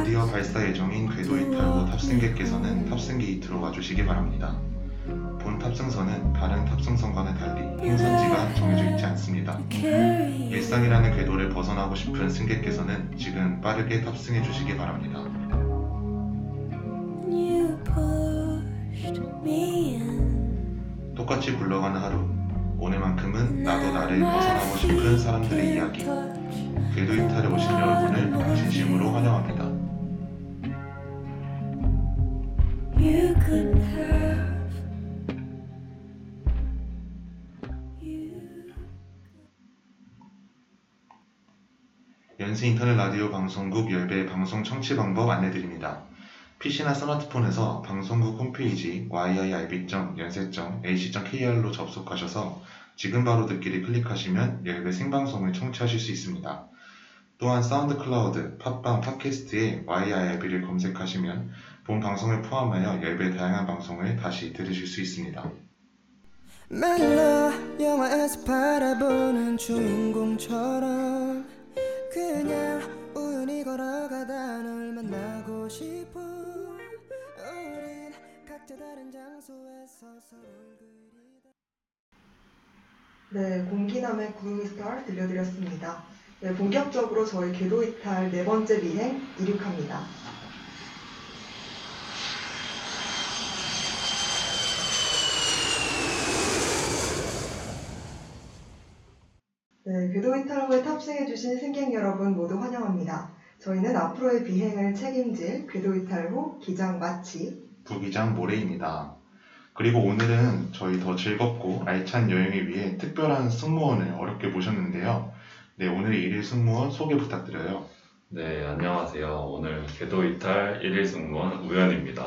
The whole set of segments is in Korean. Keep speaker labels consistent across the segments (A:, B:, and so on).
A: 탑승객사 예정인 궤도 이탈 후 탑승객께서는 탑승 게이트로 와주시기 바랍니다. 본 탑승선은 다른 탑승선과는 달리 행선지가 정해져 있지 않습니다. 일상이라는 궤도를 벗어나고 싶은 승객께서는 지금 빠르게 탑승해 주시기 바랍니다.
B: You pushed me in.
A: 똑같이 굴러가는 하루. 오늘만큼은 나도 나를 벗어나고 싶은 사람들의 이야기. 궤도 이탈에 오신 여러분을 진심으로 환영합니다.
B: You couldn't have. You.
A: 연세 인터넷 라디오 방송국 열배 방송 청취 방법 안내드립니다. PC나 스마트폰에서 방송국 홈페이지 yirb.연세.ac.kr로 접속하셔서 지금 바로 듣기를 클릭하시면 열배 생방송을 청취하실 수 있습니다. 또한 사운드 클라우드, 팟빵, 팟캐스트에 yirb를 검색하시면 본 방송을 포함하여 열배 다양한 방송을 다시 들으실 수 있습니다.
C: 멜라 영화에서 바라보는 주인공처럼 그냥 우연히 걸어가다 널 만나고 싶어 우린 각자 다른 장소에서 서로를 그리다
D: 네, 공기남의 구스타를 들려드렸습니다. 네, 본격적으로 저희 궤도 이탈 네 번째 비행 이륙합니다. 네, 궤도 이탈호에 탑승해주신 승객 여러분 모두 환영합니다. 저희는 앞으로의 비행을 책임질 궤도 이탈호 기장 마치
A: 부기장 모레입니다. 그리고 오늘은 저희 더 즐겁고 알찬 여행을 위해 특별한 승무원을 어렵게 모셨는데요. 네, 오늘 일일 승무원 소개 부탁드려요.
E: 네, 안녕하세요. 오늘 궤도 이탈 1일 승무원 우연입니다.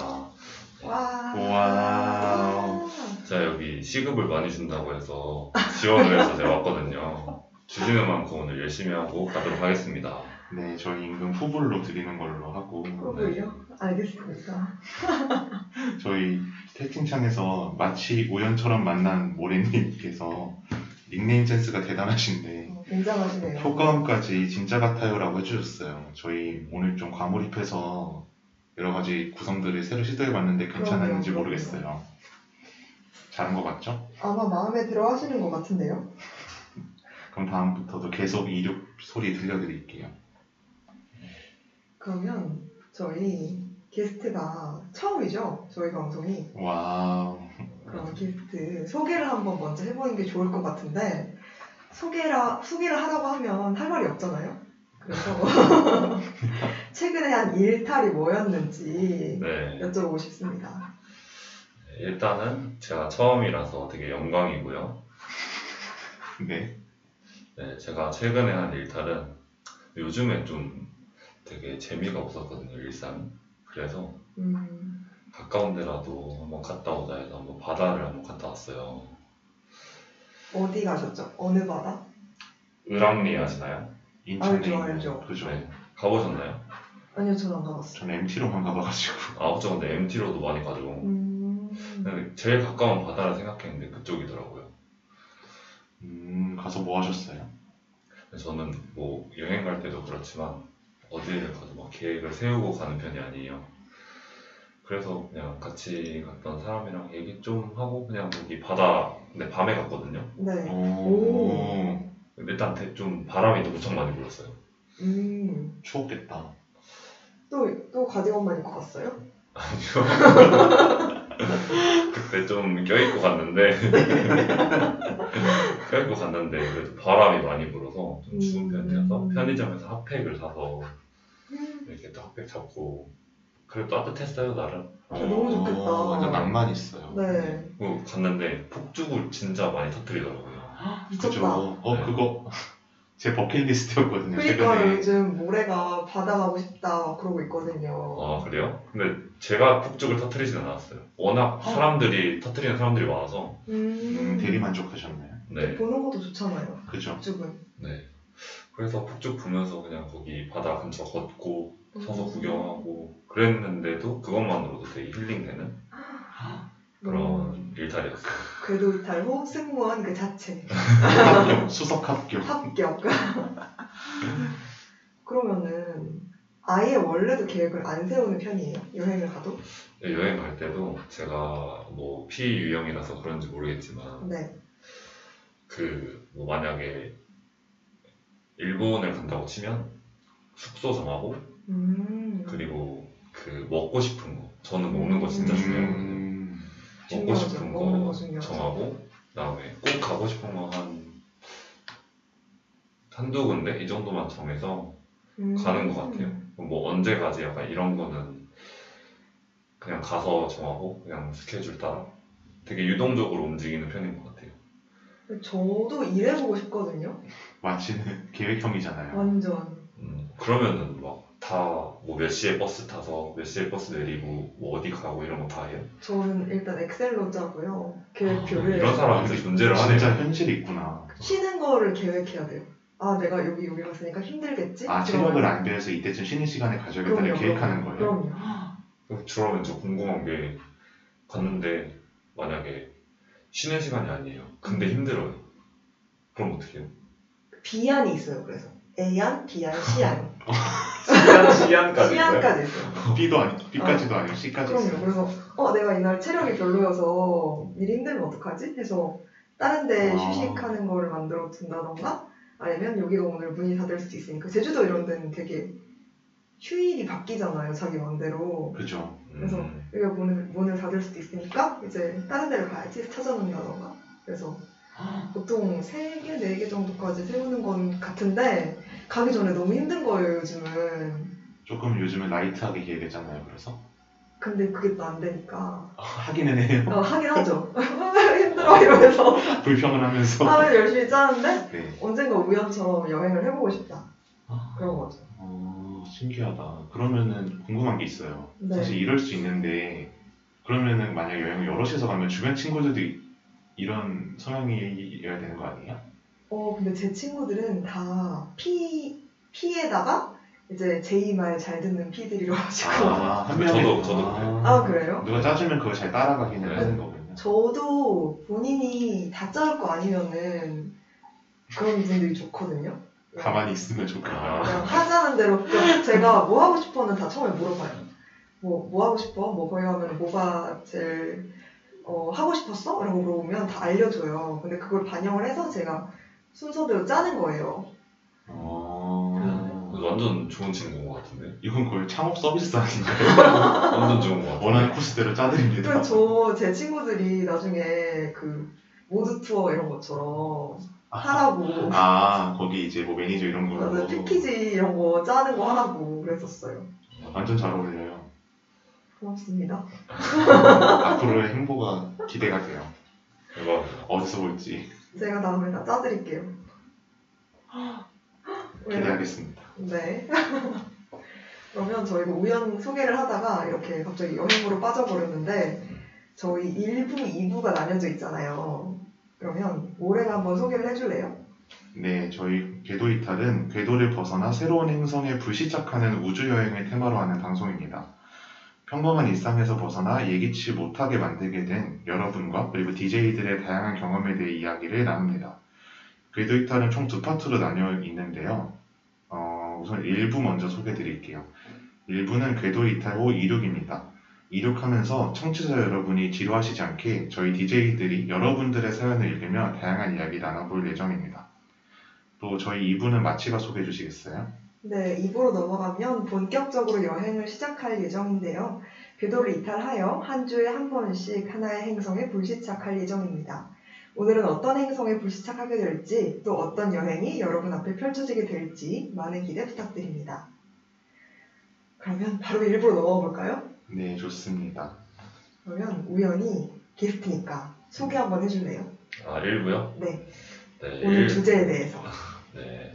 D: 와. 아,
A: 와우.
E: 제가 여기 시급을 많이 준다고 해서 지원을 해서 제가 왔거든요. 주시는 만큼 오늘 열심히 하고 가도록 하겠습니다.
A: 네, 저희 임금 후불로 드리는 걸로 하고 네.
D: 그거요? 알겠습니다.
A: 저희 채팅창에서 마치 우연처럼 만난 모레님께서 닉네임 센스가 대단하신데
D: 어, 굉장하시네요.
A: 효과음까지 진짜 같아요라고 해주셨어요. 저희 오늘 좀 과몰입해서 여러 가지 구성들을 새로 시도해봤는데 괜찮았는지
D: 그럼요, 그럼요.
A: 모르겠어요. 잘한 것 같죠?
D: 아마 마음에 들어 하시는 것 같은데요?
A: 그럼 다음부터도 계속 이륙 소리 들려드릴게요.
D: 그러면 저희 게스트가 처음이죠? 저희 방송이.
A: 와우.
D: 그럼 게스트 소개를 한번 먼저 해보는 게 좋을 것 같은데, 소개라, 소개를 하라고 하면 할 말이 없잖아요? 그래서 최근에 한 일탈이 뭐였는지
E: 네,
D: 여쭤보고 싶습니다.
E: 일단은 제가 처음이라서 되게 영광이고요.
A: 네.
E: 네, 제가 최근에 한 일탈은 요즘에 좀 되게 재미가 없었거든요, 일상. 그래서
D: 음,
E: 가까운 데라도 한번 갔다 오자 해서 한번 바다를 한번 갔다 왔어요.
D: 어디 가셨죠? 어느 바다?
E: 을왕리 아시나요?
A: 인천에
D: 알죠,
A: 있는-
D: 알죠.
A: 그죠.
E: 네, 가보셨나요?
D: 아니요, 전 안 가봤어요.
A: 저는 MT로만 가봐가지고
E: 아홉 정도 MT로도 많이 가죠.
D: 음,
E: 근데 제일 가까운 바다라 생각했는데 그쪽이더라고요.
A: 음, 가서 뭐 하셨어요?
E: 근데 저는 뭐 여행 갈 때도 그렇지만 어디를 가도 막 계획을 세우고 가는 편이 아니에요. 그래서 그냥 같이 갔던 사람이랑 얘기 좀 하고 그냥 거기 바다 근데 밤에 갔거든요.
D: 네.
A: 오,
E: 근데 일단 대- 좀 바람이 엄청 많이 불었어요.
D: 음.
A: 추웠겠다.
D: 또, 또 가디건만 입고 갔어요?
E: 그때 좀 껴입고 갔는데 껴입고 갔는데 그래도 바람이 많이 불어서 좀 추운 편이어서
D: 음.
E: 편의점에서 핫팩을 사서 이렇게 또 핫팩 잡고 그래도 따뜻했어요 나름
D: 너무 좋겠다.
A: 오, 완전 낭만 있어요.
D: 네.
E: 그리고 갔는데 폭죽을 진짜 많이 터뜨리더라고요
A: 그죠.
D: 미쳤다.
A: 어, 그거 제 버킷리스트였거든요.
D: 그러니까
A: 최근에.
D: 요즘 모래가 바다 가고 싶다 그러고 있거든요.
E: 아 그래요? 근데 제가 폭죽을 터뜨리지는 않았어요 워낙 사람들이 터뜨리는 사람들이 많아서
A: 음, 대리 만족하셨나요?
E: 네,
D: 보는 것도 좋잖아요.
A: 그죠.
D: 북쪽은.
E: 네. 그래서 폭죽 보면서 그냥 거기 바다 근처 걷고 서서 구경하고 그랬는데도 그것만으로도 되게 힐링되는 그런
D: 음,
E: 일탈이었어요.
D: 궤도 이탈 후 승무원 그 자체
A: 합격, 수석 합격.
D: 합격. 그러면은 아예 원래도 계획을 안 세우는 편이에요. 여행을 가도.
E: 네, 여행 갈 때도 제가 뭐 피유형이라서 그런지 모르겠지만
D: 네.
E: 그 뭐 만약에 일본을 간다고 치면 숙소 정하고
D: 음.
E: 그리고 그 먹고 싶은 거 저는 먹는 거 진짜
D: 음.
A: 음,
E: 중요하거든요. 먹고
D: 중요하죠.
E: 싶은
D: 먹는
E: 거
D: 거 중요하죠.
E: 정하고 그다음에 꼭 가고 싶은 거 한 한두 군데 이 정도만 정해서
D: 음.
E: 가는 것 같아요. 뭐 언제 가지 약간 이런 거는 그냥 가서 정하고 그냥 스케줄 따라 되게 유동적으로 움직이는 편인 것 같아요.
D: 저도 일해보고 싶거든요.
A: 마치는 계획형이잖아요.
D: 완전.
E: 음, 그러면은 막 다 뭐 몇 시에 버스 타서 몇 시에 버스 내리고 뭐 어디 가고 이런 거 다 해요?
D: 저는 일단 엑셀로 짜고요.
E: 아,
D: 계획표를.
E: 이런 사람한테 존재를 하네요.
A: 진짜 현실이 있구나.
D: 쉬는 거를 계획해야 돼요. 아, 내가 여기 여기 갔으니까 힘들겠지?
A: 아
D: 그러면-
A: 체력을 안 배워서 이때쯤 쉬는 시간에 가져야겠다는
D: 그럼요,
A: 계획하는 거예요.
D: 그럼요.
E: 그럼 저라면 저 궁금한 게 갔는데 만약에 쉬는 시간이 아니에요. 근데 힘들어요. 그럼 어떻게 해요?
D: 비안이 있어요. 그래서 A안, B안, C안,
E: 시안까지
D: C안까지 있어요.
A: B도 아니, B까지도 아니고 C까지
D: 그럼요.
A: 있어요.
D: 그래서 어 내가 이날 체력이 별로여서 일이 힘들면 어떡하지? 해서 다른데
A: 아.
D: 휴식하는 거를 만들어 둔다던가 아니면 여기가 오늘 문이 닫을 수도 있으니까 제주도 이런 데는 되게 휴일이 바뀌잖아요. 자기 맘대로.
A: 그죠.
D: 그래서
E: 음.
D: 여기가 문을, 문을 닫을 수도 있으니까 이제 다른 데를 가야지 찾아놓는다던가 그래서 보통 3개, 4개 정도까지 세우는 건 같은데 가기 전에 너무 힘든 거예요 요즘은
A: 조금 요즘은 라이트하게 계획했잖아요. 그래서
D: 근데 그게 또 안 되니까
A: 아, 하기는 해요.
D: 어, 하긴 하죠 힘들어 이러면서
A: 불평을 하면서.
D: 하면 열심히 짜는데
A: 네.
D: 언젠가 우연처럼 여행을 해보고 싶다
A: 아,
D: 그런 거죠
A: 어, 신기하다. 그러면은 궁금한 게 있어요.
D: 네.
A: 사실 이럴 수 있는데 그러면은 만약 여행을 여럿이서 가면 주변 친구들도 이- 이런 성향이어야 되는 거 아니에요?
D: 어 근데 제 친구들은 다 P, P에다가 이제 제2말 잘 듣는 P들이라가지고 아,
A: 한
E: 저도-
A: 명이- 아.
E: 저도 아, 그래요.
D: 그래요?
A: 누가 짜주면 그걸 잘 따라가기는
E: 네.
A: 하는 거거든요.
D: 저도 본인이 다 짜올 거 아니면은 그런 분들이 좋거든요.
A: 가만히 있으면 좋겠다.
E: 아.
D: 그냥 하자는 대로 그냥 제가 뭐 하고 싶어는 다 처음에 물어봐요. 뭐, 뭐 하고 싶어? 뭐 거기 가면 뭐가 제일 어, 하고 싶었어? 라고 물어보면 다 알려줘요. 근데 그걸 반영을 해서 제가 순서대로 짜는 거예요.
A: 어...
E: 완전 좋은 친구인 것 같은데?
A: 이건 거의 창업 서비스 아닌가요?
E: 완전 좋은 것 같아요.
A: 원하는 코스대로 짜드립니다.
D: 그래서
E: 그렇죠.
D: 저제 친구들이 나중에 그 모드 투어 이런 것처럼 하라고
A: 아 거기 이제 뭐 매니저 이런
D: 저는
A: 거로
D: 패키지 이런 거 짜는 거 하라고 그랬었어요.
A: 완전 잘 어울려요.
D: 고맙습니다.
A: 앞으로의 행보가 기대가 돼요.
E: 대박.
A: 어디서 볼지
D: 제가 다음에 다 짜드릴게요. 왜요?
A: 기대하겠습니다.
D: 네. 그러면 저희가 우연 소개를 하다가 이렇게 갑자기 여행으로 빠져버렸는데 저희 1부, 2부가 나뉘어져 있잖아요. 그러면 올해가 한번 소개를 해줄래요?
A: 네, 저희 궤도 이탈은 궤도를 벗어나 새로운 행성에 불시착하는 우주 여행을 테마로 하는 방송입니다. 평범한 일상에서 벗어나 예기치 못하게 만들게 된 여러분과 그리고 DJ들의 다양한 경험에 대해 이야기를 나눕니다. 궤도 이탈은 총 두 파트로 나뉘어 있는데요. 어, 우선 일부 먼저 소개해 드릴게요. 일부는 궤도 이탈 후 이륙입니다. 이륙하면서 청취자 여러분이 지루하시지 않게 저희 DJ들이 여러분들의 사연을 읽으며 다양한 이야기 나눠볼 예정입니다. 또 저희 2부는 마치가 소개해 주시겠어요?
D: 네, 2부로 넘어가면 본격적으로 여행을 시작할 예정인데요. 궤도를 이탈하여 한 주에 한 번씩 하나의 행성에 불시착할 예정입니다. 오늘은 어떤 행성에 불시착하게 될지, 또 어떤 여행이 여러분 앞에 펼쳐지게 될지 많은 기대 부탁드립니다. 그러면 바로 일부로 넘어가 볼까요?
A: 네, 좋습니다.
D: 그러면 우연히 게스트니까 소개 한번 해줄래요?
E: 아, 일부요?
D: 네,
E: 네.
D: 오늘
E: 일-
D: 주제에 대해서.
E: 네.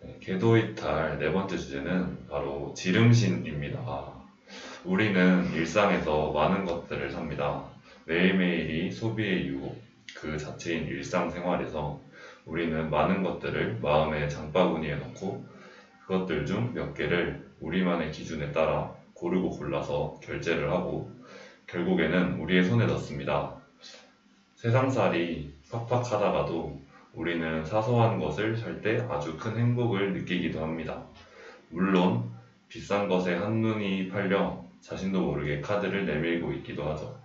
E: 네, 궤도 이탈 네 번째 주제는 바로 지름신입니다. 우리는 일상에서 많은 것들을 삽니다. 매일매일이 소비의 유혹, 그 자체인 일상생활에서 우리는 많은 것들을 마음의 장바구니에 넣고 그것들 중 몇 개를 우리만의 기준에 따라 고르고 골라서 결제를 하고 결국에는 우리의 손에 넣습니다. 세상살이 팍팍하다가도 우리는 사소한 것을 살 때 아주 큰 행복을 느끼기도 합니다. 물론 비싼 것에 한눈이 팔려 자신도 모르게 카드를 내밀고 있기도 하죠.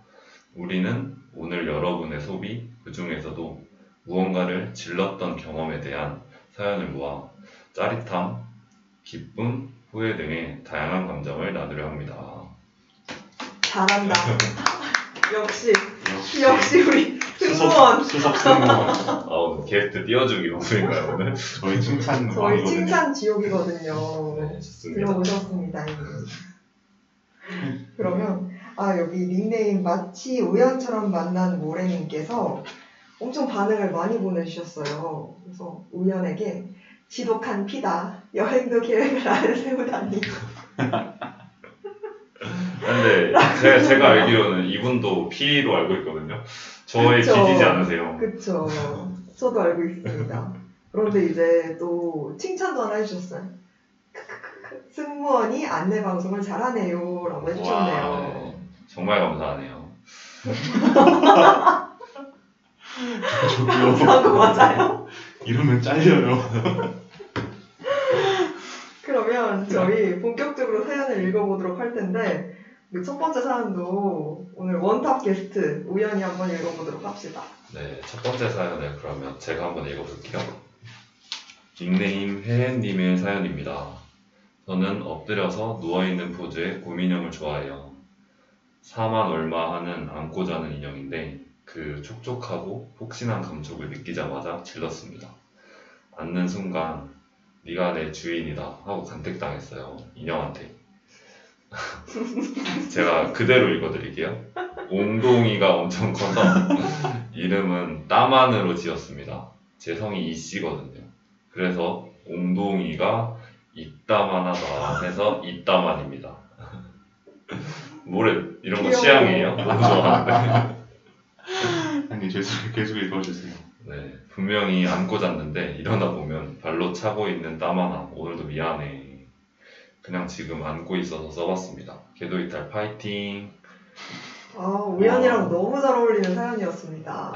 E: 우리는 오늘 여러분의 소비, 그 중에서도 무언가를 질렀던 경험에 대한 사연을 모아 짜릿함, 기쁨, 후회 등의 다양한 감정을 나누려 합니다.
D: 잘한다. 역시
A: 역시,
D: 역시 우리
A: 수석,
D: 승무원
A: 수석 승무원.
E: 아우 게스트 띄워주기 오늘인가요 오늘?
A: 저희 칭찬
D: 저희
A: 왕이거든요.
D: 칭찬 지옥이거든요.
E: 네 아, 좋습니다.
D: 들어오셨습니다. 그러면 아 여기 닉네임 마치 우연처럼 만난 모래님께서 엄청 반응을 많이 보내주셨어요. 그래서 우연에게 지독한 피다. 여행도 계획을 안 세우다니.
E: 근데 제가, 제가 알기로는 이분도 P로 알고 있거든요. 저의
D: 그쵸.
E: 기지지 않으세요.
D: 그쵸. 저도 알고 있습니다. 그런데 이제 또 칭찬도 하나 해주셨어요. 크크크크. 승무원이 안내 방송을 잘하네요라고 해주셨네요.
E: 네. 정말 감사하네요.
D: 감사한 거 맞아요?
A: 이러면 잘려요.
E: 네.
D: 그러면 저희 본격적으로 사연을 읽어보도록 할 텐데 우리 첫 번째 사연도 오늘 원탑 게스트 우연히 한번 읽어보도록 합시다.
E: 네, 첫 번째 사연을 그러면 제가 한번 읽어볼게요. 닉네임 혜혜님의 사연입니다. 저는 엎드려서 누워있는 포즈의 곰인형을 좋아해요. 4만 얼마 하는 안고 자는 인형인데 그 촉촉하고 폭신한 감촉을 느끼자마자 질렀습니다. 앉는 순간 네가 내 주인이다 하고 간택당했어요. 인형한테. 제가 그대로 읽어드릴게요. 옹동이가 엄청 커서 이름은 따만으로 지었습니다. 제 성이 이씨거든요. 그래서 옹동이가 이따만하다 해서 이따만입니다. 뭐래 이런 거
D: 귀여워.
E: 취향이에요. 너무 좋아하는데.
A: 아니 죄송해요. 계속 읽어주세요.
E: 네, 분명히 안고 잤는데 일어나 보면 발로 차고 있는 따만아 오늘도 미안해. 그냥 지금 안고 있어서 써봤습니다. 궤도 이탈 파이팅.
D: 아 우연이랑 너무 잘 어울리는 사연이었습니다.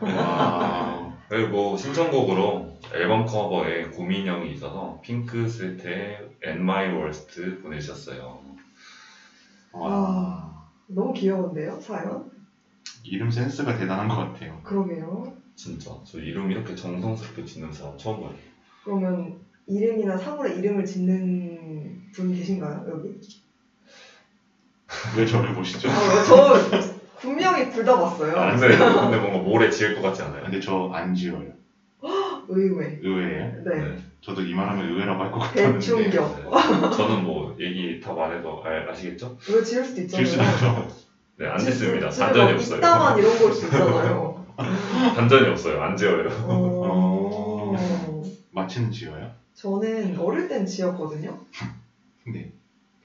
A: 와.
E: 그리고 신청곡으로 앨범 커버에 고민형이 있어서 핑크 세트의 And My Worst 보내셨어요.
A: 와.
D: 너무 귀여운데요 사연?
A: 이름 센스가 대단한 것 같아요.
D: 그러게요.
E: 진짜 저 이름 이렇게 정성스럽게 짓는 사람 처음 봐요.
D: 그러면 이름이나 사물의 이름을 짓는 분 계신가요 여기?
A: 왜 저를 보시죠?
D: 아, 저 분명히 둘 다 봤어요.
E: 근데, 근데 뭔가 모래 지을 것 같지 않아요?
A: 근데 저 안 지워요.
D: 의외.
A: 의외예요.
D: 네.
A: 저도 이만하면 의외라고 할 것 같았는데.
D: 대충격.
E: 네. 저는 뭐 얘기 답 안 해도 알, 아시겠죠?
D: 이거 지을 수도
A: 질 수도
D: 있잖아요.
A: 있죠.
E: 네, 안 짓습니다.
D: 집에 막
E: 반전이 없어요.
D: 이따만 이런 걸 수 있잖아요.
E: 반전이 없어요. 안 지어요.
D: 어...
A: 마치는 지어요?
D: 저는 어릴 땐 지었거든요.
A: 네.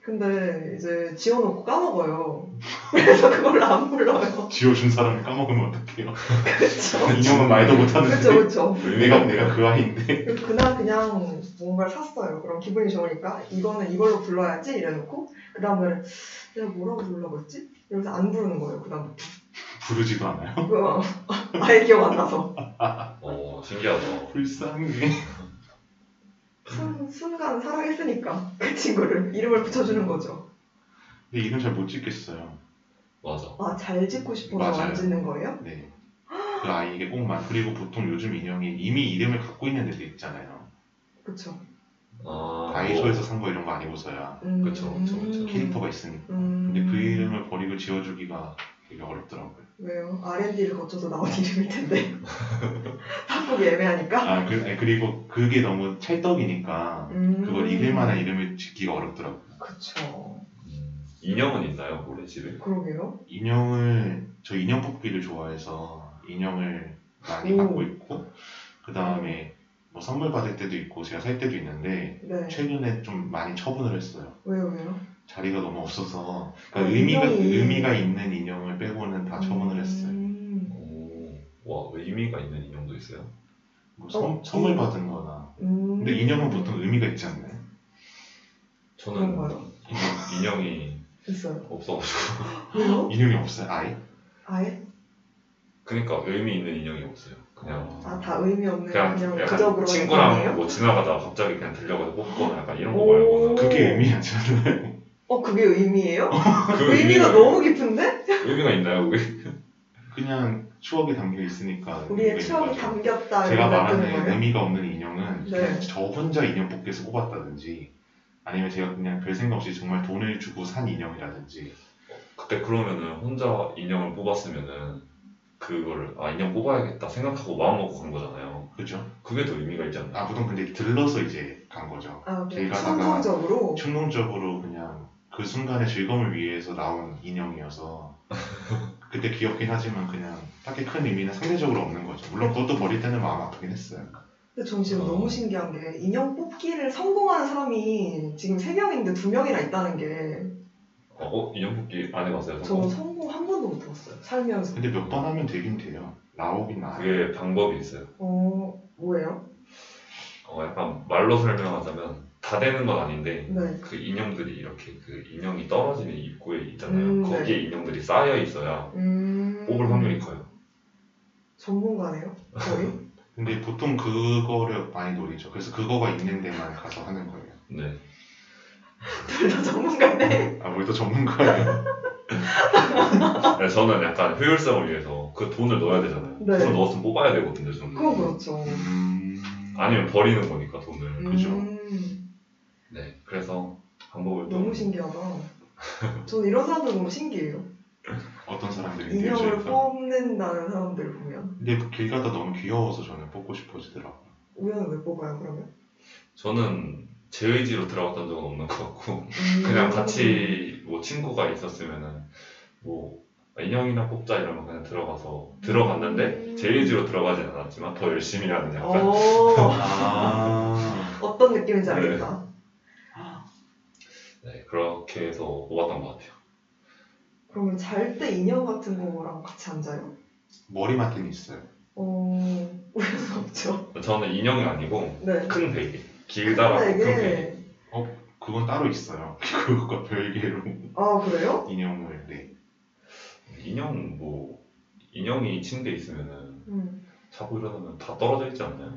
D: 근데 이제 지어놓고 까먹어요. 그래서 그걸 안 불러요.
A: 지워준 사람이 까먹으면 어떡해요?
D: 그쵸?
A: 인형은 말도
D: 그쵸,
A: 못하는데.
D: 그쵸.
A: 내가 내가 그 아이인데.
D: 그리고 그날 그냥 뭔가를 샀어요. 그럼 기분이 좋으니까 이거는 이걸로 불러야지 이래놓고 그 다음날 내가 뭐라고 부르려고 했지? 이러면서 안 부르는 거예요. 그 다음부터.
A: 부르지도 않아요.
D: 그거 어, 아예 기억 안 나서.
E: 어, 신기하다.
A: 불쌍해.
D: 순, 순간 사랑했으니까 그 친구를 이름을 붙여주는 거죠.
A: 근데 이름 잘 못 짓겠어요.
E: 맞아.
D: 아, 잘 짓고 싶어서
A: 맞아요.
D: 안 짓는 거예요?
A: 네. 그 아이에게 꼭 맞. 그리고 보통 요즘 인형이 이미 이름을 갖고 있는 애들 있잖아요.
D: 그쵸.
E: 아,
A: 다이소에서 산 거 이런 거 아니고서야
D: 음.
E: 그쵸, 그쵸, 그쵸.
A: 캐릭터가 있으니까.
D: 음.
A: 근데 그 이름을 버리고 지어주기가 되게 어렵더라고요.
D: 왜요? R&D를 거쳐서 나온 이름일 텐데. 바꾸기 애매하니까.
A: 아, 그, 아니, 그리고 그게 너무 찰떡이니까
D: 음.
A: 그걸 이길 만한 이름을 짓기가 어렵더라고요.
D: 그쵸.
E: 음, 인형은 있나요? 모래 집에?
D: 그러게요.
A: 인형을 저 인형 뽑기를 좋아해서 인형을 많이
D: 오.
A: 갖고 있고 그 다음에 뭐 선물 받을 때도 있고 제가 살 때도 있는데
D: 네.
A: 최근에 좀 많이 처분을 했어요.
D: 왜요, 왜요?
A: 자리가 너무 없어서
D: 아,
A: 그러니까 의미가
D: 인형이.
A: 의미가 있는 인형을 빼고는 다 처분을 아, 했어요.
D: 음.
E: 오, 와, 의미가 있는 인형도 있어요?
A: 뭐
D: 어,
A: 선, 선물
D: 인-
A: 받은거나
D: 음.
A: 근데 인형은 보통 의미가 있지 않나요?
E: 저는
D: 그런가요?
E: 인형- 인형이
D: 있어요.
E: 없어가지고.
D: 왜요?
A: 인형이 없어요. 아예
D: 아예?
E: 그러니까 의미 있는 인형이 없어요. 그냥
D: 아, 다 의미 없는
E: 그냥,
D: 그냥,
E: 약간
D: 부적으로
E: 친구랑
D: 했네요?
E: 뭐 지나가다가 갑자기 그냥 들려가서 뽑거나 약간 이런 거
D: 오.
E: 말고는 그,
A: 그게 의미하지 않아요?
D: 어, 그게 의미예요?
E: 그
D: 의미가
E: 의미가
D: 너무 깊은데?
E: 의미가 있나요 그게?
A: 그냥 추억이 담겨 있으니까
D: 우리의
A: 의미가
D: 추억이
A: 있는 거죠.
D: 담겼다.
A: 제가
D: 이렇게
A: 말하는
D: 만드는 거예요?
A: 의미가 없는 인형은
D: 네.
A: 그냥 저 혼자 인형 뽑기에서 뽑았다든지 아니면 제가 그냥 별 생각 없이 정말 돈을 주고 산 인형이라든지
E: 그때 그러면은 혼자 인형을 뽑았으면은 그거를 아 인형 뽑아야겠다 생각하고 마음 먹고 간 거잖아요.
A: 그죠?
E: 그게 더 의미가 있지 않나요?
A: 아무튼 근데 들러서 이제 간 거죠.
D: 아,
A: 길
D: 그냥
A: 가다가
D: 충동적으로.
A: 충동적으로 그냥 그 순간의 즐거움을 위해서 나온 인형이어서 그때 귀엽긴 하지만 그냥 딱히 큰 의미는 상대적으로 없는 거죠. 물론 그것도 버릴 때는 마음 아프긴 했어요.
D: 근데 전 지금
E: 어.
D: 너무 신기한 게 인형 뽑기를 성공한 사람이 지금 3명인데 2명이나 있다는 게
E: 어, 어 인형 뽑기 안 해봤어요.
D: 저는
E: 저거?
D: 성공 한 번도 못 해봤어요. 살면서.
A: 근데 몇 번 하면 되긴 돼요. 나오긴 나요.
E: 그게 방법이 있어요.
D: 어, 뭐예요?
E: 어 약간 말로 설명하자면 다 되는 건 아닌데
D: 네.
E: 그 인형들이 이렇게 그 인형이 떨어지는 입구에 있잖아요.
D: 음, 네.
E: 거기에 인형들이 쌓여 있어야
D: 음.
E: 뽑을 확률이 커요.
D: 전문가네요, 거의.
A: 근데 보통 그거를 많이 노리죠. 그래서 그거가 있는 데만 가서 하는 거예요.
E: 네.
D: 둘 다 전문가네.
A: 아, 우리 또 전문가예요.
E: 네, 저는 약간 효율성을 위해서 그 돈을 넣어야 되잖아요.
D: 네.
E: 돈을 넣었으면 뽑아야 되거든요. 저는.
D: 그건 그렇죠.
A: 음...
E: 아니면 버리는 거니까 돈을.
A: 그죠.
D: 음,
E: 네. 그래서 방법을 또-
D: 너무 신기하다. 전 이런 사람들 너무 신기해요.
A: 어떤
E: 네,
A: 사람들이
D: 인형을
A: 되어있어요?
D: 뽑는다는 사람들 보면
A: 근데 길 가다 너무 귀여워서 저는 뽑고 싶어지더라고요.
D: 우연은 왜 뽑아요 그러면?
E: 저는 제 의지로 들어갔던 적은 없는 것 같고
D: 음.
E: 그냥 같이 뭐 친구가 있었으면은 뭐 인형이나 뽑자 이러면 그냥 들어가서 들어갔는데 제 의지로 들어가진 않았지만 더 열심히 하는 약간
D: 어
A: 아,
D: 어떤 느낌인지 알겠다.
E: 네, 그렇게 해서 뽑았던 것 같아요.
D: 그러면 잘 때 인형 같은 거랑 같이 앉아요?
A: 머리맡은 있어요.
D: 어 우연은 없죠.
E: 저는 인형이 아니고
D: 네.
E: 큰 베개 길다라고 큰 베개
D: 되게
A: 그건 따로 있어요. 그것과 별개로
D: 아 그래요?
A: 인형을. 네.
E: 인형 뭐 인형이 침대 있으면은
D: 음.
E: 자고 일어나면 다 떨어져 있지 않나요?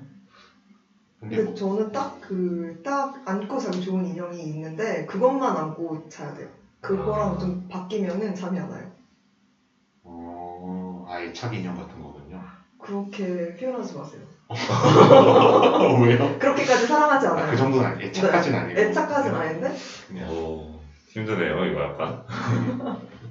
A: 근데
D: 근데
A: 뭐,
D: 저는 딱 그 딱 안고 자기 좋은 인형이 있는데 그것만 안고 자야 돼요. 그거랑 좀 바뀌면은 잠이 안 와요.
A: 어, 아예 착 인형 같은 거군요.
D: 그렇게 표현하지 마세요.
A: 어, 왜요?
D: 그렇게까지 사랑하지 않아요.
A: 아, 그 정도는 아니, 애착까진 아니고.
D: 네, 애착까지는 아닌데
A: 그냥
E: 어, 힘드네요 이거 약간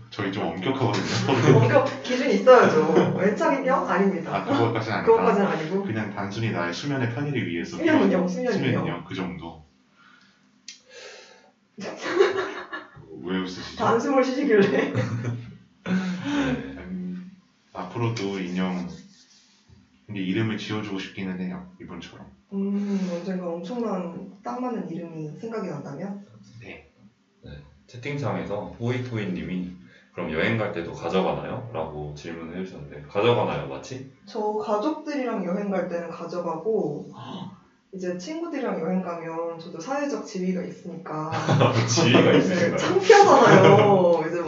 A: 저희 좀 엄격하거든요.
D: 뭔가 기준이 있어야죠. 애착인형 아닙니다.
A: 아, 그거까진 아니다.
D: 그것까지는 아니고
A: 그냥 단순히 나의 수면의 편의를 위해서
D: 수면
A: 필요한
D: 인형, 수면
A: 수면
D: 인형.
A: 인형 그 정도. 왜 웃으시죠?
D: 다 한숨을 쉬시길래
E: 네.
A: 음, 앞으로도 인형 근데 이름을 지어주고 싶기는 해요 이분처럼.
D: 음 언젠가 엄청난 딱 맞는 이름이 생각이 난다면
E: 채팅창에서 호이토이님이 그럼 여행 갈 때도 가져가나요? 라고 질문을 해주셨는데 가져가나요 마치?
D: 저 가족들이랑 여행 갈 때는 가져가고 이제 친구들이랑 여행 가면 저도 사회적 지위가 있으니까
E: 지위가
D: 이제
E: 있으신가요?
D: 창피하잖아요. 이제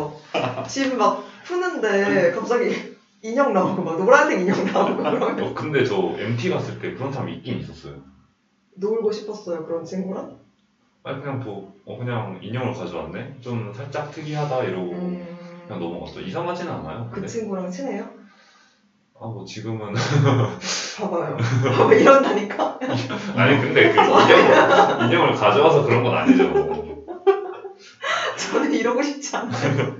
D: 막집 막 푸는데 갑자기 인형 나오고 막 노란색 인형 나오고 그러면
E: 어, 근데 저 MT 갔을 때 그런 사람이 있긴 있었어요
D: 놀고 싶었어요 그런 친구랑.
E: 아니 그냥 뭐 어, 그냥 인형을 가져왔네? 좀 살짝 특이하다 이러고
D: 음,
E: 그냥 넘어갔죠 이상하지는 않아요 네.
D: 그
E: 근데
D: 친구랑 친해요?
E: 아뭐 지금은
D: 봐봐요. 봐봐 이런다니까.
E: 아니 근데 그 인형을, 인형을 가져와서 그런 건 아니죠
D: 저는 이러고 싶지 않아요.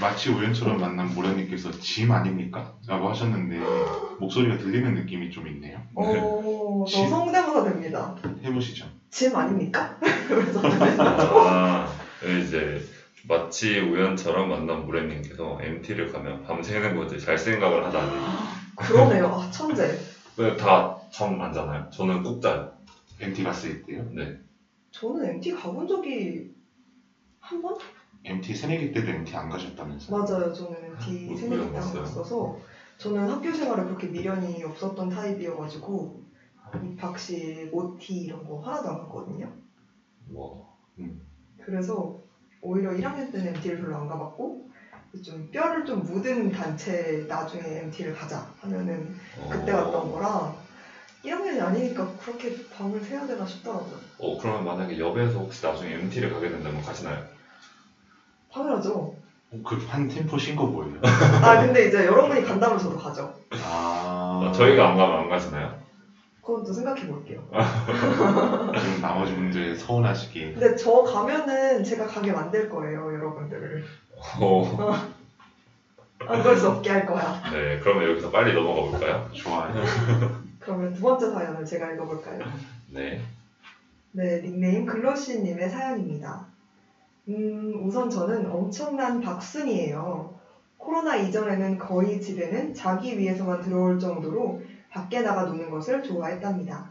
A: 마치 우연처럼 만난 모라님께서 짐 아닙니까? 라고 하셨는데 목소리가 들리는 느낌이 좀 있네요.
E: 어,
D: 오, 어, 저
A: 심-
D: 성대모사 됩니다.
A: 해보시죠.
D: 짐 아닙니까? 그래서
E: 아 이제 마치 우연처럼 만난 무래님께서 MT를 가면 밤새는 거지 잘 생각을 하다니
D: 그러네요. 아, 천재.
E: 다잠 안 자나요? 저는 꼭 자요
A: MT 갔을 때요.
E: 네
D: 저는 MT 가본 적이 한 번?
A: MT 새내기 때도 MT 안 가셨다면서요?
D: 맞아요. 저는 MT
E: 뭐,
D: 생일 때
E: 왜안
D: 갔어서 저는 학교 생활에 그렇게 미련이 없었던 타입이어가지고 입학식, OT 이런 거 하나도 안 갔거든요.
E: 뭐
D: 그래서 오히려 1학년 때는 MT를 별로 안 가봤고 좀 뼈를 좀 묻은 단체 나중에 MT를 가자 하면은 그때
E: 어,
D: 왔던 거라 1학년이 아니니까 그렇게 밤을 새야 되나 싶더라고요.
E: 어, 그러면 만약에 엽에서 혹시 나중에 MT를 가게 된다면 가시나요?
D: 당연하죠.
A: 어, 그한 팀포 신거 보여요.
D: 아 근데 이제 여러분이 간다면 저도 가죠.
A: 아
E: 어, 저희가 안 가면 안 가시나요?
D: 그건 또 생각해 볼게요.
A: 지금 나머지 분들 서운하시기.
D: 근데 저 가면은 제가 가게 만들 거예요, 여러분들을.
E: 어,
D: 안 걸 수 없게 할 거야.
E: 네, 그러면 여기서 빨리 넘어가 볼까요?
A: 좋아요.
D: 그러면 두 번째 사연을 제가 읽어볼까요?
E: 네.
D: 네, 닉네임 글로시님의 사연입니다. 음, 우선 저는 엄청난 박순이에요. 코로나 이전에는 거의 집에는 자기 위해서만 들어올 정도로 밖에 나가 노는 것을 좋아했답니다.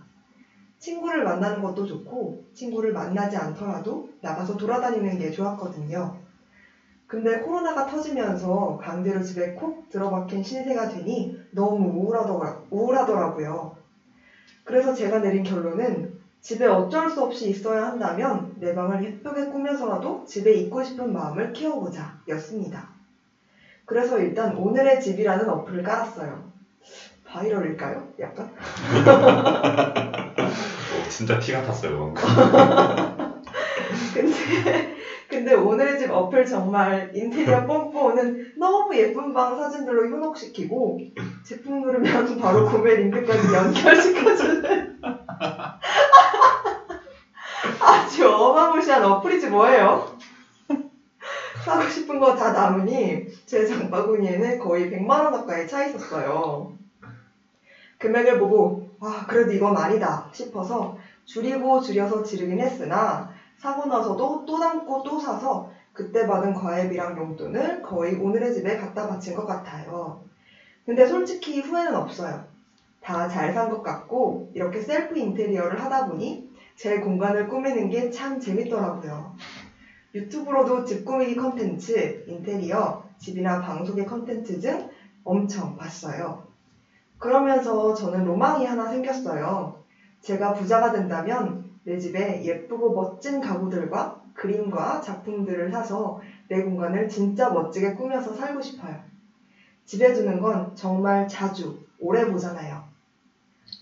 D: 친구를 만나는 것도 좋고, 친구를 만나지 않더라도 나가서 돌아다니는 게 좋았거든요. 근데 코로나가 터지면서 강제로 집에 콕 들어박힌 신세가 되니 너무 우울하더라, 우울하더라고요. 그래서 제가 내린 결론은 집에 어쩔 수 없이 있어야 한다면 내 방을 예쁘게 꾸며서라도 집에 있고 싶은 마음을 키워보자 였습니다. 그래서 일단 오늘의 집이라는 어플을 깔았어요. 바이럴일까요? 약간?
E: 어, 진짜 피가 탔어요, 방금.
D: 근데, 근데 오늘의 집 어플 정말 인테리어 뽐뿌오는 너무 예쁜 방 사진들로 현혹시키고 제품 누르면 바로 구매 링크까지 연결시켜주는 아주 어마무시한 어플이지 뭐예요? 사고 싶은 거 다 남으니 제 장바구니에는 거의 100만 원 가까이 차 있었어요. 금액을 보고 아 그래도 이건 아니다 싶어서 줄이고 줄여서 지르긴 했으나 사고 나서도 또 담고 또 사서 그때 받은 과외비랑 용돈을 거의 오늘의 집에 갖다 바친 것 같아요. 근데 솔직히 후회는 없어요. 다 잘 산 것 같고 이렇게 셀프 인테리어를 하다 보니 제 공간을 꾸미는 게 참 재밌더라고요. 유튜브로도 집 꾸미기 컨텐츠, 인테리어, 집이나 방 소개 컨텐츠 등 엄청 봤어요. 그러면서 저는 로망이 하나 생겼어요. 제가 부자가 된다면 내 집에 예쁘고 멋진 가구들과 그림과 작품들을 사서 내 공간을 진짜 멋지게 꾸며서 살고 싶어요. 집에 두는 건 정말 자주, 오래 보잖아요.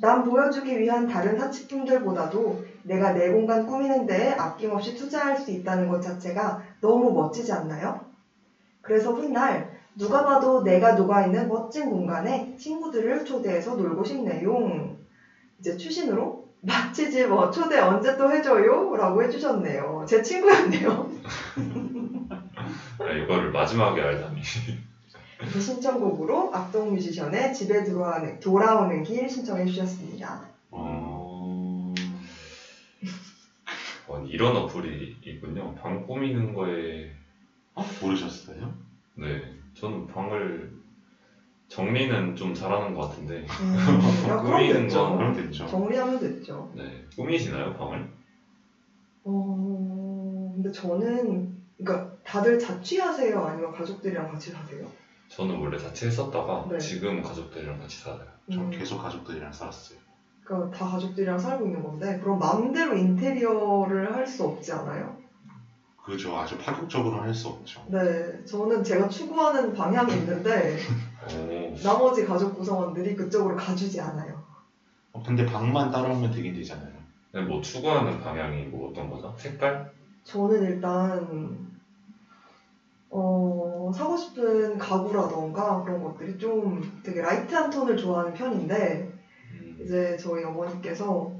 D: 남 보여주기 위한 다른 사치품들보다도 내가 내 공간 꾸미는 데에 아낌없이 투자할 수 있다는 것 자체가 너무 멋지지 않나요? 그래서 훗날 누가 봐도 내가 누가 있는 멋진 공간에 친구들을 초대해서 놀고 싶네요. 이제 추신으로 마치지 뭐 초대 언제 또 해줘요? 라고 해주셨네요. 제 친구였네요.
E: 아, 이거를 마지막에 알다니.
D: 그 신청곡으로 악동 뮤지션의 집에 들어와는, 돌아오는 길 신청해 주셨습니다.
A: 어...
E: 어, 이런 어플이 있군요. 방 꾸미는 거에
A: 어? 모르셨어요?
E: 네, 저는 방을 정리는 좀 잘하는 것 같은데,
D: 음, 야, 그럼
E: 꾸미는
D: 됐죠.
E: 건
A: 그럼 됐죠.
D: 정리하면 됐죠.
E: 네, 꾸미시나요 방을?
D: 어, 근데 저는, 그러니까 다들 자취하세요? 아니면 가족들이랑 같이 사세요?
E: 저는 원래 자취 했었다가
D: 네.
E: 지금 가족들이랑 같이 살아요.
A: 저
D: 음,
A: 계속 가족들이랑 살았어요.
D: 그러니까 다 가족들이랑 살고 있는 건데, 그럼 마음대로 인테리어를 할 수 없지 않아요?
A: 그저 아주 파격적으로는 할 수 없죠.
D: 네, 저는 제가 추구하는 방향이 있는데
E: 오,
D: 나머지 가족 구성원들이 그쪽으로 가주지 않아요.
A: 어, 근데 방만 따라오면 되긴 되잖아요.
E: 근데 뭐 추구하는 방향이 뭐 어떤 거죠? 색깔?
D: 저는 일단 어, 사고 싶은 가구라던가 그런 것들이 좀 되게 라이트한 톤을 좋아하는 편인데
E: 음,
D: 이제 저희 어머니께서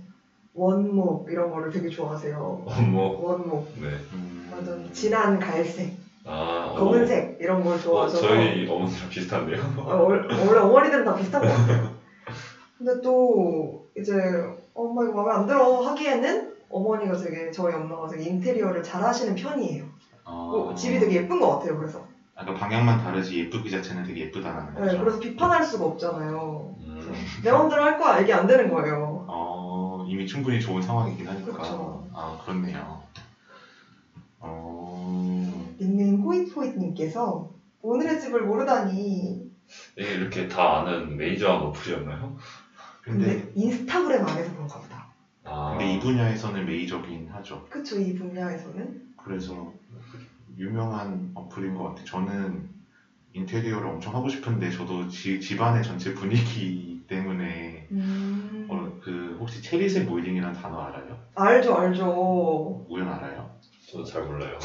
D: 원목 이런 거를 되게 좋아하세요.
E: 어, 뭐,
D: 원목,
E: 네,
A: 음...
D: 완전 진한 갈색,
E: 아, 어,
D: 검은색 이런 걸
E: 어,
D: 좋아하셔서
E: 저희 어머니랑 비슷한데요.
D: 어, 월- 원래 어머니들은 다 비슷한 것 같아요. 근데 또 이제 엄마 이거 마음에 안 들어 하기에는 어머니가 되게 저희 엄마가 되게 인테리어를 잘 하시는 편이에요. 뭐
A: 어...
D: 집이 되게 예쁜 것 같아요. 그래서
A: 아까 방향만 다르지 예쁘기 그 자체는 되게 예쁘다는
D: 네,
A: 거죠.
D: 그래서 비판할 수가 없잖아요.
E: 음,
D: 내 마음대로 할 거야 이게 안 되는 거예요.
A: 어, 이미 충분히 좋은 상황이긴 하니까.
D: 그쵸.
A: 아, 그렇네요. 어,
D: 닉네임 호잇호잇님께서 오늘의 집을 모르다니
E: 이게 이렇게 다 아는 메이저한 어플이었나요?
D: 근데,
A: 근데,
D: 인스타그램 안에서 그런가 보다.
E: 아,
A: 근데 이 분야에서는 메이저긴 하죠.
D: 그쵸 이 분야에서는
A: 그래서 유명한 어플인 것 같아요. 저는 인테리어를 엄청 하고 싶은데 저도 지- 집안의 전체 분위기 때문에
D: 음.
A: 어, 그 혹시 체리색 모이링이라는 단어 알아요?
D: 알죠, 알죠.
A: 우연 알아요?
E: 저도 잘 몰라요.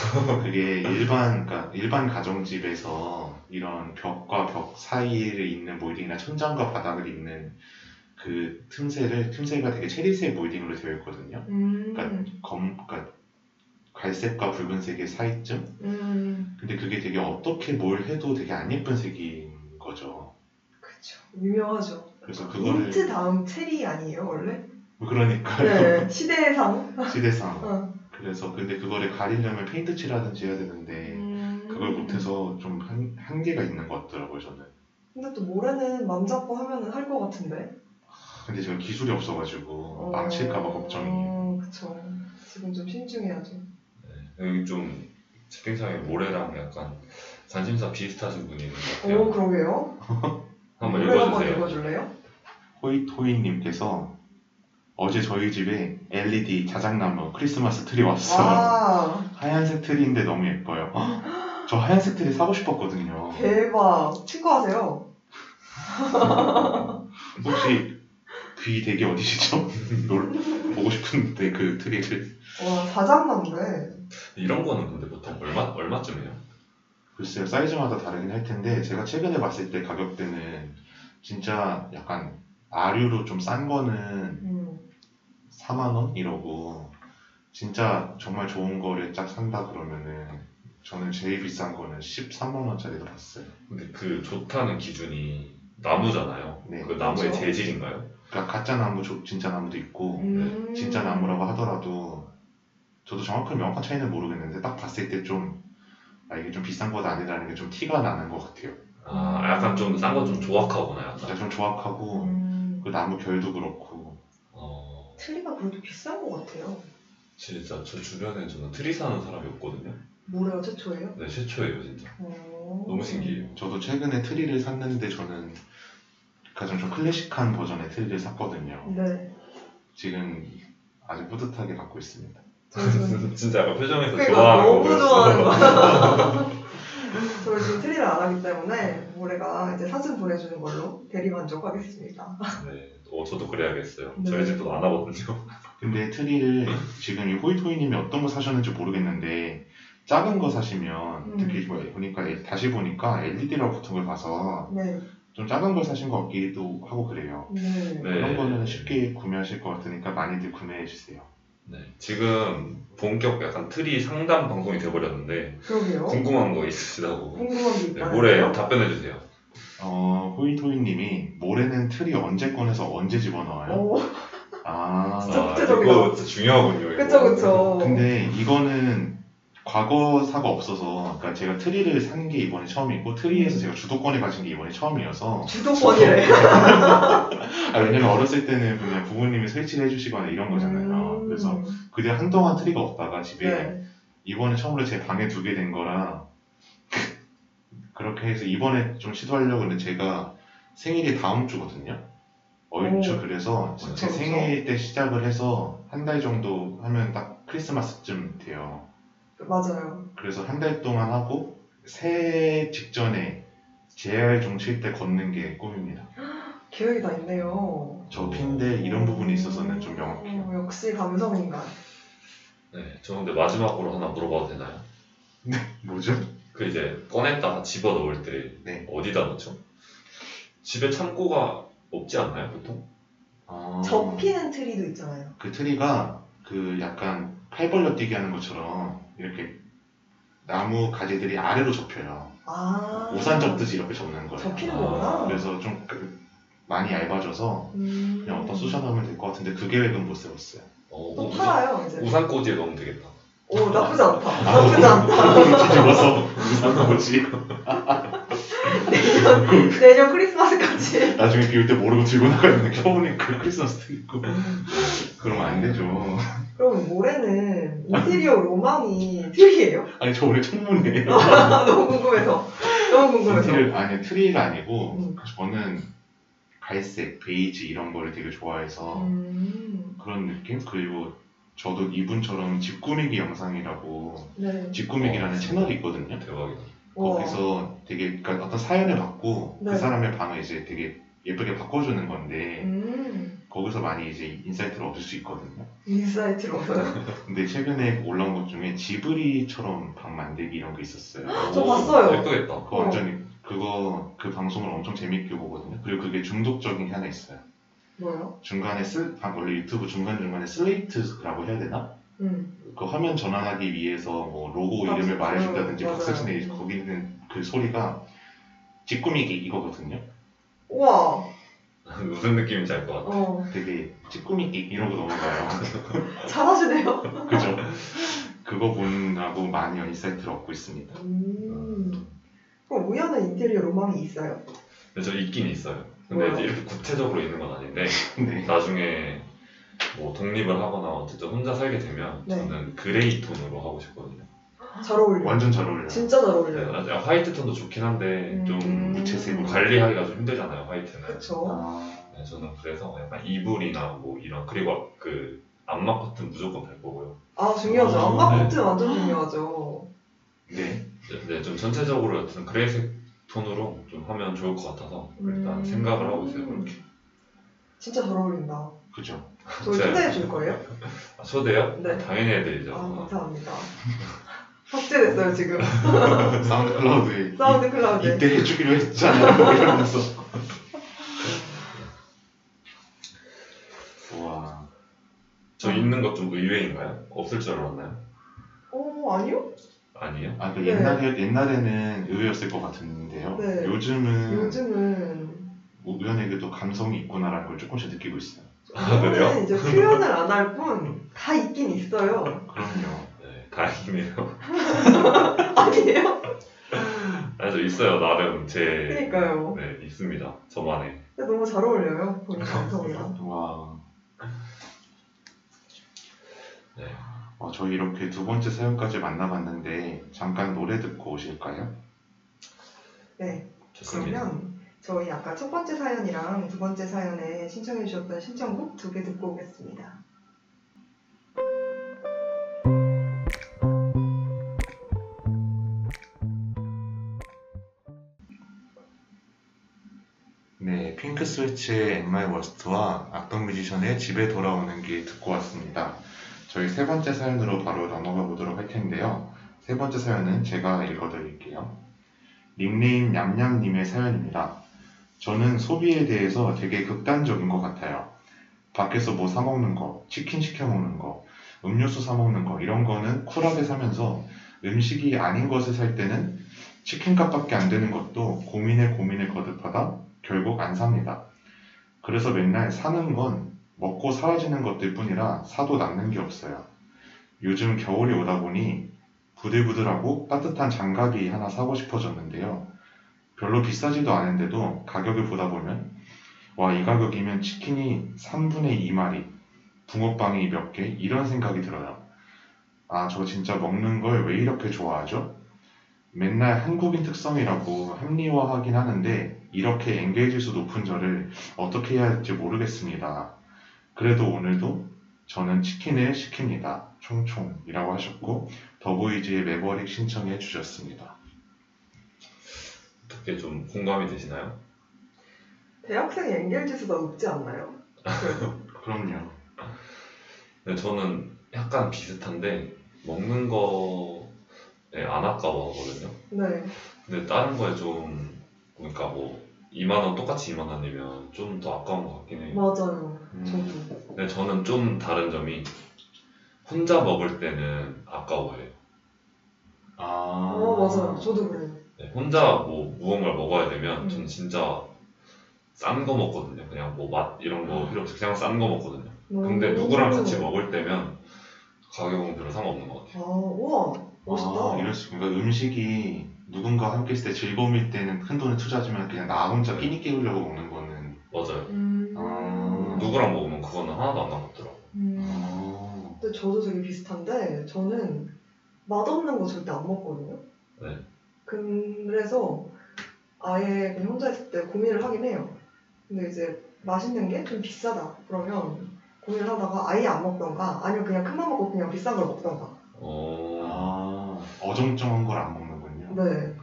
A: 그게 일반, 그러니까 일반 가정집에서 이런 벽과 벽 사이를 잇는 몰딩이나 천장과 바닥을 잇는 그 틈새를, 틈새가 되게 체리색 몰딩으로 되어 있거든요.
D: 음.
A: 검, 그러니까 갈색과 붉은색의 사이쯤?
D: 음.
A: 근데 그게 되게 어떻게 뭘 해도 되게 안 예쁜 색인 거죠.
D: 그쵸. 유명하죠.
A: 그래서 그거를,
D: 아,
A: 뭐
D: 민트 다음 체리 아니에요, 원래?
A: 그러니까요.
D: 네. 시대상.
A: 시대상.
D: 어.
A: 그래서 근데 그거를 가리려면 페인트 칠하든지 해야 되는데,
D: 음.
A: 네, 그걸 못해서 좀 한, 한계가 있는 것 같더라고요, 저는.
D: 근데 또 모레는 맘 잡고 하면은 할 것 같은데.
A: 근데 제가 기술이 없어가지고
D: 어.
A: 망칠까봐 걱정이에요.
D: 어, 그쵸. 지금 좀 신중해야죠. 어,
E: 네. 여기 좀 채팅창에 모래랑 약간 관심사 비슷하신 분이 있는 것 같아요.
D: 오, 그러게요.
E: 한번
D: 노래 한번
E: 읽어주세요.
D: 읽어줄래요?
A: 호이토이님께서 어제 저희 집에 LED 자작나무 크리스마스 트리 왔어요.
D: 와,
A: 하얀색 트리인데 너무 예뻐요. 헉! 저 하얀색 트리 사고 싶었거든요.
D: 대박. 축구하세요.
A: 혹시 귀 되게 어디시죠? 놀- 보고 싶은데 그 트리를
D: 와, 사장난데.
E: 이런 거는 근데 보통 얼마 얼마쯤이에요?
A: 글쎄요 사이즈마다 다르긴 할 텐데 제가 최근에 봤을 때 가격대는 진짜 약간 아류로 좀 싼 거는
D: 음.
A: 4만 원 이러고 진짜 정말 좋은 거를 딱 산다 그러면은 저는 제일 비싼 거는 13만 원짜리도 봤어요.
E: 근데 그 좋다는 기준이 나무잖아요.
A: 네.
E: 그 나무의
D: 그렇죠.
E: 재질인가요?
A: 그러니까 가짜 나무, 조- 진짜 나무도 있고
D: 음.
A: 네, 진짜 나무라고 하더라도 저도 정확한 명확한 차이는 모르겠는데 딱 봤을 때 좀 아, 이게 좀 비싼 것 아니라는 게 좀 티가 나는 것 같아요.
E: 아 약간 좀 싼 거 좀 조악하구나
A: 진짜
E: 약간.
A: 좀 조악하고
D: 음.
A: 그 나무 결도 그렇고
E: 어
D: 트리가 그래도 비싼 것 같아요.
E: 진짜 저 주변에 저는 트리 사는 사람이 없거든요.
D: 모래가 최초예요?
E: 네 최초예요 진짜.
D: 어.
E: 너무 신기해요.
A: 저도 최근에 트리를 샀는데 저는 가장 좀 클래식한 버전의 트리를 샀거든요.
D: 네.
A: 지금 아주 뿌듯하게 갖고 있습니다.
D: 저는
E: 진짜 약간 표정에서
D: 그러니까
E: 좋아하는
D: 너무
E: 보였어.
D: 좋아하는 거야. 저 지금 트리를 안 하기 때문에 모래가 이제 사진 보내주는 걸로 대리만족하겠습니다.
E: 네. 어, 저도 그래야겠어요.
D: 네.
E: 저희 집도 안 하거든요.
A: 근데 트리를 지금 이 호이토이님이 어떤 거 사셨는지 모르겠는데 작은 거 사시면
D: 음.
A: 특히 뭐 보니까 엘- 다시 보니까 LED라고 붙은 걸 봐서
D: 네.
A: 좀 작은 걸 사신 것 같기도 하고 그래요.
D: 네.
E: 네.
A: 그런 거는 쉽게 구매하실 것 같으니까 많이들 구매해 주세요.
E: 네. 지금 본격 약간 트리 상담 방송이 돼버렸는데
D: 그러게요.
E: 궁금한 거 있으시다고
D: 어? 궁금한 게
E: 네,
D: 있나요?
E: 모레 답변해 주세요.
A: 어, 호이토이님이 모레는 트리 언제 꺼내서 언제 집어넣어요?
D: 오,
A: 아,
D: 진짜
E: 아,
D: 구체적이다.
E: 이거 진짜 중요하군요. 이거.
D: 그쵸, 그쵸.
A: 근데 이거는 과거사가 없어서 그러니까 제가 트리를 산 게 이번이 처음이고 트리에서 제가 주도권에 가진 게 이번이 처음이어서
D: 주도권이래.
A: 아, 왜냐면 어렸을 때는 그냥 부모님이 설치를 해주시거나 이런 거잖아요.
D: 음.
A: 그래서 예. 그때 한동안 트리가 없다가 집에
D: 네.
A: 이번에 처음으로 제 방에 두게 된 거라 그렇게 해서 이번에 좀 시도하려고 근데 제가 생일이 다음 주거든요. 어이주
D: 오.
A: 그래서
E: 그쵸,
A: 제
D: 그쵸.
A: 생일 때 시작을 해서 한 달 정도 하면 딱 크리스마스쯤 돼요.
D: 맞아요.
A: 그래서 한 달 동안 하고 새해 직전에 JR 종칠 때 걷는 게 꿈입니다.
D: 계획이 다 있네요.
A: 저 핀데 이런 부분이 있어서는 좀 명확해요.
D: 오, 역시 감성인가.
E: 네, 저 근데 마지막으로 하나 물어봐도 되나요?
A: 뭐죠?
E: 그 이제 꺼냈다가 집어 넣을 때
A: 네.
E: 어디다 넣죠? 집에 창고가 없지 않나요 보통?
A: 어,
D: 접히는 트리도 있잖아요.
A: 그 트리가 그 약간 팔벌려 뛰기 하는 것처럼 이렇게 나무 가지들이 아래로 접혀요.
D: 아.
A: 우산 접듯이 이렇게 접는 거예요.
D: 접히는
E: 아,
D: 거구나.
A: 그래서 좀 그- 많이 얇아져서
D: 음.
A: 그냥 어떤 수선하면 될 것 같은데 그 계획은 못 세웠어요.
E: 어,
D: 또
E: 우산,
D: 팔아요, 이제.
E: 우산꽂이에 넣으면 되겠다.
D: 오, 나쁘지 않다.
A: 아,
D: 나쁘지 않다.
A: 뒤집어서 우산 거지.
D: 내년, 내년 크리스마스까지.
A: 나중에 비 올 때 모르고 들고 나가는 켜보니까 크리스마스 트리 있고 그러면 안 되죠.
D: 그럼 모레는 인테리어 로망이 트리예요?
A: 아니 저 원래 청문회예요.
D: 아, 너무 궁금해서. 너무 궁금해서.
A: 트리를 아니 트리가 아니고
D: 음.
A: 저는 갈색, 베이지 이런 거를 되게 좋아해서
D: 음.
A: 그런 느낌? 그리고 저도 이분처럼 집 꾸미기 영상이라고
D: 네.
A: 집 꾸미기라는
E: 어,
A: 채널이 있거든요.
E: 대박이다.
D: 우와.
A: 거기서 되게 그러니까 어떤 사연을 받고
D: 어. 네.
A: 그 사람의 방을 이제 되게 예쁘게 바꿔주는 건데
D: 음,
A: 거기서 많이 이제 인사이트를 얻을 수 있거든요.
D: 인사이트를 얻어요.
A: 근데 최근에 올라온 것 중에 지브리처럼 방 만들기 이런 게 있었어요.
D: 저
E: 오,
D: 봤어요.
E: 예쁘겠다.
A: 그거 완전히 그거 그 방송을 엄청 재밌게 보거든요. 그리고 그게 중독적인 게 하나 있어요.
D: 뭐요?
A: 중간에 쓰 아, 원래 유튜브 중간 중간에 슬레이트라고 해야 되나?
D: 음,
A: 그 화면 전환하기 위해서 뭐 로고
D: 박수
A: 이름을
D: 치는,
A: 말해준다든지
D: 맞아요. 음.
A: 박수 치는 이- 거기 있는 그 소리가 찌꾸미기 이거거든요.
D: 우와,
E: 무슨 느낌인지 알 것 같아.
D: 어,
A: 되게 찌꾸미기 이러고 넘어가요.
D: 잘하시네요.
A: 그죠? 그거 보느라고 많이 인사이트를 얻고 있습니다.
D: 음, 그럼 우연한 인테리어 로망이 있어요?
E: 근데 저 있긴 있어요. 근데
D: 뭐요?
E: 이제 이렇게 구체적으로 있는 건 아닌데
A: 네.
E: 나중에 뭐 독립을 하거나 어쨌든 혼자 살게 되면
D: 네.
E: 저는 그레이 톤으로 하고 싶거든요.
D: 잘 어울려.
A: 완전 잘 어울려요.
D: 진짜 잘
E: 네,
D: 어울려요.
E: 나중에 화이트 톤도 좋긴 한데
D: 음.
E: 좀
A: 무채색으로
E: 관리하기가 좀 힘들잖아요 화이트는.
D: 그쵸.
A: 아,
E: 네, 저는 그래서 약간 이불이나 뭐 이런 그리고 그 안마 커튼 무조건 달 거고요.
D: 아, 중요하죠.
A: 어,
D: 안마
E: 네.
D: 코트 완전 중요하죠.
A: 네.
E: 네, 좀 전체적으로 여튼 그레이색 톤으로 좀 하면 좋을 것 같아서 일단
D: 음.
E: 생각을 하고 있어요. 그렇게.
D: 진짜 잘 어울린다.
A: 그죠?
D: 저희
E: 네.
D: 초대해 줄 거예요?
E: 아, 초대요?
D: 네.
E: 당연히 해드리죠. 어.
D: 아, 감사합니다. 삭제됐어요, 지금.
A: 사운드 클라우드에
D: 사운드 클라우드.
A: 이때 해주기로 했잖아요. 뭐 이러면서. 와,
E: 저 있는 것 좀 의외인가요? 없을 줄 알았나요?
D: 어, 아니요?
E: 아니에요?
A: 아, 그
D: 네.
A: 옛날에 옛날에는 의외였을 것 같은데요.
D: 네.
A: 요즘은
D: 요즘은.
A: 우연에게도 감성이 있구나라는 걸 조금씩 느끼고 있어요.
E: 아, 그래요?
D: 이거는 이제 표현을 안 할 뿐, 다 있긴 있어요.
A: 그럼요.
E: 네, 다행이네요.
D: 아니에요?
E: 아니, 저 있어요. 나름 제.
D: 그러니까요.
E: 네, 있습니다. 저만의.
D: 근데 너무 잘 어울려요,
E: 아,
D: 본인 감성이랑.
A: 와,
E: 네.
A: 어, 저희 이렇게 두 번째 사연까지 만나봤는데 잠깐 노래 듣고 오실까요?
D: 네.
E: 좋습니다.
D: 그러면 저희 아까 첫 번째 사연이랑 두 번째 사연에 신청해 주셨던 신청곡 두 개 듣고 오겠습니다.
A: 네, 핑크 스위치의 엠마의 워스트와 악동 뮤지션의 집에 돌아오는 길 듣고 왔습니다. 저희 세 번째 사연으로 바로 넘어가 보도록 할 텐데요. 세 번째 사연은 제가 읽어드릴게요. 닉네임 냠냠님의 사연입니다. 저는 소비에 대해서 되게 극단적인 것 같아요. 밖에서 뭐 사먹는 거, 치킨 시켜 먹는 거, 음료수 사먹는 거, 이런 거는 쿨하게 사면서 음식이 아닌 것을 살 때는 치킨값밖에 안 되는 것도 고민에 고민을 거듭하다 결국 안 삽니다. 그래서 맨날 사는 건 먹고 사라지는 것들 뿐이라 사도 남는 게 없어요. 요즘 겨울이 오다 보니 부들부들하고 따뜻한 장갑이 하나 사고 싶어졌는데요. 별로 비싸지도 않은데도 가격을 보다 보면 와, 이 가격이면 치킨이 3분의 2마리, 붕어빵이 몇 개, 이런 생각이 들어요. 아, 저 진짜 먹는 걸 왜 이렇게 좋아하죠? 맨날 한국인 특성이라고 합리화하긴 하는데 이렇게 엔게이지수 높은 저를 어떻게 해야 할지 모르겠습니다. 그래도 오늘도 저는 치킨을 시킵니다. 총총이라고 하셨고 더보이즈의 매버릭 신청해 주셨습니다.
E: 어떻게 좀 공감이 되시나요?
D: 대학생 연결 지수가 높지 않나요?
A: 그럼요.
E: 네, 저는 약간 비슷한데, 먹는 거에 네, 안 아까워하거든요.
D: 네.
E: 근데 다른 거에 좀, 그러니까 뭐, 2만원, 똑같이 2만원이면 좀 더 아까운 것 같긴
D: 뭐?
E: 해요.
D: 맞아요.
A: 음.
D: 저도.
E: 근데 저는 좀 다른 점이, 혼자 먹을 때는 아까워해요.
A: 아,
D: 어, 맞아요. 저도 그래요.
E: 네, 혼자 뭐 무언가를 먹어야 되면
D: 음.
E: 저는 진짜 싼 거 먹거든요. 그냥 뭐 맛 이런 거
F: 아.
E: 필요 없이 그냥 싼 거 먹거든요. 근데
D: 음.
E: 누구랑 같이 먹을 때면 가격은 별로 상관없는 것 같아요.
D: 아, 우와. 멋있다.
A: 아, 이럴 수 그러니까 음식이 누군가 함께 있을 때 즐거움일 때는 큰 돈을 투자하지만 그냥 나 혼자 끼니 깨우려고 먹는 거는
E: 맞아요.
D: 음.
A: 아,
E: 누구랑 먹으면 그거는 하나도 안 아깝더라고요.
D: 음.
A: 아,
D: 근데 저도 되게 비슷한데 저는 맛없는 거 절대 안 먹거든요.
E: 네.
D: 그래서 아예 그냥 혼자 있을 때 고민을 하긴 해요. 근데 이제 맛있는 게 좀 비싸다 그러면 고민을 하다가 아예 안 먹던가 아니면 그냥 큰맘 먹고 그냥 비싼 걸 먹던가.
E: 어...
A: 아, 어정쩡한 걸 안 먹는군요.
D: 네.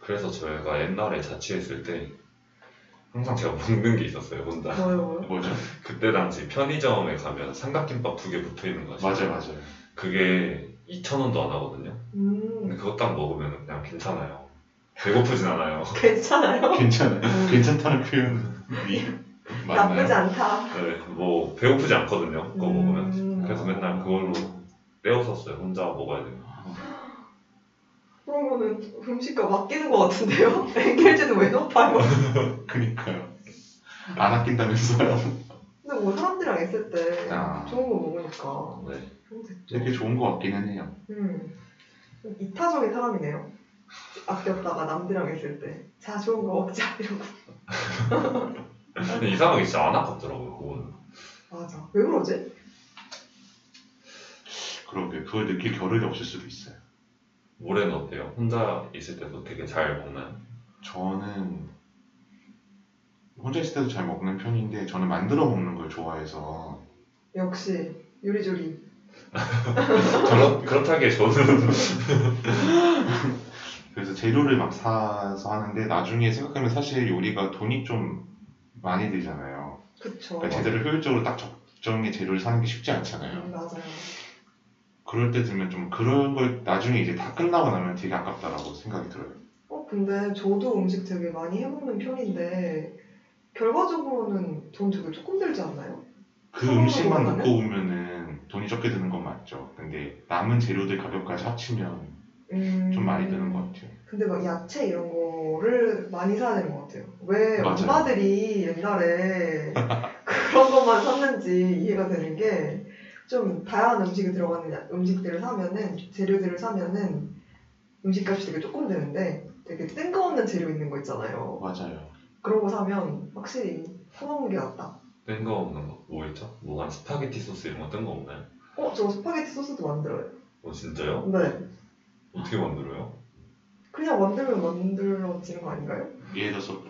E: 그래서 저희가 옛날에 자취했을 때 항상 제가 먹는 게 있었어요 혼자
D: 뭐요, 뭐요?
F: 뭐죠?
E: 그때 당시 편의점에 가면 삼각김밥 두 개 붙어 있는 거 아시죠?
F: 맞아요, 맞아요.
E: 그게 2,000원도 안 하거든요 근데
D: 음,
E: 그것 딱 먹으면 그냥 괜찮아요 배고프진 않아요
D: 괜찮아요.
F: 괜찮아.
D: 음,
A: 괜찮다는 표현이
D: 나쁘지
A: 맞나요?
D: 않다.
E: 네, 뭐 배고프지 않거든요 그거 먹으면
D: 음,
E: 그래서 맨날 그걸로 때웠었어요 혼자 먹어야 돼요
D: 그런 거는 음식과 맡기는 것 같은데요? 엔겔지는 왜 높아요?
A: 그니까요. 안 아낀다면서요.
D: 근데 뭐 사람들이랑 있을 때
A: 아.
D: 좋은 거 먹으니까
E: 네.
D: 좋은 거 있죠.
A: 되게 좋은 것 같기는 해요.
D: 음. 좀 이타적인 사람이네요. 아꼈다가 남들이랑 있을 때. 자, 좋은 거 먹자. 이러고.
E: 근데 이상하게 진짜 안 아깝더라고요 그거는
D: 맞아. 왜 그러지?
A: 그러게 그걸 느낄 겨를이 없을 수도 있어요.
E: 모레는 어때요? 혼자 있을 때도 되게 잘 먹나요?
A: 저는 혼자 있을 때도 잘 먹는 편인데 저는 만들어 먹는 걸 좋아해서
D: 역시, 요리조리.
E: 그렇, 그렇다기에 저는
A: 그래서 재료를 막 사서 하는데 나중에 생각하면 사실 요리가 돈이 좀 많이 들잖아요.
D: 그쵸.
A: 그러니까 제대로 효율적으로 딱 적정의 재료를 사는 게 쉽지 않잖아요.
D: 음, 맞아요.
A: 그럴 때 들면 좀 그런 걸 나중에 이제 다 끝나고 나면 되게 아깝다라고 생각이 들어요.
D: 어, 근데 저도 음식 되게 많이 해먹는 편인데, 결과적으로는 돈 되게 조금 들지 않나요?
A: 그
D: 어,
A: 음식만
D: 그러네.
A: 먹고 오면은 돈이 적게 드는 건 맞죠. 근데 남은 재료들 가격까지 합치면
D: 음,
A: 좀 많이 드는 것 같아요.
D: 근데 막 야채 이런 거를 많이 사야 되는 것 같아요. 왜
A: 맞아요.
D: 엄마들이 옛날에 그런 것만 샀는지 이해가 되는 게 좀 다양한 음식이 들어가는 야- 음식들을 사면은 재료들을 사면은 음식값이 되게 조금 드는데 되게 뜬금없는 재료 있는 거 있잖아요.
A: 맞아요.
D: 그런 거 사면 확실히 사먹는 게 낫다.
E: 뜬금없는 거 뭐였죠? 뭐한 스파게티 소스 이런 거 뜬금없나요?
D: 어, 저 스파게티 소스도 만들어요.
E: 어 진짜요?
D: 네.
E: 어떻게 만들어요?
D: 그냥 만들면 만들어지는 거 아닌가요?
A: 예를 들어서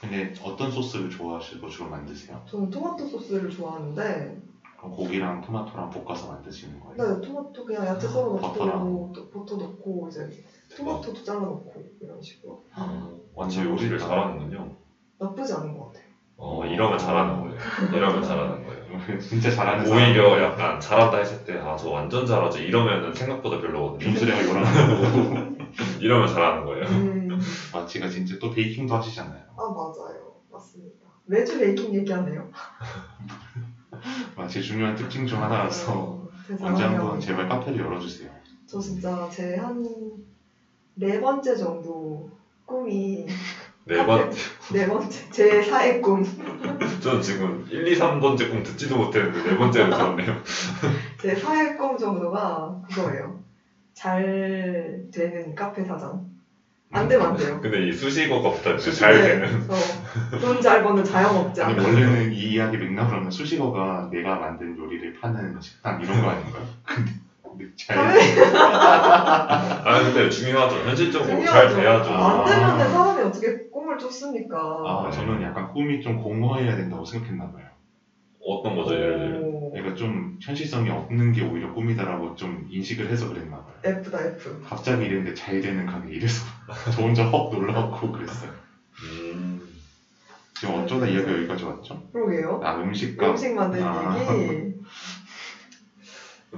A: 근데 어떤 소스를 좋아하시고 주로 만드세요?
D: 저는 토마토 소스를 좋아하는데
A: 그럼 고기랑 토마토랑 볶아서 만드시는 거예요?
D: 네, 토마토 그냥 야채 썰어
A: 아,
D: 넣고
A: 버터랑.
D: 또 버터 넣고 이제 토마토도 잘라 넣고 이런 식으로
A: 아,
E: 완전
A: 음.
E: 요리를 잘하는군요
D: 나쁘지 않은 것 같아요.
E: 어 이러면 잘하는 거예요 이러면 잘하는 거예요
A: 진짜 잘하는 사람
E: 오히려 약간 잘한다 했을 때 아 저 완전 잘하죠 이러면은 생각보다 별로거든요
A: 빈수령이 요란하고
E: 이러면 잘하는 거예요
D: 음,
A: 마치가 진짜 또 베이킹도 하시잖아요.
D: 아 맞아요, 맞습니다. 매주 베이킹 얘기하네요.
A: 마치 중요한 특징 중 하나라서
D: 어,
A: 아, 언제
D: 죄송해요.
A: 한번 제발 카페를 열어주세요.
D: 저 진짜 제 한 네 번째 정도 꿈이
E: 네 번째
D: 네 번째 제 사의 꿈,
E: 전 지금 1, 2, 3번째 꿈 듣지도 못했는데 네 번째는 들었네요
D: 제 사의 꿈 정도가 그거예요. 잘 되는 카페 사장. 안 되면 안 돼요. 네,
E: 근데 이 수식어가 붙었는데 잘 되는
D: 돈잘 버는 자영업자.
A: 아니 뭐, 원래는 이 이야기 맥락으로 하면 수식어가 내가 만든 요리를 파는 식당 이런 거 아닌가요? 근데 근데 잘
D: 당연히
E: 아 근데 중요하죠 현실적으로 뭐 잘
D: 중요하죠. 아, 네.
E: 돼야죠 아.
D: 안 되면 사람이 어떻게 꿈을 쫓습니까?
A: 아, 저는 약간 꿈이 좀 공허해야 된다고 생각했나 봐요.
E: 어떤 거죠 예를 들면
D: 오,
A: 그러니까 좀 현실성이 없는 게 오히려 꿈이다라고 좀 인식을 해서 그랬나 봐요.
D: F다 F.
A: 갑자기 이랬는데 잘 되는 가게 이래서 저 혼자 헉 놀라고 그랬어요.
E: 음...
A: 지금 어쩌다 이야기가 여기까지 왔죠?
D: 그러게요.
A: 아
E: 그러니까.
A: 음식값
D: 음식 만드는
A: 아.
D: 얘기.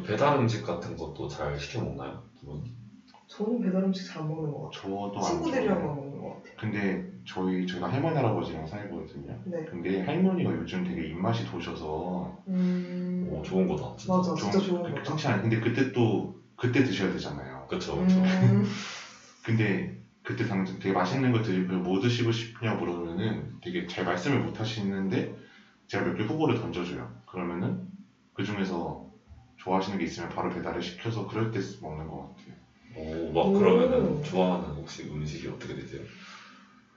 E: 배달 음식 같은 것도 잘 시켜 먹나요? 두 분?
D: 저는 배달 음식 잘 먹는 것 같아요.
A: 저도 안
D: 친구들이랑
A: 좋아해요.
D: 먹는 것 같아요.
A: 근데 저희 제가 할머니 할아버지랑 살거든요.
D: 네.
A: 근데 할머니가 요즘 되게 입맛이 도셔서
D: 음.
E: 오, 좋은 거다. 진짜.
D: 맞아, 어, 진짜
A: 좀
D: 좋은 거. 같아요.
A: 괜찮아요. 근데 그때 또 그때 드셔야 되잖아요.
E: 그쵸, 그쵸.
D: 음.
A: 근데 그때 당장 되게 맛있는 거 드시고 뭐 드시고 싶냐 물어보면은 되게 잘 말씀을 못 하시는데 제가 몇 개 후보를 던져줘요. 그러면은 그 중에서 좋아하시는 게 있으면 바로 배달을 시켜서 그럴 때 먹는 것 같아요.
E: 오, 막
D: 음.
E: 그러면은 좋아하는 혹시 음식이 어떻게 되세요?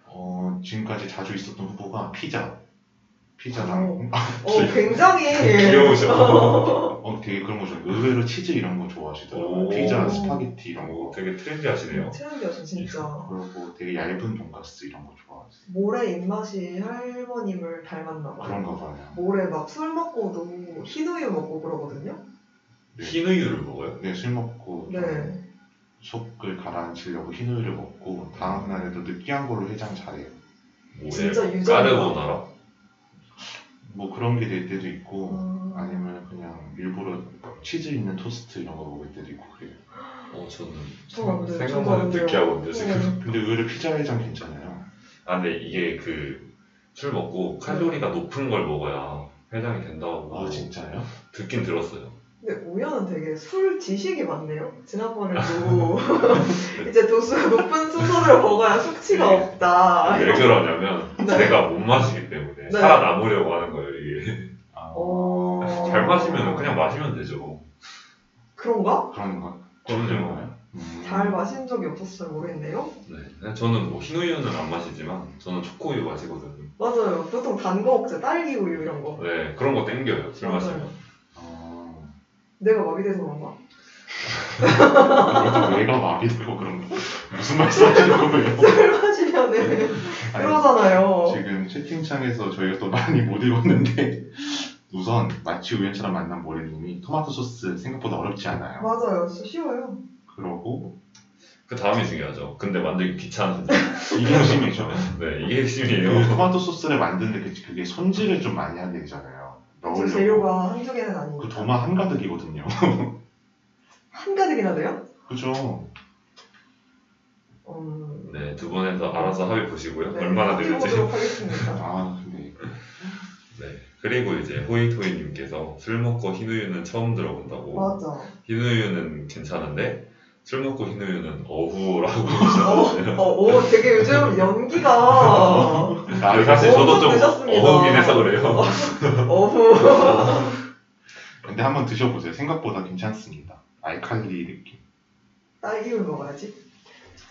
A: 어, 지금까지 자주 있었던 후보가 피자.
D: 오.
A: 피자랑
D: 어, 굉장히.
E: 귀여우셔.
A: 어, 되게 그런 거 좋아해요. 의외로 치즈 이런 거 좋아하시더라고요.
E: 오.
A: 피자, 스파게티 이런
E: 오,
A: 거.
E: 되게 트렌디하시네요.
D: 트렌디하죠, 진짜.
A: 그리고 되게 얇은 돈가스 이런 거 좋아하세요.
D: 모래 입맛이 할머님을 닮았나 봐요.
A: 그런가 봐요.
D: 모래 막 술 먹고도 흰우유 먹고 그러거든요.
A: 네.
E: 흰우유를 먹어요?
A: 네, 술 먹고 좀
D: 네.
A: 속을 가라앉히려고 흰 우유를 먹고 다음 날에도 느끼한 걸로 해장 잘해요.
E: 뭐예요?
D: 진짜 유전이다.
E: 까르보나라?
A: 뭐 그런 게 될 때도 있고
D: 음.
A: 아니면 그냥 일부러 치즈 있는 토스트 이런 거 먹을 때도 있고 그래요.
E: 어 저는
D: 저거 안 돼요. 저거
E: 생각만
D: 안
E: 해도
D: 돼요.
E: 느끼하거든요 지금
D: 네.
A: 근데 의외로 피자 해장 괜찮아요.
E: 아 근데 이게 그 술 먹고 칼로리가 높은 걸 먹어야 해장이 된다고
A: 아 진짜요?
E: 듣긴 들었어요
D: 근데 우연은 되게 술 지식이 많네요. 지난번에도 이제 도수가 높은 소설을 먹어야 숙취가
E: 네.
D: 없다.
E: 왜 그러냐면
D: 아. 네.
E: 제가 못 마시기 때문에
D: 네.
E: 살아남으려고 하는 거예요 이게
A: 아,
D: 어...
E: 잘 마시면 그냥 마시면 되죠
D: 그런가?
A: 그런 거.
E: 그럼요.
A: 그런 거예요? 음.
D: 잘 마신 적이 없었어요. 모르겠네요.
E: 네. 저는 뭐 흰우유는 안 마시지만 저는 초코우유 마시거든요
D: 맞아요. 보통 단 거 먹죠. 딸기 우유 이런 거.
E: 네 그런 거 땡겨요 술 마시면
A: 어,
D: 내가 막이 돼서 그런가?
A: 그것도 내가 아, 말이 되고 그런 거. 무슨 말씀하시는 거예요?
D: 술 마시면은
E: 네.
A: 아니,
D: 그러잖아요.
A: 지금 채팅창에서 저희가 또 많이 못 읽었는데 우선 마치 우연처럼 만난 모래님이 토마토 소스 생각보다 어렵지 않아요.
D: 맞아요. 진짜 쉬워요.
A: 그러고
E: 그 다음이 중요하죠 근데 만들기 귀찮은데
A: 이게 핵심이죠.
E: 네 이게
A: 그
E: 핵심이에요
A: 토마토 소스를 만드는데 그- 그게 손질을 좀 많이 하게 되잖아요.
D: 지금
A: 넣으려고.
D: 재료가 한두 개는 아니니까.
A: 그 도마 한가득이거든요.
D: 한가득이나 돼요?
A: 그죠?
D: 음...
E: 네 두 번에서 알아서 합의 보시고요
D: 네,
E: 얼마나 늘지
D: 해보도록 하겠습니다.
A: 아 근데
E: 네. 그리고 이제 호이토이님께서 술 먹고 흰우유는 처음 들어본다고.
D: 맞아.
E: 흰우유는 괜찮은데 술 먹고 흰우유는 어후라고 하셨는데요.
D: 어, 오, 되게 요즘 연기가
A: 아,
E: 사실 저도 좀
D: 늦었습니다.
E: 어후긴 해서 그래요.
D: 어후.
A: 근데 한번 드셔보세요. 생각보다 괜찮습니다. 알칼리 느낌.
D: 딸기를 먹어야지.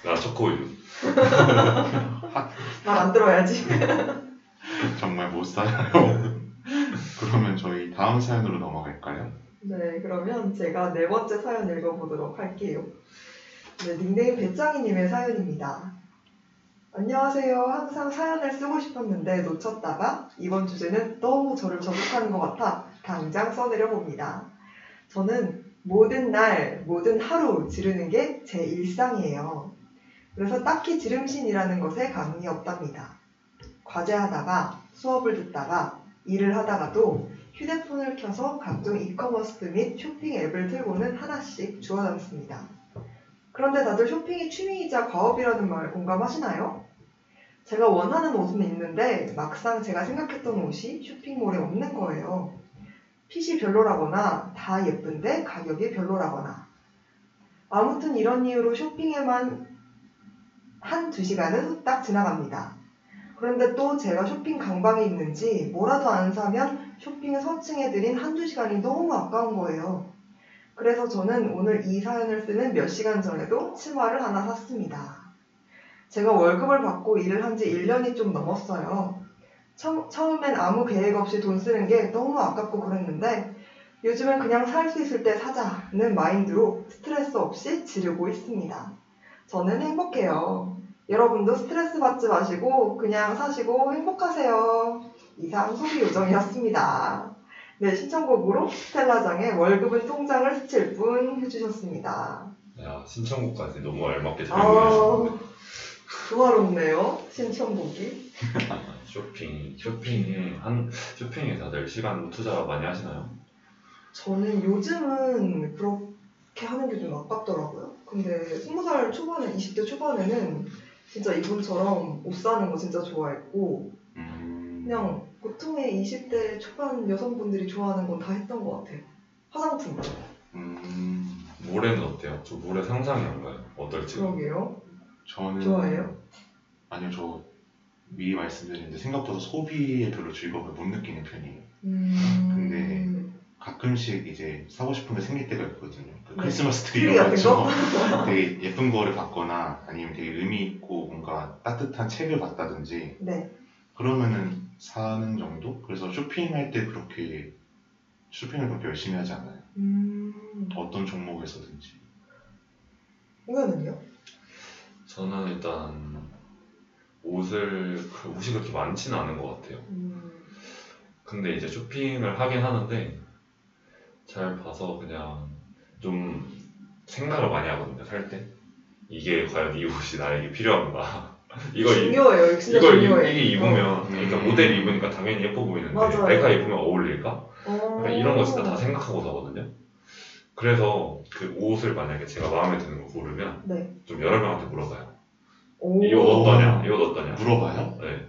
E: 나 초코우유.
D: 말 안 들어야지.
A: 정말 못 살아요. 그러면 저희 다음 사연으로 넘어갈까요?
D: 네, 그러면 제가 네 번째 사연 읽어보도록 할게요. 네, 닉네임 배짱이님의 사연입니다. 안녕하세요. 항상 사연을 쓰고 싶었는데 놓쳤다가 이번 주제는 너무 저를 저격하는 것 같아 당장 써내려 봅니다. 저는 모든 날, 모든 하루 지르는 게 제 일상이에요. 그래서 딱히 지름신이라는 것에 감흥이 없답니다. 과제하다가 수업을 듣다가 일을 하다가도 휴대폰을 켜서 각종 이커머스 및 쇼핑 앱을 틀고는 하나씩 주워 담습니다. 그런데 다들 쇼핑이 취미이자 과업이라는 말 공감하시나요? 제가 원하는 옷은 있는데 막상 제가 생각했던 옷이 쇼핑몰에 없는 거예요. 핏이 별로라거나 다 예쁜데 가격이 별로라거나. 아무튼 이런 이유로 쇼핑에만 한 두 시간은 후딱 지나갑니다. 그런데 또 제가 쇼핑 강박이 있는지 뭐라도 안 사면 쇼핑 서칭해드린 한두 시간이 너무 아까운 거예요. 그래서 저는 오늘 이 사연을 쓰는 몇 시간 전에도 치마를 하나 샀습니다. 제가 월급을 받고 일을 한 지 1년이 좀 넘었어요. 처, 처음엔 아무 계획 없이 돈 쓰는 게 너무 아깝고 그랬는데 요즘은 그냥 살 수 있을 때 사자는 마인드로 스트레스 없이 지르고 있습니다. 저는 행복해요. 여러분도 스트레스 받지 마시고 그냥 사시고 행복하세요. 이상 소비 요정이었습니다. 네, 신청곡으로 스텔라장의 월급은 통장을 스칠 뿐 해주셨습니다.
E: 야 신청곡까지 너무 알맞게 잘
D: 아우,
E: 보내셨는데.
D: 조화롭네요, 신청곡이.
E: 쇼핑 쇼핑에 한 쇼핑에 다들 시간 투자 많이 하시나요?
D: 저는 요즘은 그렇게 하는 게 좀 아깝더라고요. 근데 스무 살 초반에, 20대 초반에는 진짜 이분처럼 옷 사는 거 진짜 좋아했고,
A: 음,
D: 그냥 보통의 20대 초반 여성분들이 좋아하는 건 다 했던 것 같아요. 화장품.
A: 음,
E: 모래는 어때요? 저 모래 상상이 안 가요. 어떨지.
D: 그러게요.
A: 저는
D: 좋아해요?
A: 아니요 저 미리 말씀드렸는데 생각보다 소비에 별로 즐거움을 못 느끼는 편이에요.
D: 음.
A: 근데 가끔씩 이제 사고 싶은 게 생길 때가 있거든요. 그
D: 네.
A: 크리스마스 트리
D: 트리
A: 이런
D: 같은 거?
A: 것처럼 되게 예쁜 거를 받거나 아니면 되게 의미 있고 뭔가 따뜻한 책을 받다든지
D: 네.
A: 그러면은 사는 정도? 그래서 쇼핑할 때 그렇게 쇼핑을 그렇게 열심히 하지 않아요.
D: 음,
A: 어떤 종목에서든지.
D: 이거는요?
E: 저는 일단 옷을 그 옷이 그렇게 많지는 않은 것 같아요.
D: 음,
E: 근데 이제 쇼핑을 하긴 하는데 잘 봐서 그냥 좀 생각을 많이 하거든요 살 때. 이게 과연 이 옷이 나에게 필요한가 이거 이-
D: 중요해요. 이거 진짜
E: 이거 이-
D: 중요해요. 어.
E: 이게 입으면 그러니까
A: 음.
E: 모델이 입으니까 당연히 예뻐 보이는데
D: 맞아요.
E: 내가 입으면 어울릴까?
D: 어.
E: 약간 이런 거 진짜 다 생각하고 사거든요. 그래서 그 옷을 만약에 제가 마음에 드는 거 고르면
D: 네.
E: 좀 여러 명한테 물어봐요.
D: 오.
E: 이옷 어떠냐? 이 옷 어떠냐?
A: 물어봐요?
E: 네.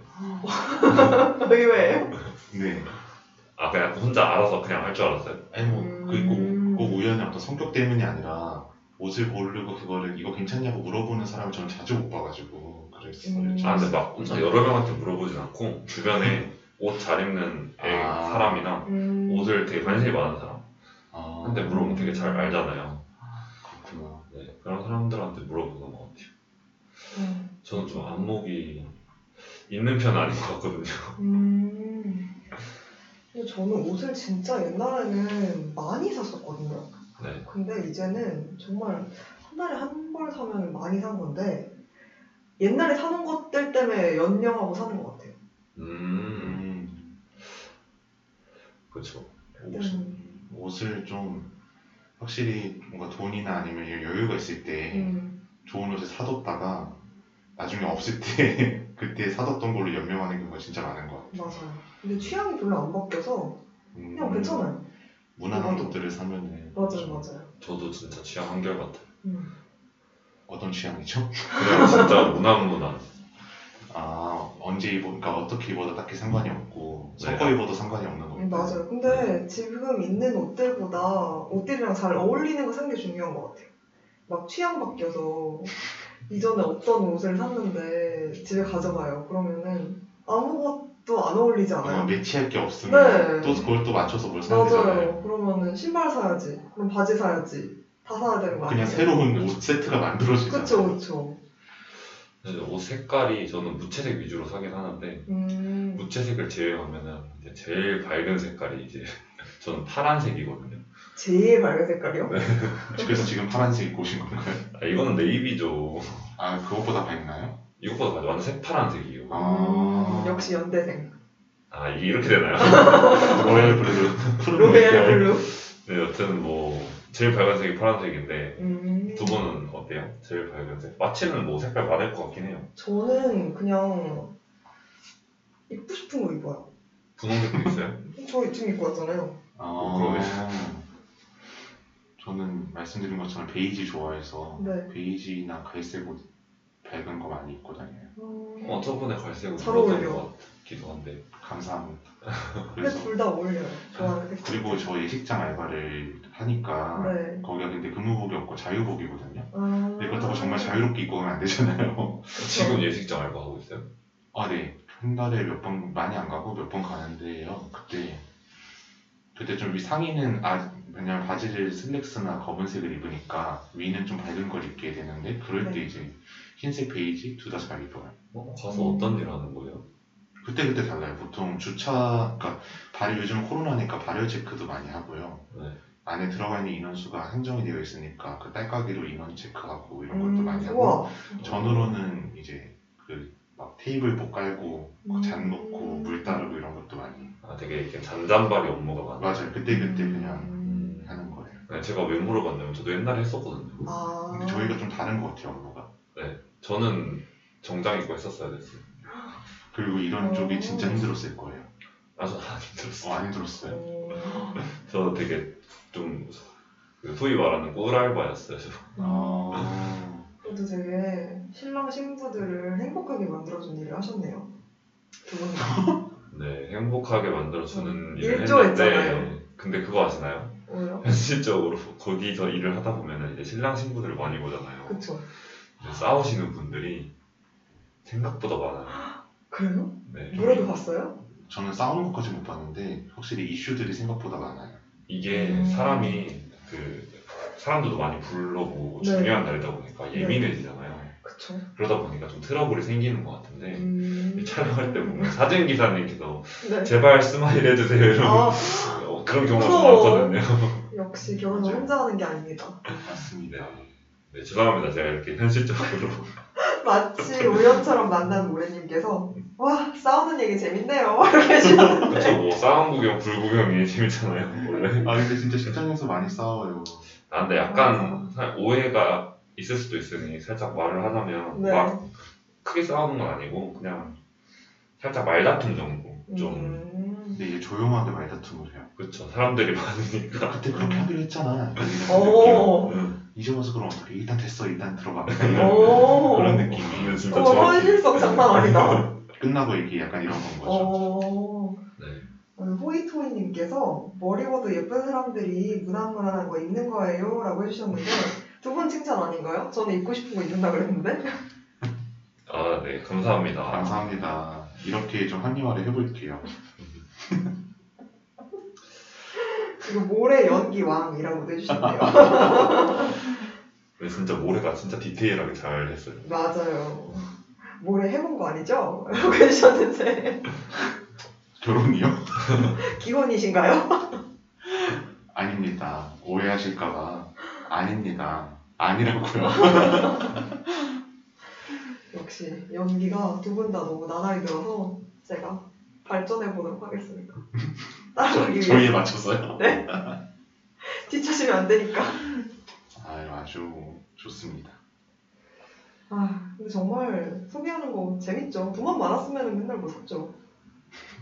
D: 아, 의외예요.
A: 네.
E: 아 그냥 혼자 알아서 그냥 할 줄 알았어요.
A: 아니 뭐 그게 꼭,
D: 음.
A: 꼭 우연히 어떤 성격 때문이 아니라 옷을 고르고 그거를 이거 괜찮냐고 물어보는 사람을 저는 자주 못 봐가지고 그랬어요.
D: 음.
E: 아 근데 막 혼자 여러 명한테 물어보진 않고 주변에 옷 잘 입는 애,
A: 아.
E: 사람이나
D: 음.
E: 옷을 되게 관심이 많은 사람
A: 아,
E: 한테 물어보면 되게 잘 알잖아요.
A: 그렇구나.
E: 네, 그런 사람들한테 물어보는 것 같아요.
D: 음.
E: 저는 좀 안목이 있는 편은 아닌 것 같거든요.
D: 음. 근데 저는 옷을 진짜 옛날에는 많이 샀었거든요.
E: 네.
D: 근데 이제는 정말 한 달에 한 벌 사면 많이 산 건데 옛날에 사놓은 것들 때문에 연명하고 사는 것 같아요.
E: 음,
A: 음,
E: 그렇죠.
A: 옷,
D: 음.
A: 옷을 좀 확실히 뭔가 돈이나 아니면 이런 여유가 있을 때
D: 음.
A: 좋은 옷을 사뒀다가 나중에 없을 때 그때 사뒀던 걸로 연명하는 경우가 진짜 많은 것 같아요.
D: 맞아요. 근데 취향이 별로 안 바뀌어서
A: 음,
D: 그냥 괜찮아요.
A: 무난한
D: 그거는-
A: 것들을 사면은
D: 맞아요,
A: 좀
D: 맞아요.
E: 저도 진짜 취향 한결 같아요.
D: 음.
A: 어떤 취향이죠?
E: 그냥 진짜 무난무난.
A: 아 언제 입어, 그러니까 어떻게 입어도 딱히 상관이 없고
E: 네.
A: 섞어 입어도 상관이 없는 거고.
D: 음, 맞아요. 근데 지금 있는 옷들보다 옷들이랑 잘 어울리는 거 사는 게 중요한 것 같아요. 막 취향 바뀌어서 이전에 어떤 옷을 샀는데 집에 가져가요. 그러면은 아무것도 안 어울리지
A: 그러면
D: 않아요.
A: 매치할 게 없으면
D: 네.
A: 또 그걸 또 맞춰서 뭘 사야 되잖아요.
D: 맞아요. 그러면은 신발 사야지. 그럼 바지 사야지. 다 사야 되는 거
A: 그냥
D: 아니에요?
A: 새로운 옷 세트가 만들어지잖아요.
D: 그쵸, 그쵸.
E: 사실 옷 색깔이 저는 무채색 위주로 사긴 하는데
D: 음.
E: 무채색을 제외하면은 이제 제일 밝은 색깔이 이제 저는 파란색이거든요.
D: 제일 밝은 색깔이요?
A: 네.
D: 음,
A: 그래서 지금 파란색 입고 오신 건가요?
E: 아, 이거는 네이비죠.
A: 아 그것보다 밝나요?
E: 이것보다 완전 새파란색이에요.
A: 아.
D: 음, 역시 연대생.
E: 아 이게 이렇게 되나요?
A: 아, 로얄 브레드 푸른
D: 로베르
A: 색깔.
D: 블루.
E: 네, 여튼 뭐 제일 밝은 색이 파란색인데
D: 음.
E: 두 분은 어때요? 제일 밝은 색? 마치는 뭐 색깔 많을 것 같긴 해요.
D: 저는 그냥 입고 싶은 거 입어요.
E: 분홍색도 있어요?
D: 저 지금 입고 왔잖아요.
A: 아 저는 말씀드린 것처럼 베이지 좋아해서
D: 네.
A: 베이지나 갈색 옷 밝은 거 많이 입고 다녀요.
E: 어, 저번에 갈색으로
D: 잘
E: 입었던
D: 어울려.
E: 것 같기도 한데
A: 감사합니다.
D: 근데
A: 그래서
D: 둘 다 어울려요. 좋아하는 색깔.
A: 그리고 저 예식장 알바를 하니까
D: 네.
A: 거기가 근데 근무복이 없고 자유복이거든요.
D: 아.
A: 아. 근데 그렇다고 정말 자유롭게 입고 가면 안 되잖아요.
E: 지금 예식장 알바하고 있어요?
A: 아, 네. 한 달에 몇 번 많이 안 가고 몇 번 가는데요. 그때 그때 좀 위- 상의는 아 왜냐면 바지를 슬랙스나 검은색을 입으니까 위는 좀 밝은 걸 입게 되는데 그럴 때
D: 네.
A: 이제 흰색 베이지 둘 다 잘 입어요.
E: 어, 가서 어떤 일 하는 거예요?
A: 그때 그때 달라요. 보통 주차 그러니까 발열 요즘 코로나니까 발열 체크도 많이 하고요.
E: 네.
A: 안에 들어가 있는 인원수가 한정이 되어 있으니까 그 딸깍이로 인원 체크하고 이런 것도
D: 음,
A: 많이 하고
D: 우와.
A: 전으로는 이제 그 막 테이블 못 깔고 막잔
D: 음.
A: 놓고 뭐 물 따르고 이런 것도 많이
E: 아, 되게 이렇게 잔잔바리 업무가 많아요.
A: 맞아요 그때 그때 그냥
E: 음.
A: 하는 거예요
E: 네, 제가 왜 물어봤냐면 저도 옛날에 했었거든요.
D: 아.
A: 근데 저희가 좀 다른 것 같아요 업무가
E: 저는 정장 입고 했었어야 됐어요.
A: 그리고 이런
D: 어.
A: 쪽이 진짜 힘들었을 거예요
E: 아주 안 힘들었어요.
A: 어, 안 힘들었어요
D: 어.
E: 저 되게 좀그 소위 말하는 꿀알바였어요. 저.
A: 아
D: 그래도 되게 신랑 신부들을 행복하게 만들어준 일을 하셨네요. 두 분.
E: 네, 행복하게 만들어주는
D: 음,
E: 일을 했는데 예.
D: 일조했잖아요.
E: 근데 그거 아시나요?
D: 왜요?
E: 현실적으로 거기서 일을 하다 보면 이제 신랑 신부들을 많이 보잖아요.
D: 그쵸.
E: 근데 싸우시는 분들이 생각보다 많아요.
D: 그래요?
E: 네.
D: 뭐라도 봤어요?
A: 저는 싸우는 것까지 못 봤는데 확실히 이슈들이 생각보다 많아요
E: 이게
D: 음.
E: 사람이 그 사람들도 많이 불러보고
D: 네.
E: 중요한 날이다 보니까 예민해지잖아요.
D: 그쵸.
E: 그러다 보니까 좀 트러블이 생기는 것
A: 네.
E: 같은데
D: 음.
E: 이 촬영할 때 보면 사진 기사님께서
D: 네.
E: 제발 스마일 해주세요 이러고
D: 아,
E: 어, 그런 경우가 좀
D: 부러워.
E: 많거든요.
D: 역시 결혼은
A: 맞아요.
D: 혼자 하는 게 아닙니다.
A: 맞습니다
E: 네, 죄송합니다. 제가 이렇게 현실적으로
D: 마치 우연처럼 만난 모래님께서 와 싸우는 얘기 재밌네요 이렇게 하시는데
E: 그쵸 뭐 싸움 구경 불 구경이 재밌잖아요 원래.
A: 아 근데 진짜 식장에서 많이 싸워요
E: 아, 근데 약간 사- 오해가 있을 수도 있으니 살짝 말을 하자면
D: 네.
E: 막 크게 싸우는 건 아니고 그냥 살짝 말다툼 정도 좀
D: 음.
A: 근데 이게 조용하게 말다툼을 해요. 그러니까
E: 그쵸 사람들이 많으니까 음,
A: 그때 그렇게 하기로 했잖아. 그러니까 어,
D: 오.
A: 이제 와서 그럼 어떻게? 일단 됐어. 일단 들어가.
D: 오.
A: 그런
E: 근데
A: 느낌이.
E: 진짜
D: 어,
E: 정확히
D: 현실성 장난 아니다.
A: 끝나고 얘기 약간 이런 건 거죠.
D: 어.
E: 네.
D: 오늘 호이토이님께서 머리보드 예쁜 사람들이 무난무난한 거 입는 거예요 라고 해주셨는데 두 분 칭찬 아닌가요? 저는 입고 싶은 거 입는다 그랬는데
E: 아, 네, 감사합니다.
A: 감사합니다. 이렇게 좀 합리화를 해볼게요.
D: 지금 모래 연기왕이라고도 해주셨네요
E: 근데 진짜 모래가 진짜 디테일하게 잘 했어요.
D: 맞아요 모래 해본 거 아니죠? 라고 해주셨는데
A: 결혼이요?
D: 기혼이신가요?
A: 아닙니다. 오해하실까봐. 아닙니다. 아니라고요.
D: 역시 연기가 두 분 다 너무 나날이 들어서 제가 발전해 보도록 하겠습니다 따라가기
A: 저희에
D: 위해서
A: 맞춰서요.
D: 뒤처지면 안 되니까
A: 아유, 아주 좋습니다.
D: 아, 근데 정말 소개하는 거 재밌죠. 돈만 많았으면 맨날 못 샀죠.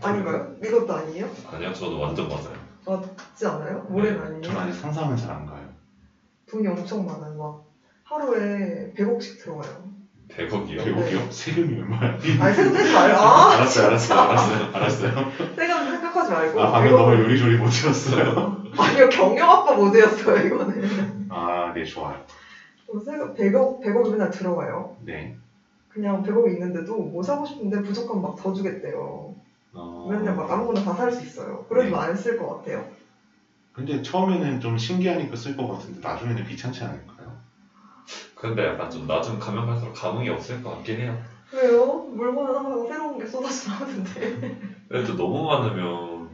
D: 아닌가요? 이것도 아니에요?
E: 아니요, 저도 완전 맞아요.
D: 맞지 않아요? 모래는 아니에요?
A: 저는 아직 상상은 잘 안 가요.
D: 돈이 엄청 많아요. 막 하루에 100억씩 들어가요.
E: 100억이요.
A: 대국이요? 세금이 얼마야?
D: 아니, 생각하지 말고. 아!
A: 알았어요, 알았어요, 알았어요, 알았어요.
D: 생각, 생각하지 말고.
A: 아, 방금 너무 요리조리 못 들었어요.
D: 아니요, 경영아빠 모드였어요, 이거는.
A: 아, 네, 좋아요.
D: 뭐 생각- 100억, 100억이 맨날 들어가요.
A: 네.
D: 그냥 100억이 있는데도 뭐 사고 싶은데 부족하면 막 더 주겠대요.
A: 어...
D: 맨날 막 아무거나 다 살 수 있어요. 그래도 안 쓸 것 같아요.
A: 근데 처음에는 좀 신기하니까 쓸 것 같은데 나중에는 귀찮지 않을까요?
E: 근데 약간 좀 나중 가면 갈수록 감흥이 없을 것 같긴 해요.
D: 왜요? 물건은 항상 새로운 게 쏟아져 나오는데.
E: 근데 또 너무 많으면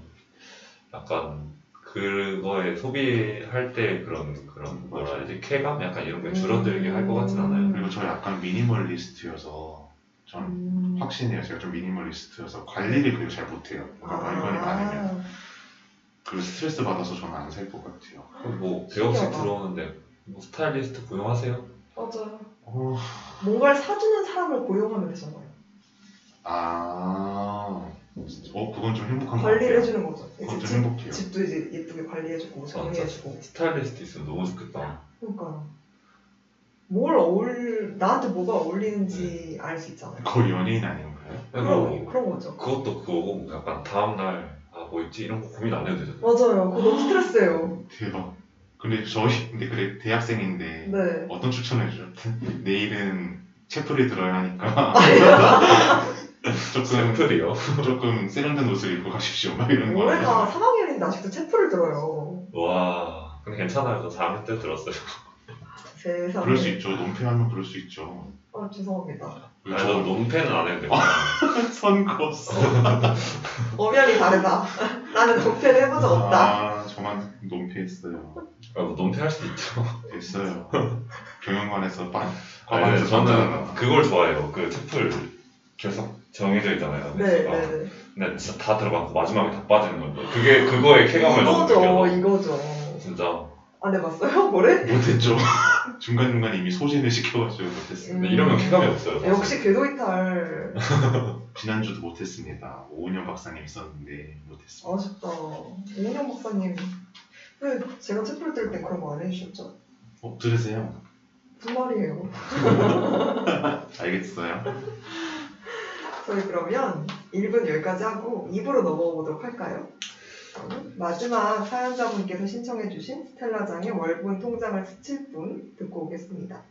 E: 약간 그거에 소비할 때 그런 그런 뭐라 해야 되지 쾌감 약간 이런 게
D: 음.
E: 줄어들게 할 것 같진 않아요.
A: 그리고 저 약간 미니멀리스트여서 전
D: 음.
A: 확신이에요. 제가 좀 미니멀리스트여서 관리를 그리고 잘 못해요.
D: 아,
A: 그러니까 물건이 많으면 그리고 스트레스 받아서 저는 안 살 것 같아요.
E: 뭐 100억씩
D: 신기하다.
E: 들어오는데 뭐 스타일리스트 고용하세요?
D: 맞아요.
A: 어...
D: 뭔가를 사주는 사람을 고용하면 되잖아요.
A: 아, 어 그건 좀 행복한 것
D: 관리를
A: 같아요.
D: 해주는 거죠.
A: 그건 좀
D: 이제 집,
A: 행복해요. 아,
D: 집도 이제 예쁘게 관리해주고 정리해주고.
E: 스타일리스트 있으면 너무 좋겠다.
D: 그러니까요. 뭘 어울 나한테 뭐가
A: 네.
D: 어울리는지 알 수 있잖아요.
A: 거의 연예인 아닌가요?
D: 그런
E: 그리고
D: 그런 거죠.
E: 그것도 그거고 약간 다음 날 아 뭐 입지 이런 거 고민 안 해도 되잖아.
D: 맞아요. 그거 너무 스트레스예요.
A: 대박. 근데 저희 근데 그래 대학생인데
D: 네.
A: 어떤 추천을 해주셨대? 내일은 채플이 들어야 하니까
D: 아,
A: 조금
E: 샘플이요.
A: 조금 세련된 옷을 입고 가십시오 막 이런 거
E: 음.
D: 올해가 3학년인데 아직도 체포를 들어요.
E: 와 근데 괜찮아요. 저 4학년 때 들었어요.
D: 세상에.
A: 그럴 수 있죠 논평하면 그럴 수 있죠
D: 아 죄송합니다.
E: 아니, 저 논패는 안 했는데
D: 아.
A: 선거없어
D: 엄연히 다르다. 나는 독패를 해본 적 없다.
A: 아 저만 논평했어요
E: 그럼 아, 뭐 논패할 수도 있죠.
A: 됐어요 경영관에서 빵
E: 아니,
A: 과반에서
E: 네, 저는
A: 빵
E: 그걸 좋아해요. 그 채플 계속 정해져 있잖아요.
D: 네,
E: 횟수가.
D: 네, 네.
E: 근데 진짜 다 들어가고 마지막에 다 빠지는 건데 그게 그거의 쾌감을 너무
D: 이거죠,
E: 느껴서
D: 이거죠.
E: 진짜
D: 안 해봤어요? 뭐래?
A: 못했죠 중간중간 이미 소진을 시켜가지고 못했어요
E: 근데 이러면 쾌감이 없어요. 사실.
D: 음. 역시 궤도 이탈. 음.
A: 지난주도 못했습니다 오은영 박사님 있었는데 못했습니다
D: 아쉽다. 이은영 박사님. 왜 제가 체플 뜰때 그런 거 안 해주셨죠?
A: 어 들으세요
D: 분말이에요.
A: 알겠어요
D: 저희 그러면 1분 여기까지 하고 2부로 넘어가 보도록 할까요? 그럼 마지막 사연자분께서 신청해주신 스텔라장의 월분 통장을 스칠 분 듣고 오겠습니다.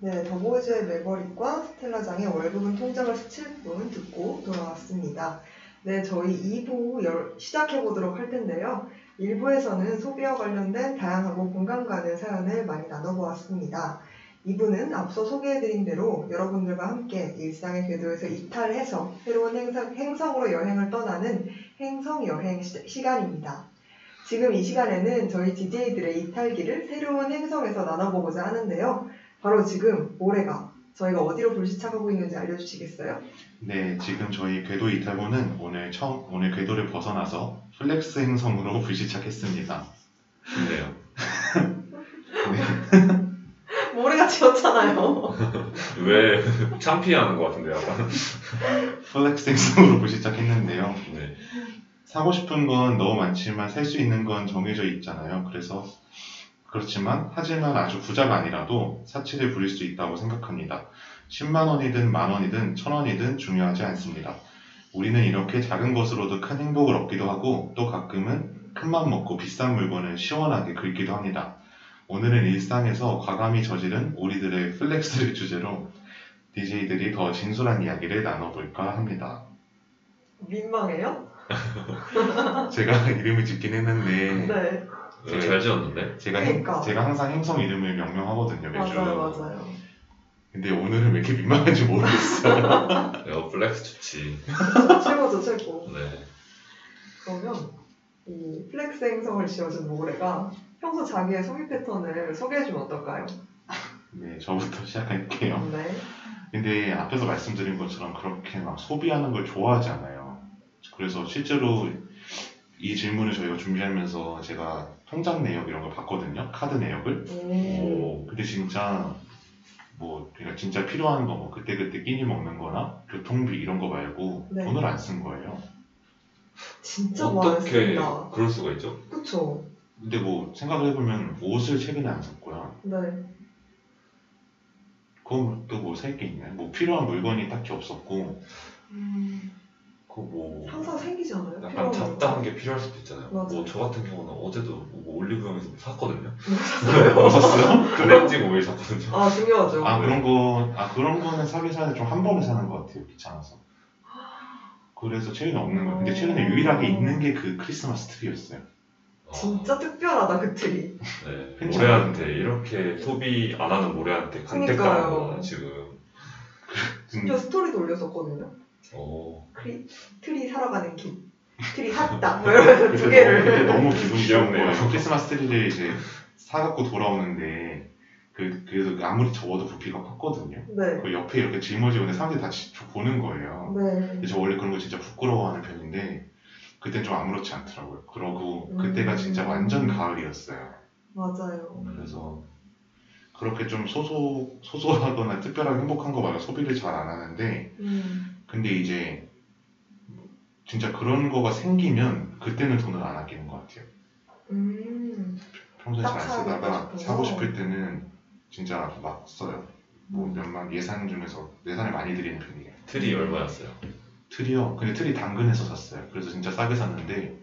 D: 네, 더보이즈의 매버릭과 스텔라장의 월급은 통장을 스칠 분 듣고 돌아왔습니다. 네, 저희 2부 시작해보도록 할 텐데요. 1부에서는 소비와 관련된 다양하고 공감 가는 사연을 많이 나눠보았습니다. 2부는 앞서 소개해드린 대로 여러분들과 함께 일상의 궤도에서 이탈해서 새로운 행성, 행성으로 여행을 떠나는 행성 여행 시- 시간입니다. 지금 이 시간에는 저희 DJ들의 이탈기를 새로운 행성에서 나눠보고자 하는데요. 바로 지금 모래가 저희가 어디로 불시착하고 있는지 알려주시겠어요?
A: 네, 지금 저희 궤도 이탈고는 오늘 처음 오늘 궤도를 벗어나서 플렉스 행성으로 불시착했습니다.
E: 좋네요.
D: 모래가 지었잖아요.
E: 왜 창피하는 것 같은데 약간.
A: 플렉스 행성으로 불시착했는데요.
E: 네.
A: 사고 싶은 건 너무 많지만 살 수 있는 건 정해져 있잖아요. 그래서 그렇지만 하지만 아주 부자가 아니라도 사치를 부릴 수 있다고 생각합니다. 10만 원이든 만 원이든 천 원이든 중요하지 않습니다. 우리는 이렇게 작은 것으로도 큰 행복을 얻기도 하고 또 가끔은 큰맘 먹고 비싼 물건을 시원하게 긁기도 합니다. 오늘은 일상에서 과감히 저지른 우리들의 플렉스를 주제로 DJ들이 더 진솔한 이야기를 나눠볼까 합니다.
D: 민망해요?
A: 제가 이름을 짓긴 했는데
D: 네.
E: 왜, 잘 지었는데?
A: 제가
D: 그러니까.
A: 제가 항상 행성 이름을 명명하거든요
E: 그렇죠.
A: 매주.
D: 맞아요, 맞아요.
A: 근데 오늘은 왜 이렇게 민망한지 모르겠어요.
E: 네, 에어 플렉스 좋지.
D: 최고죠, 최고.
E: 네.
D: 그러면 이 플렉스 행성을 지어준 모래가 평소 자기의 소개 패턴을 소개해주면 어떨까요?
A: 네, 저부터 시작할게요.
D: 네.
A: 근데 앞에서 말씀드린 것처럼 그렇게 막 소비하는 걸 좋아하지 않아요. 그래서 실제로 이 질문을 저희가 준비하면서 제가 통장 내역 이런 걸 봤거든요. 카드 내역을.
D: 음.
E: 오.
A: 근데 진짜 뭐 그러니까 진짜 필요한 거 뭐 그때그때 끼니 먹는 거나 교통비 이런 거 말고
D: 네.
A: 돈을 안 쓴 거예요.
D: 진짜
E: 어떻게
D: 많습니다.
E: 그럴 수가 있죠?
D: 그쵸?
A: 근데 뭐 생각을 해보면 옷을 최근에 안 샀고요.
D: 네.
A: 그럼 또 뭐 살 게 있나요? 뭐 필요한 물건이 딱히 없었고
D: 음,
E: 그거 뭐
D: 항상 생기지 않아요?
E: 약간
D: 필요한
E: 잡다한 게 필요할 수도 있잖아요.
D: 맞아요.
E: 뭐 저 같은 경우는 어제도 뭐 올리브영에서 뭐 샀거든요.
A: 뭐 샀어요?
E: 클렌징 오일 샀거든요.
D: 아, 중요하죠.
A: 아 그런 거아 그런 거는 사기 사는 좀 한 번에 사는 것 같아요 귀찮아서. 그래서 최근에 없는 거. 근데 최근에 유일하게 있는 게 그 크리스마스 트리였어요.
E: 아,
D: 진짜 특별하다, 그 틀이.
E: 네.
A: 괜찮아요.
E: 모래한테 이렇게 소비 안 하는 모래한테 강대가는
D: 그러니까요.
E: 거잖아 지금.
A: 음,
D: 저 스토리도 올렸었거든요.
E: 오.
D: 크리, 틀이 살아가는 길. 틀이 샀다. 뭐 이러면서 두 개를.
A: 너무, 너무 기분이 좋은
E: 귀엽네요.
A: 거예요. 크리스마스 트리를 이제 사갖고 돌아오는데 그 그래서 아무리 적어도 부피가 컸거든요.
D: 네.
A: 그 옆에 이렇게 짊어지는데 사람들이 다 지- 보는 거예요.
D: 네.
A: 근데 저 원래 그런 거 진짜 부끄러워하는 편인데 그땐 좀 아무렇지 않더라고요. 그러고
D: 음.
A: 그때가 진짜 완전 가을이었어요.
D: 맞아요.
A: 그래서 그렇게 좀 소소 소소하거나 특별하게 행복한 거 말고 소비를 잘 안 하는데
D: 음.
A: 근데 이제 진짜 그런 거가 생기면 그때는 돈을 안 아끼는 것 같아요.
D: 음.
A: 평소에
D: 딱
A: 잘 안
D: 사고
A: 쓰다가
D: 싶어서.
A: 사고 싶을 때는 진짜 막 써요. 뭐 몇만 예산 중에서 예산을 많이 들이는 편이에요.
E: 틀이 얼마였어요?
A: 틀이요. 근데 틀이 당근에서 샀어요. 그래서 진짜 싸게 샀는데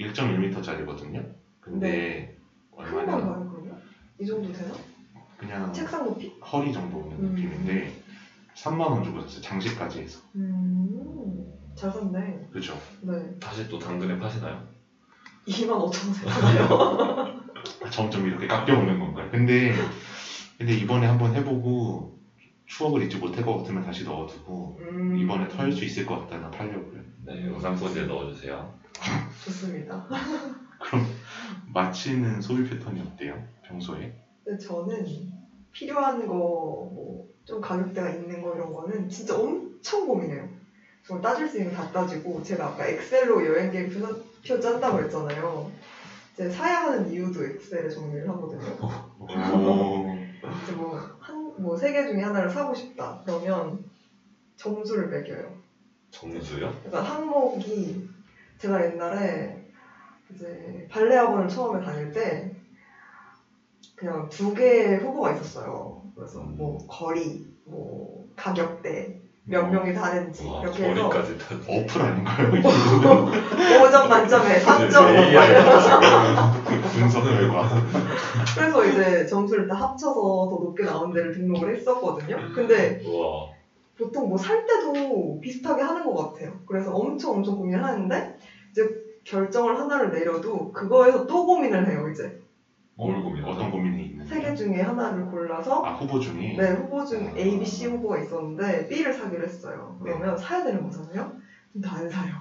A: 1.1m짜리거든요.
D: 네.
A: 근데
D: 큰
A: 얼마냐?
D: 건가요, 그러면? 이 정도 되나?
A: 그냥
D: 책상 높이?
A: 허리 정도 있는
D: 음.
A: 느낌인데 3만 원 주고 샀어요. 장식까지 해서.
D: 음. 잘 샀네.
A: 그죠?
D: 네.
E: 다시 또 당근에 파시나요?
D: 2만 5천 원 샀잖아요.
A: 점점 이렇게 깎여오는 건가요? 근데 근데 이번에 한번 해보고 추억을 잊지 못할 것 같으면 다시 넣어두고
D: 음.
A: 이번에 털 수 있을 것 같다면 팔려고요.
E: 네, 영상 소지에 넣어주세요.
D: 좋습니다.
A: 그럼 마치는 소비 패턴이 어때요? 평소에?
D: 근데 저는 필요한 거, 뭐, 좀 가격대가 있는 거 이런 거는 진짜 엄청 고민해요. 정말 따질 수 있는 거 다 따지고, 제가 아까 엑셀로 여행 계획표 표 짠다고 했잖아요. 이제 사야 하는 이유도 엑셀에 정리를 하거든요.
A: 오.
D: 이제 뭐, 한, 뭐, 세 개 중에 하나를 사고 싶다. 그러면 점수를 매겨요.
E: 정수요?
D: 그러니까 항목이 제가 옛날에 이제 발레 학원을 처음에 다닐 때 그냥 두 개의 후보가 있었어요. 그래서 뭐 거리, 뭐 가격대, 몇 명이 다른지
E: 와,
D: 이렇게 해서
E: 머리까지 다.
A: 어플 아닌가요? 이거는?
D: 5점 만점에 3점.
A: AI 분석 결과.
D: 그래서 이제 점수를 다 합쳐서 더 높게 나온 데를 등록을 했었거든요. 근데
E: 어?
A: 어?
E: 우와.
D: 보통 뭐 살 때도 비슷하게 하는 것 같아요. 그래서 엄청 엄청 고민을 하는데 이제 결정을 하나를 내려도 그거에서 또 고민을 해요. 이제
E: 뭘 고민하죠?
A: 어떤 고민이 있는?
D: 세 개 중에 하나를 골라서
A: 아 후보 중에.
D: 네 후보 중 A, B, C 후보가 있었는데 B를 사기로 했어요. 그러면 사야 되는 거잖아요. 근데 안 사요.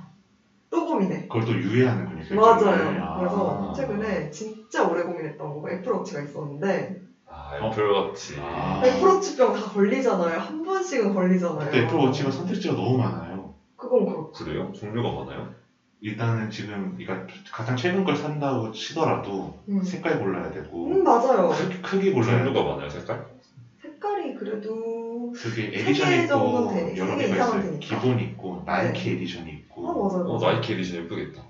D: 또 고민해.
A: 그걸 또 유예하는군요. 결정을.
D: 맞아요.
A: 아.
D: 그래서 최근에 진짜 오래 고민했던 거가 애플워치가 있었는데
E: 아, 애플워치.
A: 아.
D: 애플워치병 다 걸리잖아요. 한 번씩은 걸리잖아요.
A: 근데 네, 애플워치가 선택지가 너무 많아요.
D: 그건 그렇고.
E: 그래요? 종류가 많아요?
A: 일단은 지금 그러니까 가장 최근 걸 산다고 치더라도
D: 음.
A: 색깔 골라야 되고
D: 음, 맞아요.
A: 크- 크기 골라야 되고
E: 어, 종류가 많아요, 색깔?
D: 색깔이 그래도
A: 그게
D: 개
A: 에디션이 있고
D: 정도는 되네.
A: 여러
D: 세개
A: 개가
D: 이상은
A: 있어요.
D: 되니까.
A: 기본 있고 나이키 에디션이
D: 아
A: 있고
D: 맞아요.
E: 어, 나이키 에디션 예쁘겠다.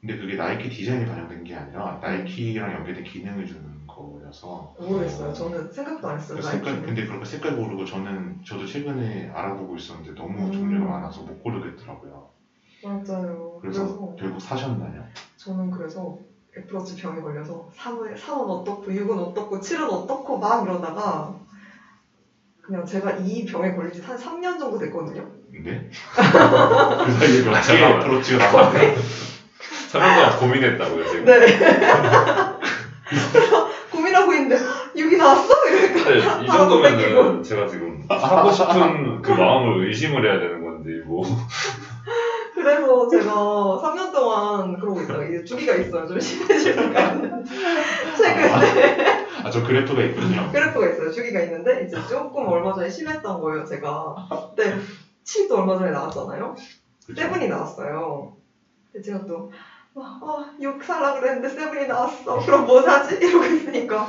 A: 근데 그게 나이키 디자인이 반영된 게 아니라 나이키랑 연계된 기능을 주는 거여서
D: 모르겠어요. 저는 생각도 안 했어요.
A: 그 색깔
D: 나이키는.
A: 근데 그렇게 색깔 고르고 저는 저도 최근에 알아보고 있었는데 너무
D: 음.
A: 종류가 많아서 못 고르겠더라고요.
D: 맞아요.
A: 그래서,
D: 그래서,
A: 결국 사셨나요?
D: 저는 그래서 애플워치 병에 걸려서 3은, 삼은 어떻고 6은 어떻고 7은 어떻고 막 이러다가 그냥 제가 이 병에 걸린 지 한 3년 정도 됐거든요.
A: 네? 그 사이에 몇 개의
E: 잠깐만.
A: 애플워치가
D: 아,
A: 나왔는데
E: 설명가 고민했다고요, 지금?
D: 네. 그래서 고민하고 있는데 6이 나왔어? 이러니까
E: 네,
D: 아,
E: 이 정도면은 제가 지금 사고 싶은 그 마음을 의심을 해야 되는 건지 뭐
D: 그래서 제가 3년 동안 그러고 있어요. 이제 주기가 있어요. 좀 심해지니까. 최근에
A: 아 저 그래프가 있군요.
D: 그래프가 있어요. 주기가 있는데 이제 조금 얼마 전에 심했던 거예요. 제가. 근데 7도 얼마 전에 나왔잖아요. 세븐이 나왔어요. 근데 제가 또, 와, 어, 6 살라 그랬는데 세븐이 나왔어. 그럼 뭐 사지? 이러고 있으니까.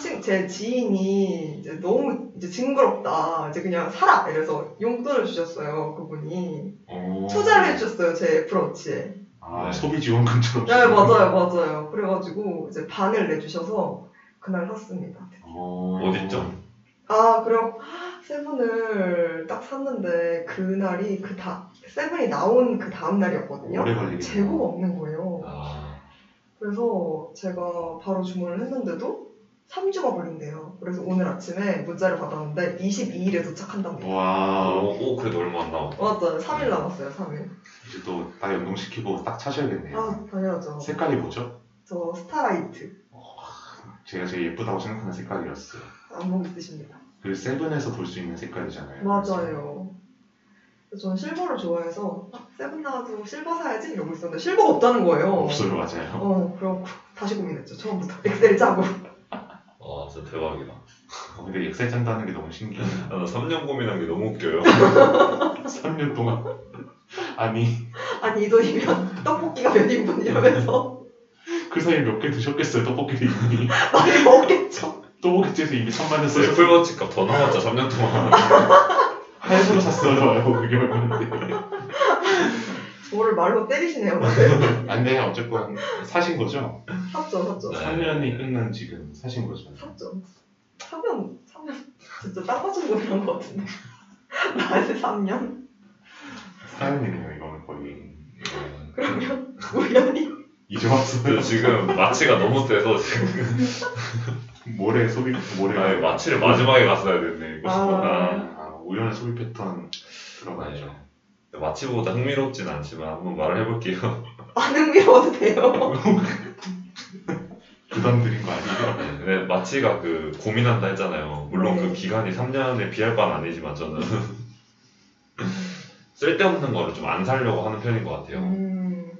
D: 친- 제 지인이 이제 너무 이제 징그럽다. 이제 그냥 사라! 이래서 용돈을 주셨어요. 그분이.
A: 어.
D: 투자를 해주셨어요. 제 애플워치에.
A: 아 소비 지원금처럼.
D: 네, 맞아요, 맞아요. 그래가지고 이제 반을 내주셔서 그날 샀습니다.
A: 어...
E: 어딨죠?
D: 아, 그리고 세븐을 딱 샀는데 그날이 그 다, 세븐이 나온 그 다음 날이었거든요.
A: 오래 걸리겠네.
D: 재고가 없는 거예요.
E: 아,
D: 그래서 제가 바로 주문을 했는데도 3주가 걸린대요. 그래서 오늘 아침에 문자를 받았는데 22일에 도착한답니다.
E: 아,
A: 와
E: 오, 그래도 얼마 안 남았다
D: 맞아요. 3일 남았어요, 3일.
A: 이제 또 다 연동시키고 딱 차셔야겠네요.
D: 아, 당연하죠.
A: 색깔이 뭐죠?
D: 저 스타라이트.
A: 제가 제일 예쁘다고 생각하는 색깔이었어요.
D: 안목 있으십니다.
A: 그 세븐에서 볼 수 있는 색깔이잖아요.
D: 맞아요. 그래서 저는 실버를 좋아해서 아, 세븐 나와도 실버 사야지 이러고 있었는데 실버가 없다는 거예요.
A: 없어요, 맞아요.
D: 어, 그렇고 다시 고민했죠. 처음부터 엑셀 짜고.
E: 아 진짜 대박이다
A: 어, 근데 엑셀 짠다는 게 너무 신기해요.
E: 아, 나 3년 고민한 게 너무 웃겨요
A: 3년 동안. 아니,
D: 아니 이 돈이면 떡볶이가 몇 인분 이러면서
A: 그 사이에 몇 개 드셨겠어요, 떡볶이를 이미.
D: 많이 먹겠죠.
A: 떡볶이집에서 이미 천만 원 써요.
E: 애플워치 값 더 나왔자 3년 동안
A: 할부로 샀어요, 그게 얼마인데.
D: 저를 말로 때리시네요.
E: 아,
A: 안 돼, 어쨌건 사신 거죠?
D: 샀죠, 샀죠.
E: 네.
A: 3년이 끝난 지금 사신 거죠.
D: 샀죠. 사면 사면 진짜 딱 맞춰서 그런 것 같은데. 나한테 3년?
A: 사연이네요, 이거는 거의. 네.
D: 그러면 우연히
E: 저
A: 잊어봤어요.
E: 지금 마취가 너무 세서 지금
A: 모래 소비, 모래.
E: 아니, 마취를 마지막에 갔어야 됐네 이거
D: 아.
A: 아, 우연한 소비 패턴 들어가야죠.
E: 아, 마취보다 흥미롭진 않지만 한번 말을 해볼게요
D: 안 흥미로워도 돼요.
A: 부담 드린 거 아니에요?
E: 근데 마취가 그 고민한다 했잖아요 물론
D: 네.
E: 그 기간이 3년에 비할 바는 아니지만 저는 쓸데없는 거를 좀 안 살려고 하는 편인 것 같아요
D: 음,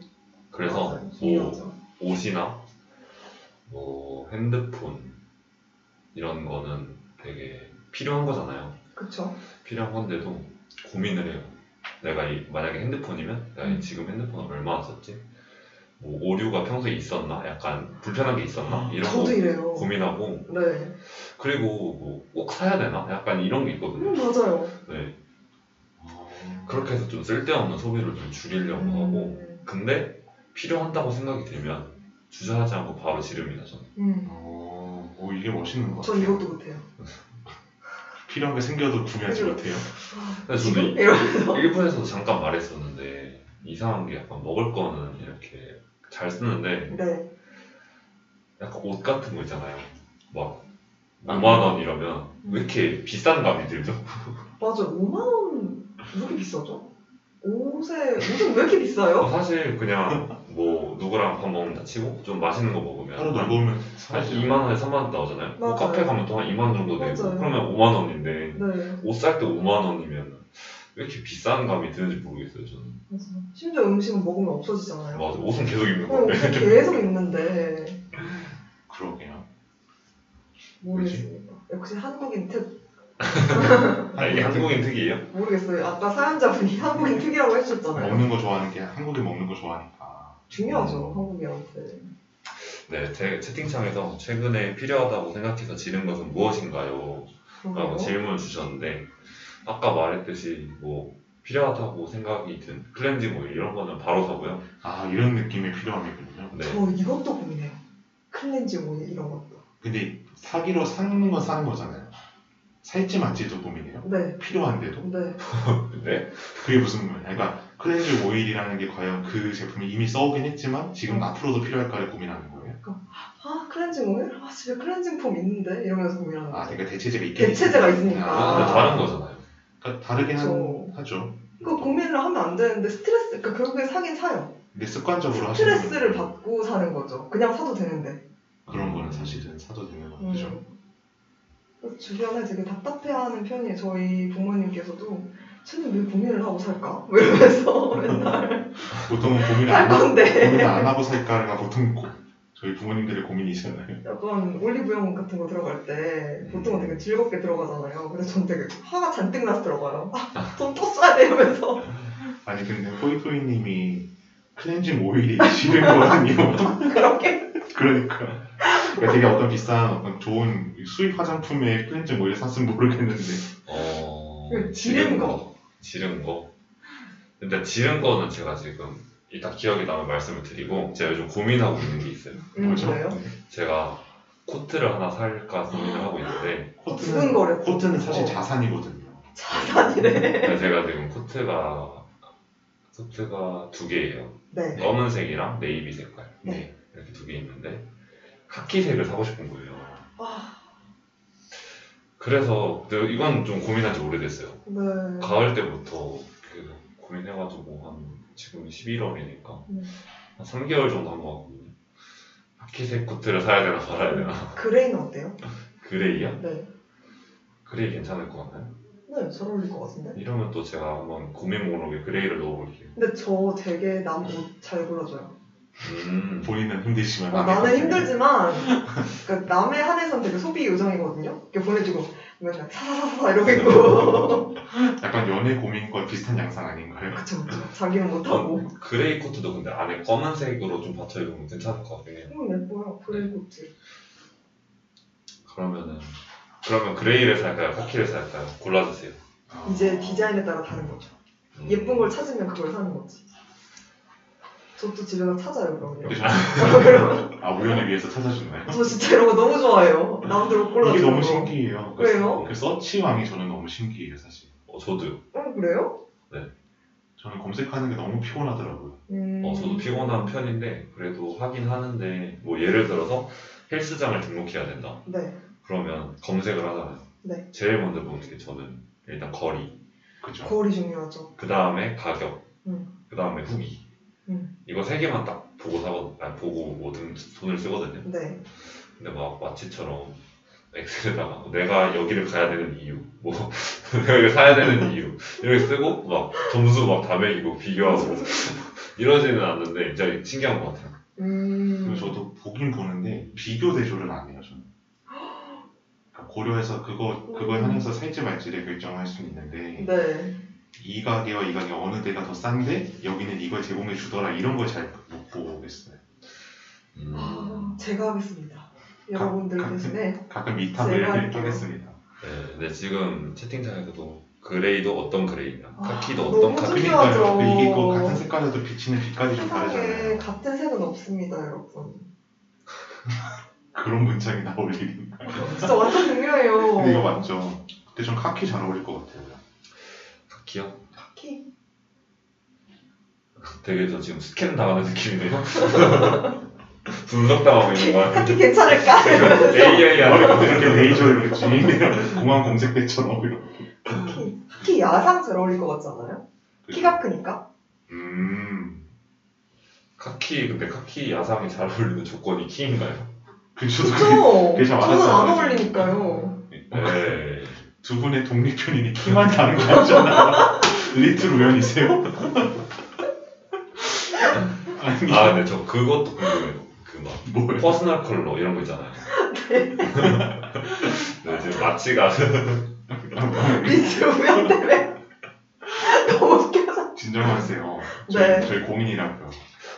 E: 그래서
D: 맞아요.
E: 뭐
D: 중요하죠.
E: 옷이나 뭐 핸드폰 이런 거는 되게 필요한 거잖아요.
D: 그쵸.
E: 필요한 건데도 고민을 해요. 내가 이- 만약에 핸드폰이면 내가
D: 음.
E: 이 지금 핸드폰을 얼마나 썼지? 뭐 오류가 평소에 있었나? 약간 불편한 게 있었나? 이런 거
D: 아, 저도 이래요.
E: 고민하고
D: 네.
E: 그리고 뭐 꼭 사야 되나? 약간 이런 게 있거든요.
D: 음, 맞아요.
E: 네.
A: 아,
E: 그렇게 해서 좀 쓸데없는 소비를 좀 줄이려고 하고
D: 음,
E: 근데 필요한다고 생각이 들면 주저하지 않고 바로 지릅니다 저는.
D: 음.
A: 어, 오, 이게 멋있는 것 같아요.
D: 전 이것도 못해요.
A: 필요한 게 생겨도 구매하지 못해요.
D: 아,
E: 근데
D: 지금?
E: 저도
D: 이러면서.
E: 일본에서도 잠깐 말했었는데 이상한 게 약간 먹을 거는 이렇게 잘 쓰는데
D: 네.
E: 약간 옷 같은 거 있잖아요. 막
D: 아.
E: 5만 원 이러면 왜
D: 음.
E: 이렇게 비싼 감이 들죠?
D: 맞아. 5만원, 왜 이렇게 비싸죠? 옷에, 옷은 왜 이렇게 비싸요?
E: 사실 그냥 뭐 누구랑 밥 먹는다 치고 좀 맛있는 거
A: 하루
E: 먹으면
A: 놀보면
E: 한
A: 사실
E: 2만 원에 3만 원 나오잖아요. 뭐
D: 맞아요.
E: 카페 가면 또 한 2만 원 정도 되고
D: 맞아요.
E: 그러면 5만 원인데
D: 네.
E: 옷 살 때 5만 원이면 왜 이렇게 비싼 감이 드는지 모르겠어요 저는.
D: 맞아. 심지어 음식은 먹으면 없어지잖아요.
E: 맞아 옷은 계속 입는
D: 그럼
E: 건데.
D: 옷을 계속 입는데
A: 그러게요.
D: 모르겠습니다. 역시 한국인 특 어.
E: 아 이게 한국인 특이에요?
D: 모르겠어요. 아까 사연자분이 한국인 특이라고 해주셨잖아요.
A: 먹는 거 좋아하는 게 한국에 먹는 거 좋아하니까
D: 중요하죠 한국인한테.
E: 네, 제 채팅창에서 최근에 필요하다고 생각해서 지른 것은 무엇인가요? 라고 질문 주셨는데 아까 말했듯이 뭐 필요하다고 생각이 든 클렌징 오일 이런 거는 바로 사고요.
A: 아 이런 느낌이 필요함이군요
E: 네.
D: 저 어, 이것도 고민해요. 클렌징 오일 이런 것도.
A: 근데 사기로 사는 건 사는 거잖아요 살지 말지도 고민해요
D: 네.
A: 필요한데도
D: 네.
E: 네.
A: 그게 무슨 말이야 그러니까 클렌징 오일이라는 게 과연 그 제품이 이미 써오긴 했지만
D: 음.
A: 지금 앞으로도 필요할까를 고민하는 거예요
D: 아 클렌징 오일? 아 집에 클렌징 폼 있는데 이러면서 고민하는
A: 아
D: 거예요.
A: 그러니까 대체제가 있긴
D: 대체제가
A: 있-
D: 있으니까.
E: 그거는
A: 아,
E: 다른 거잖아요.
A: 그러니까 다르긴 한-
D: 그렇죠.
A: 하죠
D: 그 고민을 하면 안 되는데 스트레스, 그러니까 결국에 사긴 사요.
A: 근데 습관적으로 하시는
D: 스트레스를
A: 분들은
D: 받고 사는 거죠. 그냥 사도 되는데.
A: 그런 거는 사실은 사도 되는
D: 음.
A: 거죠
D: 그래서 주변에 되게 답답해하는 편이에요. 저희 부모님께서도 쟤는 왜 고민을 하고 살까? 뭐 이러면서 맨날
A: 보통은 고민을
D: 살
A: 안 하고 고민을
D: 건데
A: 안 하고 살까가 보통 고- 저희 부모님들의 고민이잖아요.
D: 약간 올리브영 같은 거 들어갈 때 보통은 되게 즐겁게 들어가잖아요. 근데 전 되게 화가 잔뜩 나서 들어가요. 아, 돈 떴어야 돼 이러면서
A: 아니 근데 포이토이님이 클렌징 오일이 싫은 거아니요
D: 그렇게
A: 그러니까. 그러니까 되게 어떤 비싼 어떤 좋은 수입 화장품에 클렌징 오일 샀으면 모르겠는데
E: 어.
D: 그 지른 거.
E: 지른 거. 근데 지른 거는 제가 지금 일단 기억이 나면 말씀을 드리고 제가 요즘 고민하고 있는 게 있어요.
D: 음,
A: 그렇죠.
D: 그래요?
A: 네.
E: 제가 코트를 하나 살까 고민을 하고 있는데
A: 코트는
D: 두근거려.
A: 코트는 사실
D: 어.
A: 자산이거든요. 음.
D: 자산이래.
E: 근데 제가 지금 코트가 코트가 두 개예요.
D: 네.
E: 검은색이랑 네이비 색깔
A: 네.
E: 이렇게 두 개 있는데 카키색을 사고 싶은 거예요.
D: 아,
E: 그래서 근데 이건 좀 고민한 지 오래됐어요.
D: 네.
E: 가을 때부터 그 고민해가지고 뭐 한 지금 11월이니까
D: 네.
E: 한 3개월 정도 한 거 같거든요. 카키색 코트를 사야 되나 말아야
D: 음.
E: 되나
D: 그레이는 어때요?
E: 그레이야?
D: 네.
E: 그레이 괜찮을 것 같나요?
D: 네, 잘 어울릴 것 같은데.
E: 이러면 또 제가 한번 고민 목록에 그레이를 넣어볼게요.
D: 근데 저 되게 남 옷 잘 골라줘요.
E: 음,
A: 본인은 힘드시면
D: 아,
A: 남의
D: 나는
A: 것을-
D: 힘들지만, 그러니까 남에 한해선 되게 소비 요정이거든요. 이렇게 보내주고, 맨날 사사사사 이러고
A: 네.
D: 있고.
A: 약간 연애 고민과 비슷한 양상 아닌가요?
D: 그쵸, 그쵸. 자기는 못하고. 음,
E: 그레이 코트도 근데 안에 검은색으로 좀 받쳐 입으면 괜찮을 것 같긴 해요.
D: 음, 예뻐요. 그레이 코트.
E: 그러면은 그러면 그레이를 살까요? 카키를 살까요? 골라주세요.
A: 아.
D: 이제 디자인에 따라 다른 거죠.
E: 음.
D: 예쁜 걸 찾으면 그걸 사는 거지. 저도 집에 서 찾아요,
A: 근데
D: 그러면.
A: 저는- 아 우연에 의해서 찾아주나요?
D: 저 진짜 이런 거 너무 좋아해요. 남들 옷 골라주는
A: 이게
D: 거.
A: 너무 신기해요. 그-
D: 왜요?
A: 그 서치왕이 저는 너무 신기해요 사실.
E: 어, 저도요.
D: 어, 그래요?
A: 저는 검색하는 게 너무 피곤하더라고요.
D: 음.
E: 어, 저도 피곤한 편인데 그래도 하긴 하는데 뭐 예를 들어서 헬스장을 등록해야 된다.
D: 네.
E: 그러면 검색을 하잖아요.
D: 네.
E: 제일 먼저 보는 게 저는 일단 거리,
A: 그죠?
D: 거울이 중요하죠.
E: 그 다음에 가격,
D: 음.
E: 그 다음에 후기.
D: 음.
E: 이거 세 개만 딱 보고 사거든, 아니 보고 모든 돈을 쓰거든요.
D: 네.
E: 근데 막 마치처럼 엑셀에다가 내가 여기를 가야 되는 이유, 뭐 내가 여기 사야 되는 이유 이렇게 쓰고 막 점수 막 다 매기고 비교하고 이러지는 않는데 진짜 신기한 것 같아요.
D: 음.
A: 그리고 저도 보긴 보는데 비교 대조를 안 해요 저는. 그러니까 고려해서 그거 그거에 한해서 살지 말지를 결정할 수 있는데
D: 네.
A: 이 가게와 이 가게 어느 데가 더 싼데 여기는 이걸 제공해 주더라 이런 걸 잘 못 보겠어요.
D: 아,
E: 음.
D: 제가 하겠습니다. 여러분들
A: 음. 가-
D: 대신에
A: 가끔
D: 제가
A: 미탑을
D: 할게요.
A: 하겠습니다.
E: 네, 근데 지금 채팅창에서도 그레이도 어떤 그레이냐,
D: 아,
E: 카키도
D: 너무
E: 어떤 카키.
D: 신기하다. 신기하죠.
A: 그러니까요. 이게 그 같은 색깔에도 비치는 빛까지 좀
D: 세상에
A: 다르잖아요.
D: 같은 색은 없습니다, 여러분.
A: 그런 문장이 나올 일인가.
D: 진짜 완전 중요해요.
A: 근데 이거 맞죠. 그때 좀 카키 잘 어울릴 것 같아요.
E: 카키요?
D: 특히
E: 되게 저 지금 스캔 당하는 느낌이네요. 분석 당하고 있는 거
D: 특히
E: 같은데.
D: 괜찮을까?
E: AI
A: 머리부터
E: 아니고
A: 이렇게 레이저 이렇게 주인이랑 공항 검색대처럼 이렇게.
D: 특히 특히 야상 잘 어울릴 것 같잖아요.
A: 네.
D: 키가 크니까.
A: 음.
E: 카키 근데 카키 야상이 잘 어울리는 조건이 키인가요?
A: 그 저도
D: 그쵸?
A: 그게 그게 잘
D: 저는 안
A: 맞았잖아요.
D: 어울리니까요.
E: 네.
A: 두 분의 독립편이니 키만 다른 거 같잖아. 리틀 우연이세요? 아니,
E: 아 근데 저 그것도 궁금해요. 그막
A: 뭐예요?
E: 퍼스널 컬러 이런 거 있잖아요. 네, 이제 마치가
D: 리치 우연 때문에 너무 웃겨서
A: 진정하세요.
D: 네.
A: 저희, 저희 고민이라고요.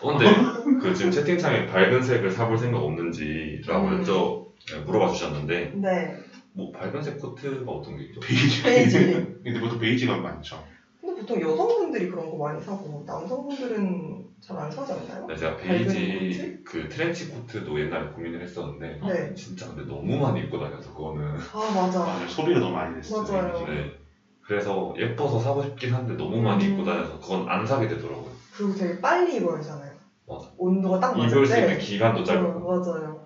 E: 어, 근데 그 지금 채팅창에 밝은 색을 사볼 생각 없는지라고
D: 음.
E: 여쭤 네, 물어봐 주셨는데
D: 네
E: 뭐 밝은색 코트가 어떤 게 있죠?
A: 베이지.
D: 베이지.
A: 근데 보통 베이지가 많죠.
D: 근데 보통 여성분들이 그런 거 많이 사고 남성분들은 잘 안 사지 않나요?
E: 네, 제가 베이지 그 트렌치 코트도 옛날에 고민을 했었는데
D: 네.
E: 진짜 근데 너무 많이 입고 다녀서 그거는
D: 아 맞아
A: 맞아요. 소비를 너무 많이 했어요.
D: 맞아요.
A: 베이지.
E: 네. 그래서 예뻐서 사고 싶긴 한데 너무 많이 입고 다녀서 그건 안 사게 되더라고요.
D: 그리고 되게 빨리 입어야 되잖아요
E: 맞아. 네. 음.
D: 온도가 딱 맞을
E: 입을 수 있는
D: 때
E: 기간도 짧고
D: 어, 맞아요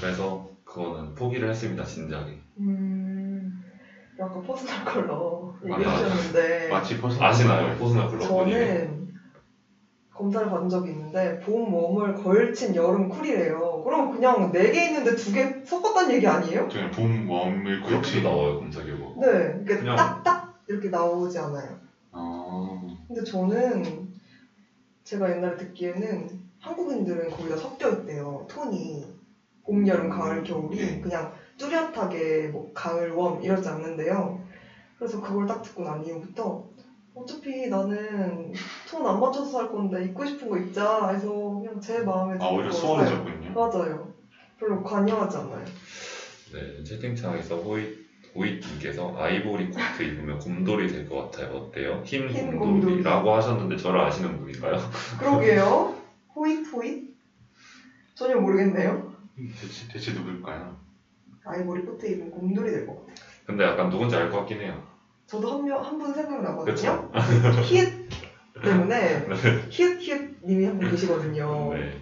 E: 그래서 그거는 포기를 했습니다 진작에.
D: 음 약간 퍼스널 컬러
E: 맞아.
D: 얘기해주셨는데
A: 마치 퍼스널
E: 아시나요? 포스나 블럭버니
D: 저는 검사를 받은 적이 있는데 봄, 웜을 걸친 여름 쿨이래요. 그럼 그냥 네 개 있는데 두 개 섞었다는 얘기 아니에요?
A: 저희 봄, 웜을
E: 그렇게
A: 그렇게
E: 나와요 검색해 보고.
D: 네, 이게
E: 그냥-
D: 딱딱 이렇게 나오지 않아요.
A: 어...
D: 근데 저는 제가 옛날에 듣기에는 한국인들은 거의 다 섞여 있대요. 톤이 봄, 여름, 가을, 겨울이
A: 네.
D: 그냥 뚜렷하게 뭐 가을, 웜 이러지 않는데요. 그래서 그걸 딱 듣고 난 이후부터 어차피 나는 톤 안 맞춰서 살 건데 입고 싶은 거 입자 해서 그냥 제 마음에
A: 아, 오히려
D: 거 네.
A: 수월해졌군요.
D: 맞아요. 별로 관여하지 않아요.
E: 네 채팅창에서 호이 호이님께서 아이보리 코트 입으면 곰돌이 될 것 같아요. 어때요? 흰,
D: 흰
E: 곰돌이라고 하셨는데 저를 아시는 분인가요?
D: 그러게요. 호잇 호잇? 전혀 모르겠네요.
A: 대체, 대체 누굴까요?
D: 아이보리 코트 입은 곰돌이 될 것 같아요.
E: 근데 약간 누군지 알 것 같긴 해요.
D: 저도 한 명 한 분 생각나거든요.
E: 그렇죠?
D: 히읗 때문에 히읗 히읗 님이 한 분 계시거든요.
E: 네.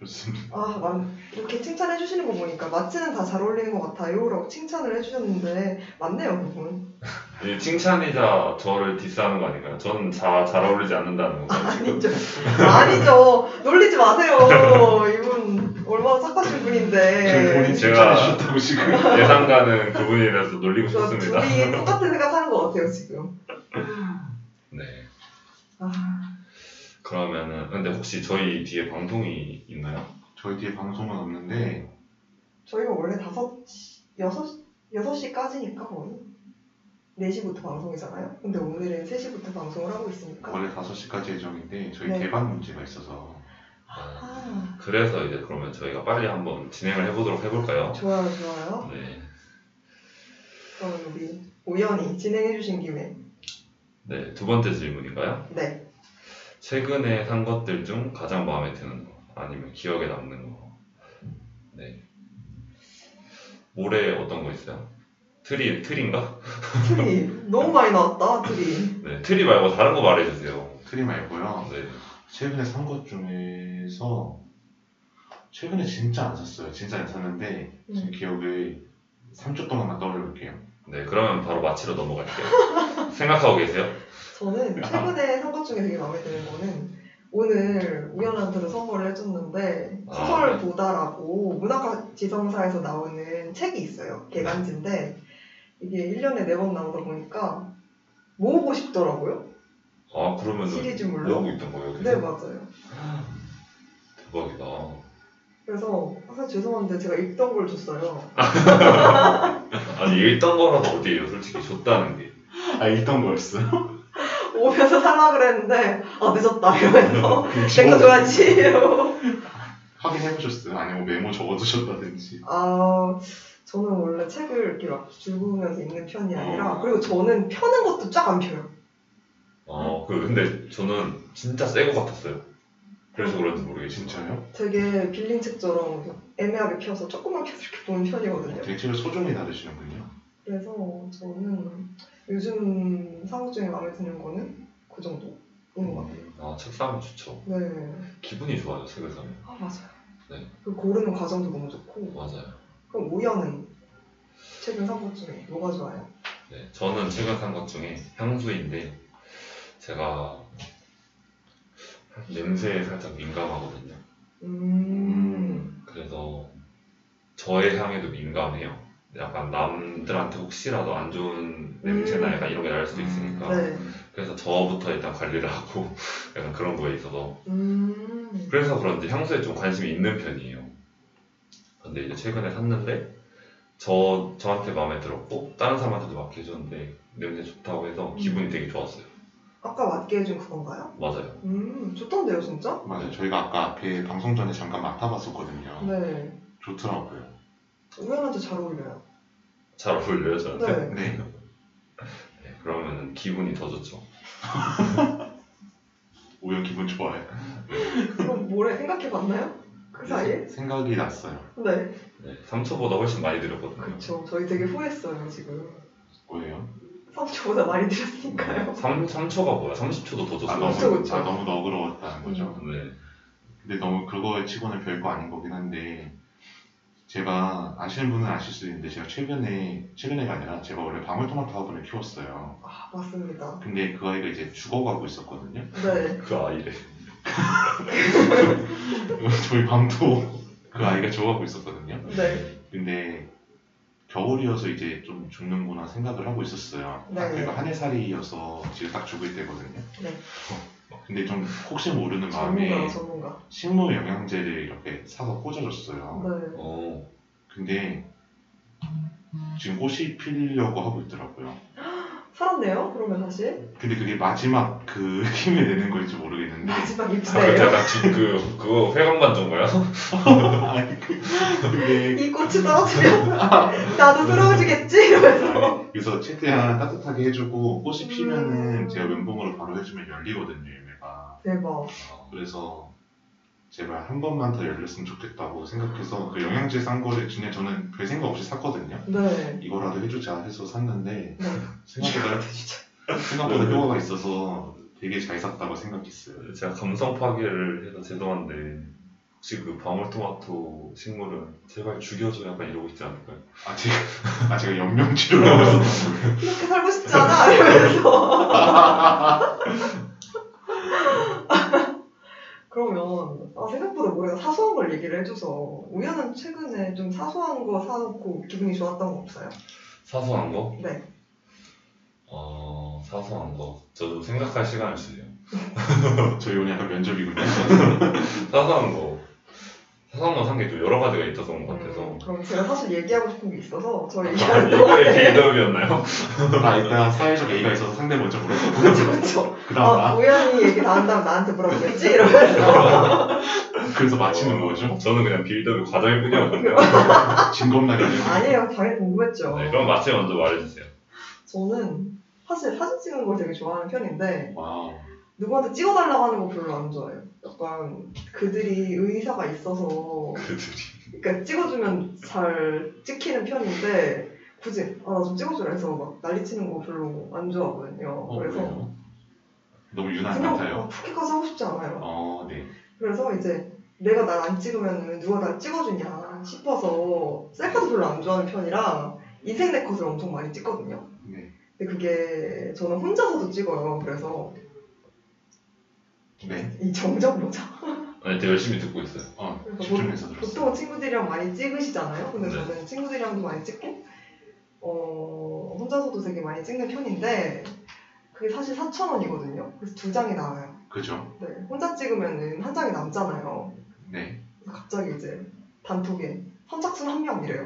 A: 좋습니다.
D: 아, 만, 이렇게 칭찬해 주시는 거 보니까 마치는 다 잘 어울리는 것 같아요라고 칭찬을 해주셨는데 맞네요 그분.
E: 이 칭찬이자 저를 디스하는 거 아닌가요? 저는 자, 잘 어울리지 않는다는 거예요 지금.
D: 아니죠. 아니죠. 놀리지 마세요. 이분 얼마나 착하신
A: 저희
D: 네.
A: 본인
D: 분인데.
E: 제가-
A: 칭찬해주셨다고 지금.
E: 예상가는 그분이라서 놀리고
D: 저
E: 싶습니다.
D: 둘이 똑같은 생각하는 것 같아요 지금.
E: 네.
D: 아,
E: 그러면은 근데 혹시 저희 뒤에 방송이 있나요?
A: 저희 뒤에 방송은 없는데
D: 저희가 원래 다섯 시- 여섯 시- 여섯 시까지니까 거의 4시부터 방송이잖아요. 근데 오늘은 3시부터 방송을 하고 있으니까.
A: 원래 5시까지 예정인데 저희
D: 네.
A: 개방 문제가 있어서
D: 아,
E: 네. 그래서 이제 그러면 저희가 빨리 한번 진행을 해보도록 해볼까요?
D: 좋아요, 좋아요.
E: 네.
D: 그럼 우리 우연히 진행해주신 김에.
E: 네, 두 번째 질문인가요?
D: 네.
E: 최근에 산 것들 중 가장 마음에 드는 거 아니면 기억에 남는 거. 네. 올해 어떤 거 있어요? 트리 트리인가?
D: 트리. 너무 많이 나왔다, 트리.
E: 네, 트리 말고 다른 거 말해주세요.
A: 트리 말고요.
E: 네.
A: 최근에 산 것 중에서 최근에 진짜 안 샀어요. 진짜 안 샀는데 지금
D: 음.
A: 기억을 3초 동안만 떠올려볼게요.
E: 네, 그러면 바로 마치러 넘어갈게요. 생각하고 계세요?
D: 저는
E: 아.
D: 최근에 산 것 중에 되게 마음에 드는 거는 오늘 우연한테도 선물을 해줬는데
E: 아,
D: 소설
E: 네.
D: 보다라고 문학과 지성사에서 나오는 책이 있어요.
E: 네.
D: 개간지인데 이게 1년에 4번 나오다 보니까 모으고 싶더라고요.
E: 아, 그러면
D: 시리즈물로?
E: 뭐하고 있던 거예요?
D: 네,
E: 계속?
D: 맞아요.
E: 대박이다.
D: 그래서 항상 죄송한데 제가 읽던 걸 줬어요.
E: 아니 읽던 거라도 어디예요? 솔직히 줬다는 게.
A: 아, 읽던 거였어.
D: 오면서 살라 그랬는데 아 늦었다
E: 음.
D: 이러면서 내
A: 저-
D: 거 줘야지 이러고.
A: 확인해보셨어요? 아니면 메모 적어두셨다든지.
D: 아 저는 원래 책을 이렇게 막 줄구면서 읽는 편이 아니라
A: 어.
D: 그리고 저는 펴는 것도 쫙 안 펴요.
E: 어, 그 근데 저는 진짜 새 거 같았어요. 그래서 그런지
A: 아,
E: 모르겠지만.
A: 진짜요?
D: 되게 빌린 책처럼 애매하게 펴서 조금만 펴서 이렇게 보는 편이거든요.
A: 되게 책을 소중히 다루시는군요.
D: 그래서 저는 요즘 상업 중에 마음에 드는 거는 그 정도인 것 같아요.
E: 아, 책 사면 좋죠.
D: 네.
E: 기분이 좋아요, 책을 사면.
D: 아 맞아요.
E: 네.
D: 그 고르는 과정도 너무 좋고
E: 맞아요.
D: 그럼 우연은 최근 산 것 중에 뭐가 좋아요?
E: 네, 저는 최근 산 것 중에 향수인데 제가 냄새에 살짝 민감하거든요.
D: 음.
E: 그래서 저의 향에도 민감해요. 약간 남들한테 혹시라도 안 좋은 냄새나
D: 음.
E: 약간 이런 게 날 수도 있으니까
D: 네.
E: 그래서 저부터 일단 관리를 하고 약간 그런 거에 있어서
D: 음.
E: 그래서 그런지 향수에 좀 관심이 있는 편이에요. 근데 이제 최근에 샀는데 저 저한테 마음에 들었고 다른 사람한테도 맡겨줬는데 냄새 좋다고 해서
D: 음.
E: 기분이 되게 좋았어요.
D: 아까 맞게 해준 그건가요?
E: 맞아요.
D: 음, 좋던데요, 진짜?
A: 맞아요. 저희가 아까 앞에 방송 전에 잠깐 맡아봤었거든요.
D: 네.
A: 좋더라고요.
D: 우연한테 잘 어울려요.
E: 잘 어울려요 저한테.
D: 네.
A: 네.
E: 네, 그러면 기분이 더 좋죠.
A: 우연 기분 좋아요.
D: 그럼 뭐래 생각해봤나요? 그 사이에?
A: 생각이 났어요.
D: 네.
E: 네, 3초보다 훨씬 많이 들었거든요.
D: 그쵸. 저희 되게 후회했어요, 지금.
A: 뭐예요?
D: 3초보다 많이 들었으니까요.
E: 3, 3초가 네, 뭐야? 30초도 더
A: 아,
E: 줬어요.
A: 너무,
D: 그쵸, 그쵸.
A: 아, 너무 너그러웠다는 거죠.
E: 네.
A: 근데 너무 그거 치고는 별거 아닌 거긴 한데 제가 아시는 분은 아실 수도 있는데 제가 최근에 최근에가 아니라 제가 원래 방울토마토 화분을 키웠어요.
D: 아, 맞습니다.
A: 근데 그 아이가 이제 죽어가고 있었거든요.
D: 네.
E: 그 아이래.
A: 저희 방도 그 아이가 죽어가고 있었거든요.
D: 네.
A: 근데 겨울이어서 이제 좀 죽는구나 생각을 하고 있었어요.
D: 네.
A: 아, 그러니까 한 해 살이어서 지금 딱 죽을 때거든요.
D: 네.
A: 어, 근데 좀 혹시 모르는
D: 전문가,
A: 마음에
D: 전문가.
A: 식물 영양제를 이렇게 사서 꽂아줬어요.
D: 네.
E: 어,
A: 근데 지금 꽃이 피려고 하고 있더라고요.
D: 살았네요, 그러면 사실.
A: 근데 그게 마지막 그 힘을 내는 건지 모르겠는데
D: 마지막 입술에요.
E: 아, 약간 주- 그 그거 회관만 준 거야?
A: 아니 그- 그게
D: 이 꽃이 떨어지면 나도 쓰러지겠지? 이러면서.
A: 그래서 최대한 따뜻하게 해주고 꽃이 피면은
D: 음.
A: 제가 왼봉으로 바로 해주면 열리거든요 얘가
D: 대박.
A: 그래서 제발 한 번만 더 열렸으면 좋겠다고 생각해서 그 영양제 싼 거를 진짜 저는 별 생각 없이 샀거든요
D: 네.
A: 이거라도 해주자 해서 샀는데
D: 네.
A: 생각보다 생각보다 효과가 있어서 되게 잘 샀다고 생각했어요
E: 제가 감성 파괴를 해서 죄송한데 혹시 그 방울토마토 식물은 제발 죽여줘 약간 이러고 있지 않을까요?
A: 아 제가, 아, 제가 연명치료를 하고 있어서
D: 이렇게 살고 싶잖아 이러면서 그러면 아, 생각보다 모래가 사소한 걸 얘기를 해줘서 우연은 최근에 좀 사소한 거 사놓고 기분이 좋았던 거 없어요?
E: 사소한 거?
D: 네.
E: 어 사소한 거 저도 생각할 시간을 주세요.
A: 저희 오늘 약간 면접이군요
E: 사소한 거 사소한 거 산 게 좀 여러 가지가 있었던 것
D: 음,
E: 같아서 아,
D: 그럼 제가 사실 얘기하고 싶은 게 있어서 저 얘기하는
E: 이거의
D: 동안에
E: 개인덕이었나요?
A: 아 일단 사회적 A가 있어서 상대 먼저 물어보고
D: 그렇죠, 그쵸 그쵸
A: 그 다음
D: 아,
A: 나
D: 우연히 얘기 다 한 다음 나한테 물어보겠지? 이러면서
A: 그래서 마치는 거죠
E: 저는 그냥 빌드업의 과정일 뿐이었거든요.
A: 진검다리는
D: 아. 아니에요 당연히 궁금했죠
E: 네, 그럼 마치 먼저 말해주세요.
D: 저는 사실 사진 찍는 걸 되게 좋아하는 편인데
A: 와우
D: 누구한테 찍어달라고 하는 거 별로 안 좋아해요. 약간 그들이 의사가 있어서
E: 그들이
D: 그러니까 찍어주면 잘 찍히는 편인데 굳이 아 나 좀 찍어주라 해서 막 난리치는 거 별로 안 좋아하거든요.
A: 어,
D: 그래서
A: 그래요? 너무 유난
D: 그냥
A: 같아요
D: 푸기까지 하고 싶지 않아요.
A: 어네
D: 그래서 이제 내가 날 안 찍으면 누가 날 찍어주냐 싶어서 셀카도 별로 안 좋아하는 편이라 인생 내 컷을 엄청 많이 찍거든요.
A: 네.
D: 근데 그게 저는 혼자서도 찍어요. 그래서
A: 네.
D: 이 정적 모자
E: 아니 되게 열심히 듣고 있어요.
A: 어
D: 그래서 뭐
A: 집중해서
D: 보통은
A: 들었어요
D: 친구들이랑 많이 찍으시잖아요. 근데
E: 네.
D: 저는 친구들이랑도 많이 찍고, 어, 혼자서도 되게 많이 찍는 편인데, 그게 사실 4,000원이거든요. 그래서 두 장이 나와요.
A: 그죠
D: 네, 혼자 찍으면은 한 장이 남잖아요.
A: 네
D: 그래서 갑자기 이제 단톡에 선착순 한 명 이래요.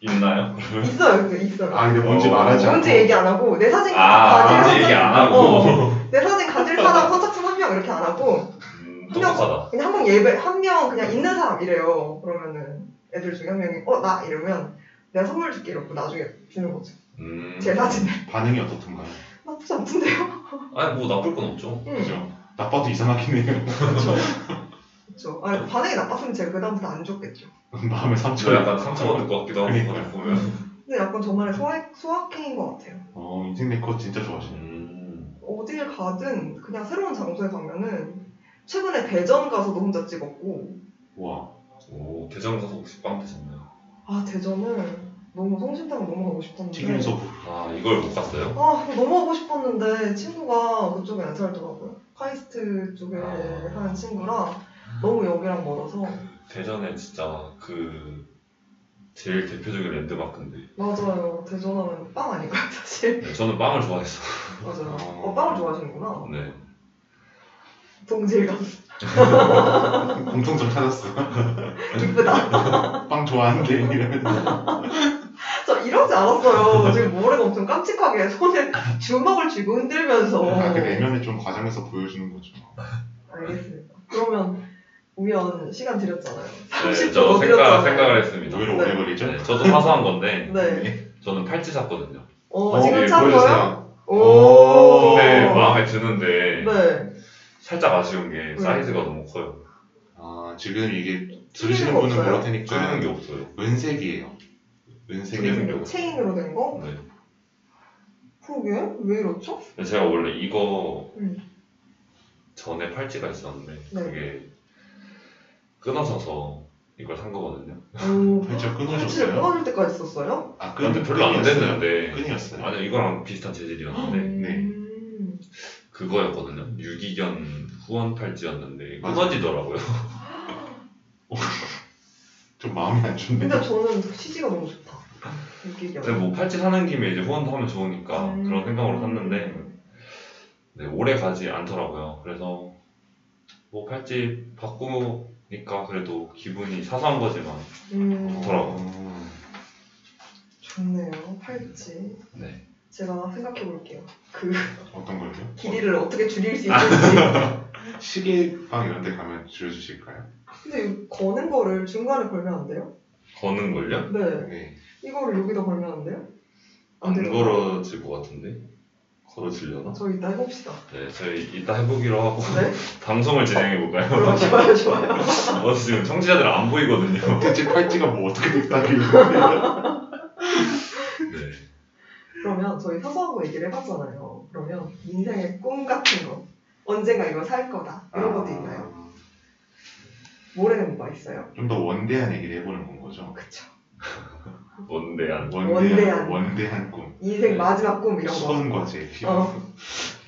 E: 있나요?
D: 있어요, 근데 있어요.
A: 아, 근데 뭔지
E: 어,
A: 말하지 않고.
D: 뭔지 얘기 안 하고, 내 사진
E: 아,
D: 가질
E: 이제 얘기 안
D: 사람- 네. 어,
E: 하고.
D: 내 사진 가질 사람 선착순 한 명 이렇게 안 하고,
E: 음, 똑똑하다.
D: 그냥 한 명 예배 한 명 그냥 있는 사람 이래요. 그러면은 애들 중에 한 명이 어 나 이러면 내가 선물 줄게 이러고 나중에 주는 거죠.
E: 음.
D: 제 사진을
A: 반응이 어떻던가요?
D: 나쁘지 않던데요.
E: 아니, 뭐 나쁠 건 없죠.
D: 응.
A: 그죠 나빠도 이상하긴 해요
D: 그렇죠. 아 반응이 나빴으면 제가 그 다음부터 안 줬겠죠.
A: 마음에 어,
E: 저
A: 상처
E: 약간 상처받을 것 같기도 하고,
A: 그러니까요.
E: 네. 그걸 보면.
D: 근데 약간 저만의 소확 소확행인 것 같아요.
A: 어 인생 내컷 진짜 좋아하시네
E: 음.
D: 어딜 가든 그냥 새로운 장소에 가면은 최근에 대전 가서도 혼자 찍었고
A: 와
E: 오, 대전 가서 혹시 빵 드셨나요?
D: 아 대전은 너무 성심당 너무 가고 싶었는데
A: 튀김에서 부-
E: 아, 이걸 못 갔어요?
D: 아, 그거 너무 하고 싶었는데 친구가 그쪽에 안 살더라고요. 카이스트 쪽에
E: 아.
D: 사는 친구라 너무 여기랑 멀어서
E: 대전에 진짜 그 제일 대표적인 랜드마크인데
D: 맞아요. 대전하면 빵 아닌가요, 사실?
E: 네, 저는 빵을 좋아했어.
D: 맞아요. 어, 빵을 좋아하시는구나.
E: 네.
D: 동질감.
A: 공통점 찾았어.
D: 기쁘다.
A: 빵 좋아하는 게 이러면서.
D: 저 이러지 않았어요. 지금 모래가 엄청 깜찍하게 손에 주먹을 쥐고 흔들면서.
A: 아, 그 내면이 좀 과장해서 보여주는 거죠.
E: 네.
D: 알겠습니다. 그러면 우연 시간 뭐 드렸잖아요.
E: 네,
D: 30초
E: 저
D: 더
E: 생각,
D: 드렸잖아요.
E: 생각을 했습니다.
A: 오히려
D: 네.
A: 오래 걸리죠?
E: 네, 저도 화사한 건데
D: 네.
E: 저는 팔찌 샀거든요.
D: 어,
A: 어,
D: 지금
A: 예,
D: 찬 거요?
A: 보여주세요.
D: 오.
E: 근데 마음에 드는데
D: 어. 네.
E: 살짝 아쉬운 게 사이즈가 너무 커요.
A: 아, 지금 이게
D: 줄이는
A: 들으시는
D: 거
A: 분은
D: 없어요? 네.
A: 모를 테니까
E: 줄이는 게 없어요.
A: 은색이에요.
E: 줄이는
A: 은색이
E: 게 없어요.
D: 체인으로 된 거?
E: 네.
D: 그러게? 왜 이렇죠?
E: 근데 제가 원래 이거
D: 음.
E: 전에 팔찌가 있었는데
D: 네.
E: 그게 끊어져서 이걸 산 거거든요.
D: 오.
A: 팔찌가
D: 팔찌를
A: 끊어졌어요.
D: 끊어줄 어, 때까지 있었어요?
A: 아, 끈-
E: 근데 별로 안
A: 끈이었어요?
E: 됐는데
A: 끈이었어요.
E: 아니 이거랑 비슷한 재질이었는데
A: 네.
D: 음.
E: 그거였거든요. 유기견 후원 팔찌였는데
A: 맞아요.
E: 끊어지더라고요.
A: 좀 마음이 안 좋네.
D: 근데 저는 CG가 너무 좋다. 웃기게.
E: 근데 뭐 팔찌 사는 김에 이제 후원도 하면 좋으니까
D: 음.
E: 아, 그런 생각으로 샀는데 네, 오래 가지 않더라고요. 그래서 뭐 팔찌 바꾸니까 그래도 기분이 사소한 거지만
D: 음.
E: 좋더라고.
A: 어,
D: 좋네요. 팔찌.
E: 네.
D: 제가 생각해 볼게요. 그
A: 어떤 걸요?
D: 길이를 어떻게 줄일 수
E: 아.
D: 있을지.
A: 시계방 이런 데 가면 줄여주실까요?
D: 근데 이거 거는 거를 중간에 걸면 안 돼요?
E: 거는 걸요?
D: 네.
A: 네.
D: 이거를 여기다 걸면 안 돼요?
E: 안
D: 돼요.
E: 걸어질 것 같은데 걸어지려나?
D: 저 이따 해봅시다.
E: 네, 저희 이따 해보기로 하고
D: 네?
E: 방송을 진행해 볼까요?
D: 그럼 좋아요, 좋아요.
E: 어, 지금 청취자들 안 보이거든요.
A: 대체 팔찌가 뭐 어떻게 됐다길래.
E: 네.
D: 그러면 저희 사소한 거 얘기를 해봤잖아요. 그러면 인생의 꿈 같은 거. 언젠가 이거 살 거다.
E: 아.
D: 이런 것도 있나요? 모레는 뭐가 있어요?
A: 아, 좀 더 원대한 얘기를 해보는 건 거죠.
D: 그쵸.
E: 뭔데 안
D: 원대한.
A: 원대한, 원대한 꿈.
D: 인생
E: 네.
D: 마지막 꿈 이런 거.
A: 수건 거지.
D: 어.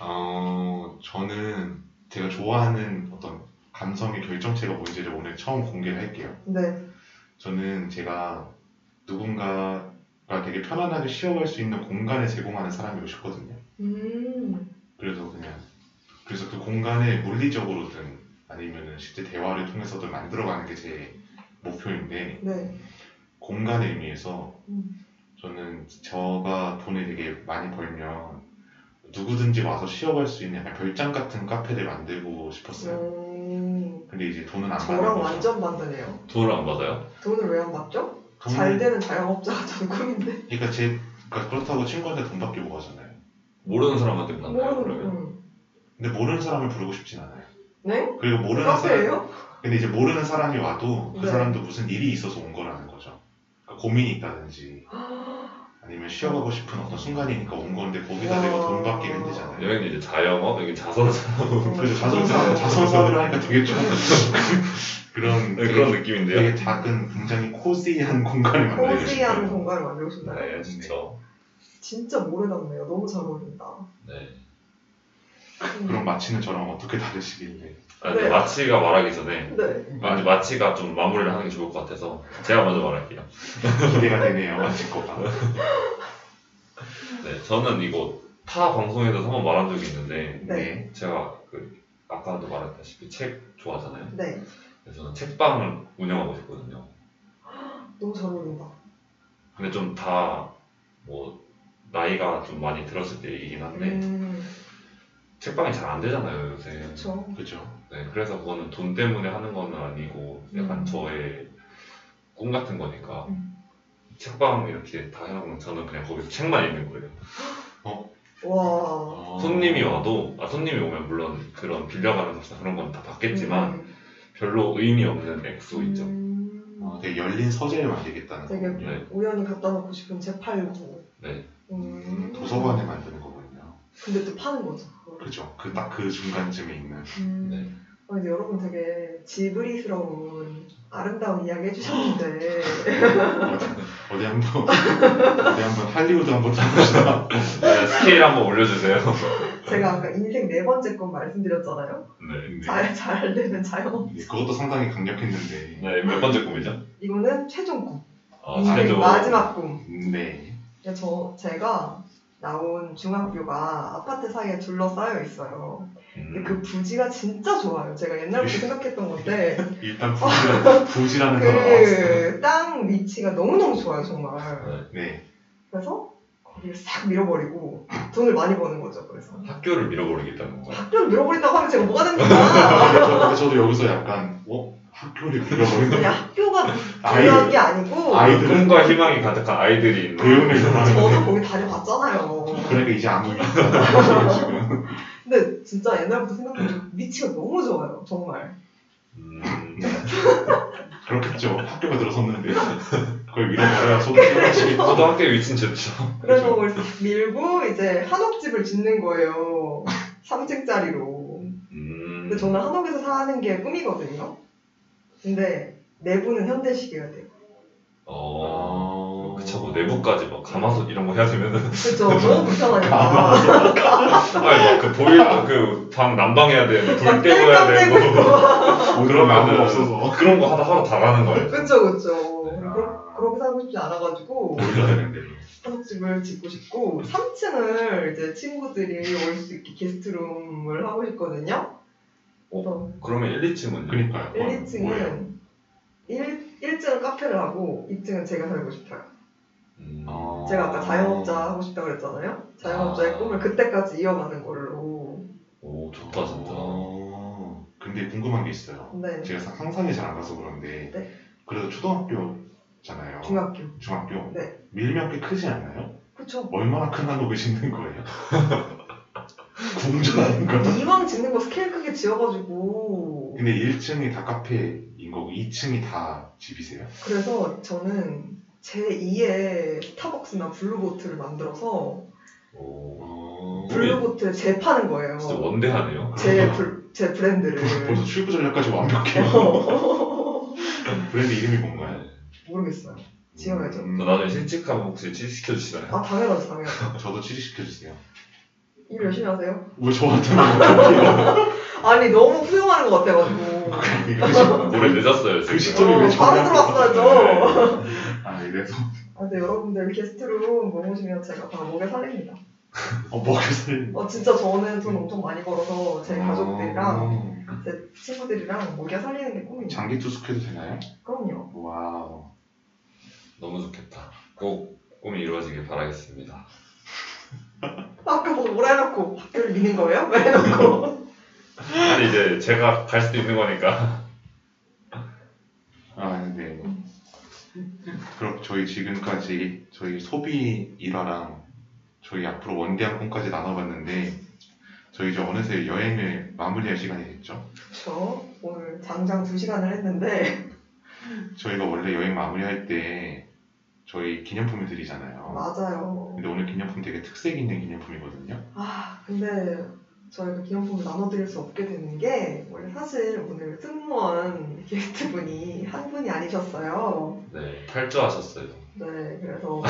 A: 어, 저는 제가 좋아하는 어떤 감성의 결정체가 뭔지를 오늘 처음 공개를 할게요.
D: 네.
A: 저는 제가 누군가가 되게 편안하게 쉬어갈 수 있는 공간을 제공하는 사람이고 싶거든요.
D: 음.
A: 그래서 그냥 그래서 그 공간을 물리적으로든 아니면은 실제 대화를 통해서든 만들어가는 게 제 목표인데
D: 네.
A: 공간의 의미에서
D: 음.
A: 저는 제가 돈을 되게 많이 벌면 누구든지 와서 쉬어갈 수 있는 약간 별장 같은 카페를 만들고 싶었어요.
D: 음.
A: 근데 이제 돈은 안
E: 아,
A: 받는
D: 저랑
A: 거죠.
D: 완전 반대네요.
E: 돈을 안 받아요?
D: 돈을 왜 안 받죠?
A: 돈을-
D: 잘 되는 자영업자가 전 꿈인데.
A: 그러니까 제 그러니까 그렇다고 친구한테 돈 받기 뭐 하잖아요.
E: 모르는 사람한테 받나요?
D: 모르는
E: 그러면
D: 꿈.
A: 근데 모르는 사람을 부르고 싶진 않아요.
D: 네?
A: 그리고 모르는 사람
D: 카페예요?
A: 근데 이제 모르는 사람이 와도 그
D: 네.
A: 사람도 무슨 일이 있어서 온 거라는 거죠. 그러니까 고민이 있다든지 아니면 쉬어가고 싶은 어떤 순간이니까 온 건데 거기다 내가 돈 받기가 힘들잖아요.
E: 여기는 이제 자영업, 여기 자선사업
A: 그래서 자선사 자선사업을 하니까 되게 좀 그런
E: 네,
A: 되게,
E: 그런 느낌인데요.
A: 되게 작은 굉장히 코시한 공간을 만들고
D: 코스한
A: 싶어요.
D: 공간을 만들고 싶나요?
E: 네, 진짜.
D: 진짜 모래답네요. 너무 잘 어울린다.
E: 네.
D: 음.
A: 그럼 마치는 저랑 어떻게 다르시길래?
E: 아, 근데
D: 네.
E: 마치가 말하기 전에
D: 네.
E: 아, 이제 마치가 좀 마무리를 하는 게 좋을 것 같아서 제가 먼저 말할게요.
A: 기대가 되네요. 마칠 거가.
E: 네, 저는 이거 타 방송에서 한번 말한 적이 있는데
A: 네.
E: 제가 그 아까도 말했다시피 책 좋아하잖아요.
D: 네.
E: 그래서 저는 책방을 운영하고 있거든요.
D: 너무 잘 어울린다.
E: 근데 좀 다 뭐 나이가 좀 많이 들었을 때 얘기긴 한데
A: 네.
D: 음.
E: 책방이 잘 안 되잖아요 요새.
D: 그쵸.
A: 그죠.
E: 네, 그래서 그거는 돈 때문에 하는 건 아니고 약간
D: 음.
E: 저의 꿈 같은 거니까
D: 음.
E: 책방 이렇게 다 해놓으면 저는 그냥 거기서 책만 읽는 거예요.
A: 아.
D: 와.
E: 어,
A: 어,
E: 손님이 와도 아 손님이 오면 물론 그런 빌려가는 값이나 그런 건 다 받겠지만
D: 음.
E: 별로 의미 없는 액수 있죠.
D: 음.
A: 어, 되게 열린 서재를 만들겠다는
D: 되게
A: 거군요.
E: 네.
D: 우연히 갖다 놓고 싶은 제 팔고.
E: 네.
A: 음, 도서관을 만드는 거군요.
D: 근데 또 파는 거죠.
A: 그죠. 그 딱 그 중간쯤에 있는.
D: 음.
E: 네.
D: 어, 근데 여러분 되게 지브리스러운 아름다운 이야기 해주셨는데
A: 어디, 어디 한번 어디 한번 할리우드 한번 잡읍시다.
E: 네, 스케일 한번 올려주세요.
D: 제가 아까 인생 네 번째 건 말씀드렸잖아요.
E: 네.
D: 잘, 잘 되는 자영업.
A: 네, 그것도 상당히 강력했는데.
E: 네, 몇 번째 꿈이죠?
D: 이거는 최종 꿈.
E: 아, 어,
D: 인생
E: 시대적으로
D: 음. 마지막 꿈.
A: 네.
D: 그러니까 저 제가 나온 중학교가 아파트 사이에 둘러싸여 있어요. 근데
E: 음,
D: 그 부지가 진짜 좋아요. 제가 옛날부터 생각했던 건데
A: 일단 부지라, 부지라는 걸 알았어요.
D: 그 땅 위치가 너무너무 좋아요
E: 음.
D: 정말.
A: 네.
D: 그래서 거기를 싹 밀어버리고 돈을 많이 버는 거죠. 그래서
E: 학교를 밀어버리겠다는 거야.
D: 학교를 밀어버린다고 하면 제가 뭐가 됩니까?
A: 근데 저도 여기서 약간 어? 학교를 잃어버린
D: 그냥 학교가
A: 아이-
D: 중요한 게 아니고
A: 아이- 그 아이들은-
E: 꿈과 희망이 가득한 아이들이 있는
A: 배움을
D: 저도
A: 잘하는
D: 거기 다녀봤잖아요.
A: 그러니까 이제 안 울리죠 지금
D: 근데 진짜 옛날부터 생각해보면 위치가 너무 좋아요 정말.
E: 음,
A: 그렇겠죠 학교가 들어섰는데 그걸 잃어버려야 소득이 떨어지겠죠
E: 저도 학교에 위친 집죠.
D: 그래서 그걸 싹 밀고 이제 한옥집을 짓는 거예요. 3층짜리로.
E: 음,
D: 근데 저는 한옥에서 사는 게 꿈이거든요. 근데 내부는 현대식이어야 돼요.
E: 어, 그쵸, 뭐 내부까지 막 가마솥 이런 거 해야 되면은
D: 그쵸? 너무
E: 아,
D: 불편하니까.
E: 아니 막그 보일 그방 난방해야 되는데 불 때워야 되고
A: 오늘은 아무도
E: 그러면은-
A: 없어서
E: 그런 거 하다 하루 다 가는 거예요.
D: 그쵸, 그쵸.
E: 아.
D: 그러- 그렇게 살고 싶지 않아가지고
A: 보여야 되는데
D: 한옥집을 짓고 싶고 3층을 이제 친구들이 올 수 있게 게스트룸을 하고 싶거든요. 그래서
E: 그러면 1, 2층은
A: 그러니까요 어,
D: 1,
A: 뭐예요?
D: 2층은 1, 1층은 카페를 하고 2층은 제가 살고 싶어요.
E: 음,
A: 어.
D: 제가 아까 자영업자 하고 싶다고 그랬잖아요. 자영업자의
E: 아.
D: 꿈을 그때까지 이어가는 걸로.
E: 오 좋다 진짜.
A: 어, 근데 궁금한 게 있어요
D: 근데
A: 제가 상- 상상이 잘 안 가서 그런데
D: 네.
A: 그래도 초등학교잖아요
D: 중학교.
A: 중학교
D: 네.
A: 밀면 꽤 크지 않나요?
D: 그쵸.
A: 얼마나 큰 한옥을 짓는 거예요? 공존하는 거예요?
D: 이왕 짓는 거 스케일 크게 지어가지고.
A: 근데 1층이 다 카페인 거고 2층이 다 집이세요?
D: 그래서 저는 제 2의 스타벅스나 블루보트를 만들어서
E: 오 아,
D: 블루보트에 재파는 거예요.
E: 네. 진짜 뭐. 원대하네요.
D: 제, 불- 제 브랜드를.
A: 벌써 출구 전략까지 완벽해요.
D: 어.
A: 브랜드 이름이 뭔가요?
D: 모르겠어요. 지어야죠.
E: 음, 저 나중에 실직하면 혹시 취직 시켜주시나요?
D: 아, 당연하죠, 당연하죠.
A: 저도 취직시켜주세요.
D: 일 열심히 하세요.
A: 왜 저한테만 뭐 그렇게
D: 아니, 너무 후용하는 것 같아가지고.
E: 오래 늦었어요
A: 그
E: 지금.
A: 시점이 왜
D: 어, 바로
A: 저냐?
D: 들어왔어야죠.
A: 아 이래서
D: 아, 근데 여러분들 게스트룸 모으시면 제가 다 목에 살립니다.
A: 어, 먹여 살린
D: 어, 진짜 저는 돈 엄청 많이 벌어서
A: 아.
D: 제 가족들이랑
A: 어,
D: 제 친구들이랑 목에 살리는 게 꿈이에요.
A: 장기 투숙해도 되나요?
D: 그럼요.
A: 와우
E: 너무 좋겠다. 꼭 꿈이 이루어지길 바라겠습니다.
D: 아까 뭐 뭐라 해놓고 학교를 미는 거예요? 왜 해놓고
E: 아니 이제 제가 갈 수도 있는 거니까.
A: 아네 그럼 저희 지금까지 저희 소비 일화랑 저희 앞으로 원대한 꿈까지 나눠봤는데 저희 이제 어느새 여행을 마무리할 시간이 됐죠
D: 저 오늘 장장 2시간을 했는데
A: 저희가 원래 여행 마무리할 때 저희 기념품을 드리잖아요.
D: 맞아요
A: 근데 오늘 기념품 되게 특색 있는 기념품이거든요.
D: 아 근데 저희가 기념품을 나눠드릴 수 없게 되는 게 원래 사실 오늘 승무원 게스트분이 한 분이 아니셨어요
E: 네 탈주하셨어요.
D: 네 그래서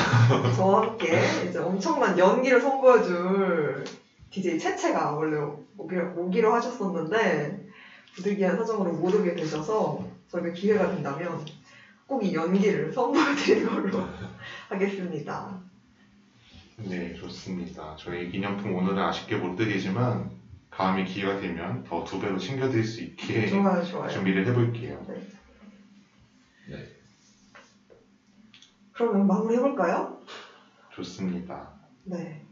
D: 저와 함께 이제 엄청난 연기를 선보여줄 DJ 채채가 원래 오기로, 오기로 하셨었는데 부득이한 사정으로 못 오게 되셔서 저희가 기회가 된다면 꼭 이 연기를 선보여드릴 걸로 하겠습니다.
A: 네, 좋습니다. 저희 기념품 오늘은 아쉽게 못 드리지만 다음에 기회가 되면 더 두 배로 챙겨드릴 수 있게
D: 좋아요, 좋아요.
A: 준비를 해볼게요.
D: 네.
E: 네.
D: 그러면 마무리해볼까요?
A: 좋습니다.
D: 네.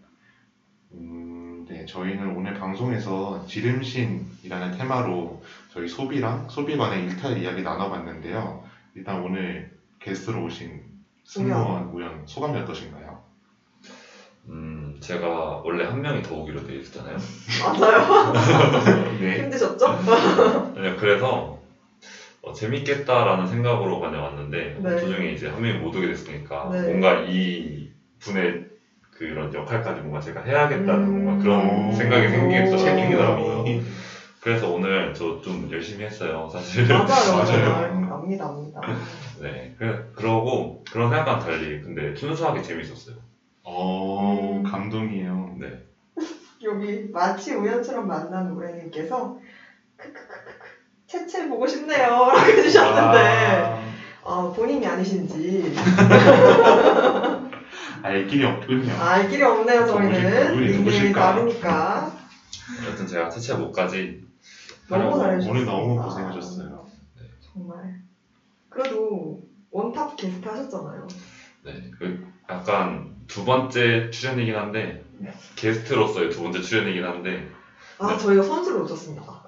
A: 음, 네, 저희는 오늘 방송에서 지름신이라는 테마로 저희 소비랑 소비관의 일탈 이야기 나눠봤는데요. 일단 오늘 게스트로 오신
D: 음.
A: 승무원 우연 소감이 어떠신가요?
E: 음 제가 원래 한 명이 더 오기로 돼 있었잖아요.
D: 맞아요.
A: 네.
D: 힘드셨죠?
E: 네, 그래서 어, 재밌겠다라는 생각으로 그냥 왔는데
D: 네.
E: 도중에 이제 한 명이 못 오게 됐으니까
D: 네.
E: 뭔가 이 분의 그런 역할까지 뭔가 제가 해야겠다는
D: 음.
E: 뭔가
A: 어,
E: 그런 생각이 생기겠죠.
D: 오.
E: 생기더라고요. 그래서 오늘 저 좀 열심히 했어요, 사실.
D: 맞아요,
A: 맞아요.
D: 맞아요. 압니다, 압니다.
E: 네, 그, 그러고 그런 생각과는 달리 근데 순수하게 재밌었어요.
A: 어, 감동이에요.
E: 네,
D: 여기 마치 우연처럼 만난 우레님께서 크크크크크 채채 보고 싶네요 라고 해주셨는데 아, 본인이 아니신지
A: 아, 알 길이 없군요.
D: 아, 알 길이 없네요
A: 누구실까?
D: 저희는
A: 그분이
D: 닉네임이
A: 누구실까?
D: 다르니까
E: 여튼 제가 차체 목까지
D: 너무
E: 하려고
D: 잘해주셨어요
A: 오늘 너무 고생하셨어요.
D: 아, 네, 정말 그래도 원탑 게스트 하셨잖아요
E: 네, 그 약간 두 번째 출연이긴 한데 게스트로서의 두 번째 출연이긴 한데
D: 아
E: 네.
D: 저희가 선수를 놓쳤습니다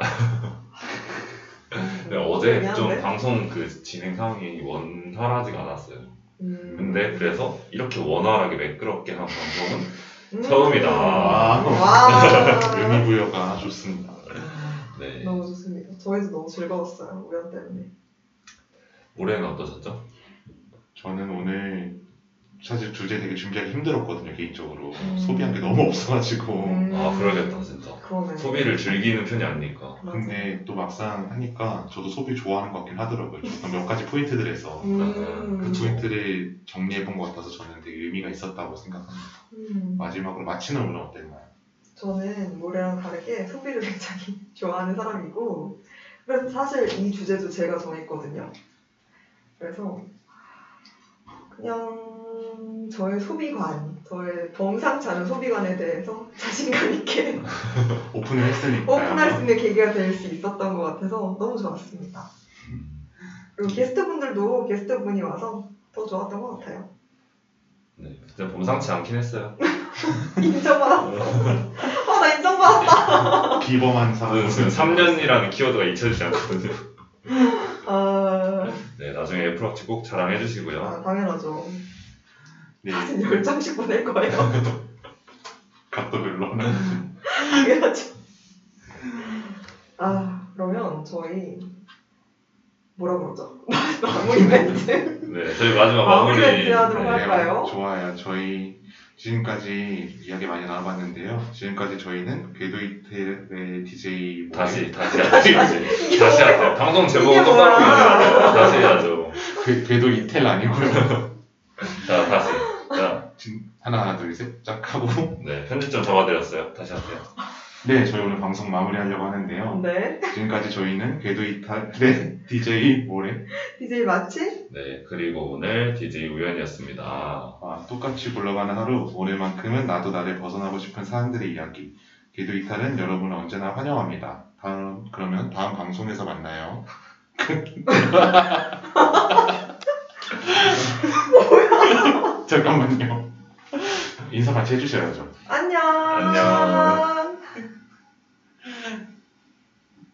E: 근데 네, 어제 좀
D: 미안한데?
E: 방송 그 진행 상황이 원활하지가 않았어요.
D: 음.
E: 근데 그래서 이렇게 원활하게 매끄럽게 한 방송은
D: 음.
E: 처음이다.
A: 와, 아, 의미
D: 와 아,
A: 부여가 좋습니다.
E: 네
D: 너무 좋습니다 저희도 너무 즐거웠어요 우연 때문에
E: 올해는 어떠셨죠?
A: 저는 오늘 사실 주제 되게 준비하기 힘들었거든요 개인적으로
D: 음.
A: 소비한 게 너무 없어가지고
D: 음.
E: 아 그러겠다 진짜
D: 그러네
E: 소비를 즐기는 편이 아니니까
D: 맞아.
A: 근데 또 막상 하니까 저도 소비 좋아하는 것 같긴 하더라고요. 그래서 몇 가지 포인트들에서
D: 음.
A: 그 포인트를 정리해 본 것 같아서 저는 되게 의미가 있었다고 생각합니다.
D: 음.
A: 마지막으로 마치는 오늘 어땠나요?
D: 저는 모래랑 다르게 소비를 굉장히 좋아하는 사람이고 그래서 사실 이 주제도 제가 정했거든요. 그래서 그냥 저의 소비관, 저의 범상치 않은 소비관에 대해서 자신감 있게
A: 오픈을 했으니까
D: 오픈할 수 있는 계기가 될 수 있었던 것 같아서 너무 좋았습니다. 그리고 게스트분들도 게스트분이 와서 더 좋았던 것 같아요.
E: 네 진짜 범상치 않긴 했어요
D: 인정받았어. 아, 나 인정받았다.
A: 비범한 상황.
E: 지금 그 음, 3년이라는 키워드가 잊혀지지 않거든요
D: 아,
E: 네 나중에 애플워치 꼭 자랑해
D: 아,
E: 주시고요
D: 당연하죠.
A: 네,
D: 사진 10장씩 보낼 거예요.
A: 값도 별로.
D: 음, 당연하죠. 아, 그러면 저희 뭐라 그러죠? 마무리 멘트.
E: 네 저희 마지막
D: 마무리
E: 마무리
D: 멘트 아, 하도록
E: 네.
D: 할까요?
A: 좋아요. 저희 지금까지 이야기 많이 나눠봤는데요. 지금까지 저는 궤도이틀의 DJ 모에
E: 다시 다시 다시 다시
D: 이게
E: 다시
D: 뭐야?
E: 하세요 방송 제목은
D: 이게
E: 똑바로
D: 뭐야?
E: 해야 돼요 다시 해야죠
A: 궤- 궤도 그, 이텔 아니고요.
E: 자 다시 자,
A: 지금 하나 둘셋짝 하고
E: 네 편집 좀 잡아드렸어요 다시 하세요
A: 네 저희 오늘 방송 마무리하려고 하는데요.
D: 네.
A: 지금까지 저희는 궤도 이탈의 DJ 모래
D: DJ 마치?
E: 네 그리고 오늘 DJ 우연이었습니다
A: 아, 똑같이 굴러가는 하루 오늘만큼은 나도 나를 벗어나고 싶은 사람들의 이야기 궤도 이탈은 여러분을 언제나 환영합니다. 다음 그러면 다음 방송에서 만나요. 잠깐만요. 인사 같이 해주셔야죠.
D: 안녕.
E: 안녕.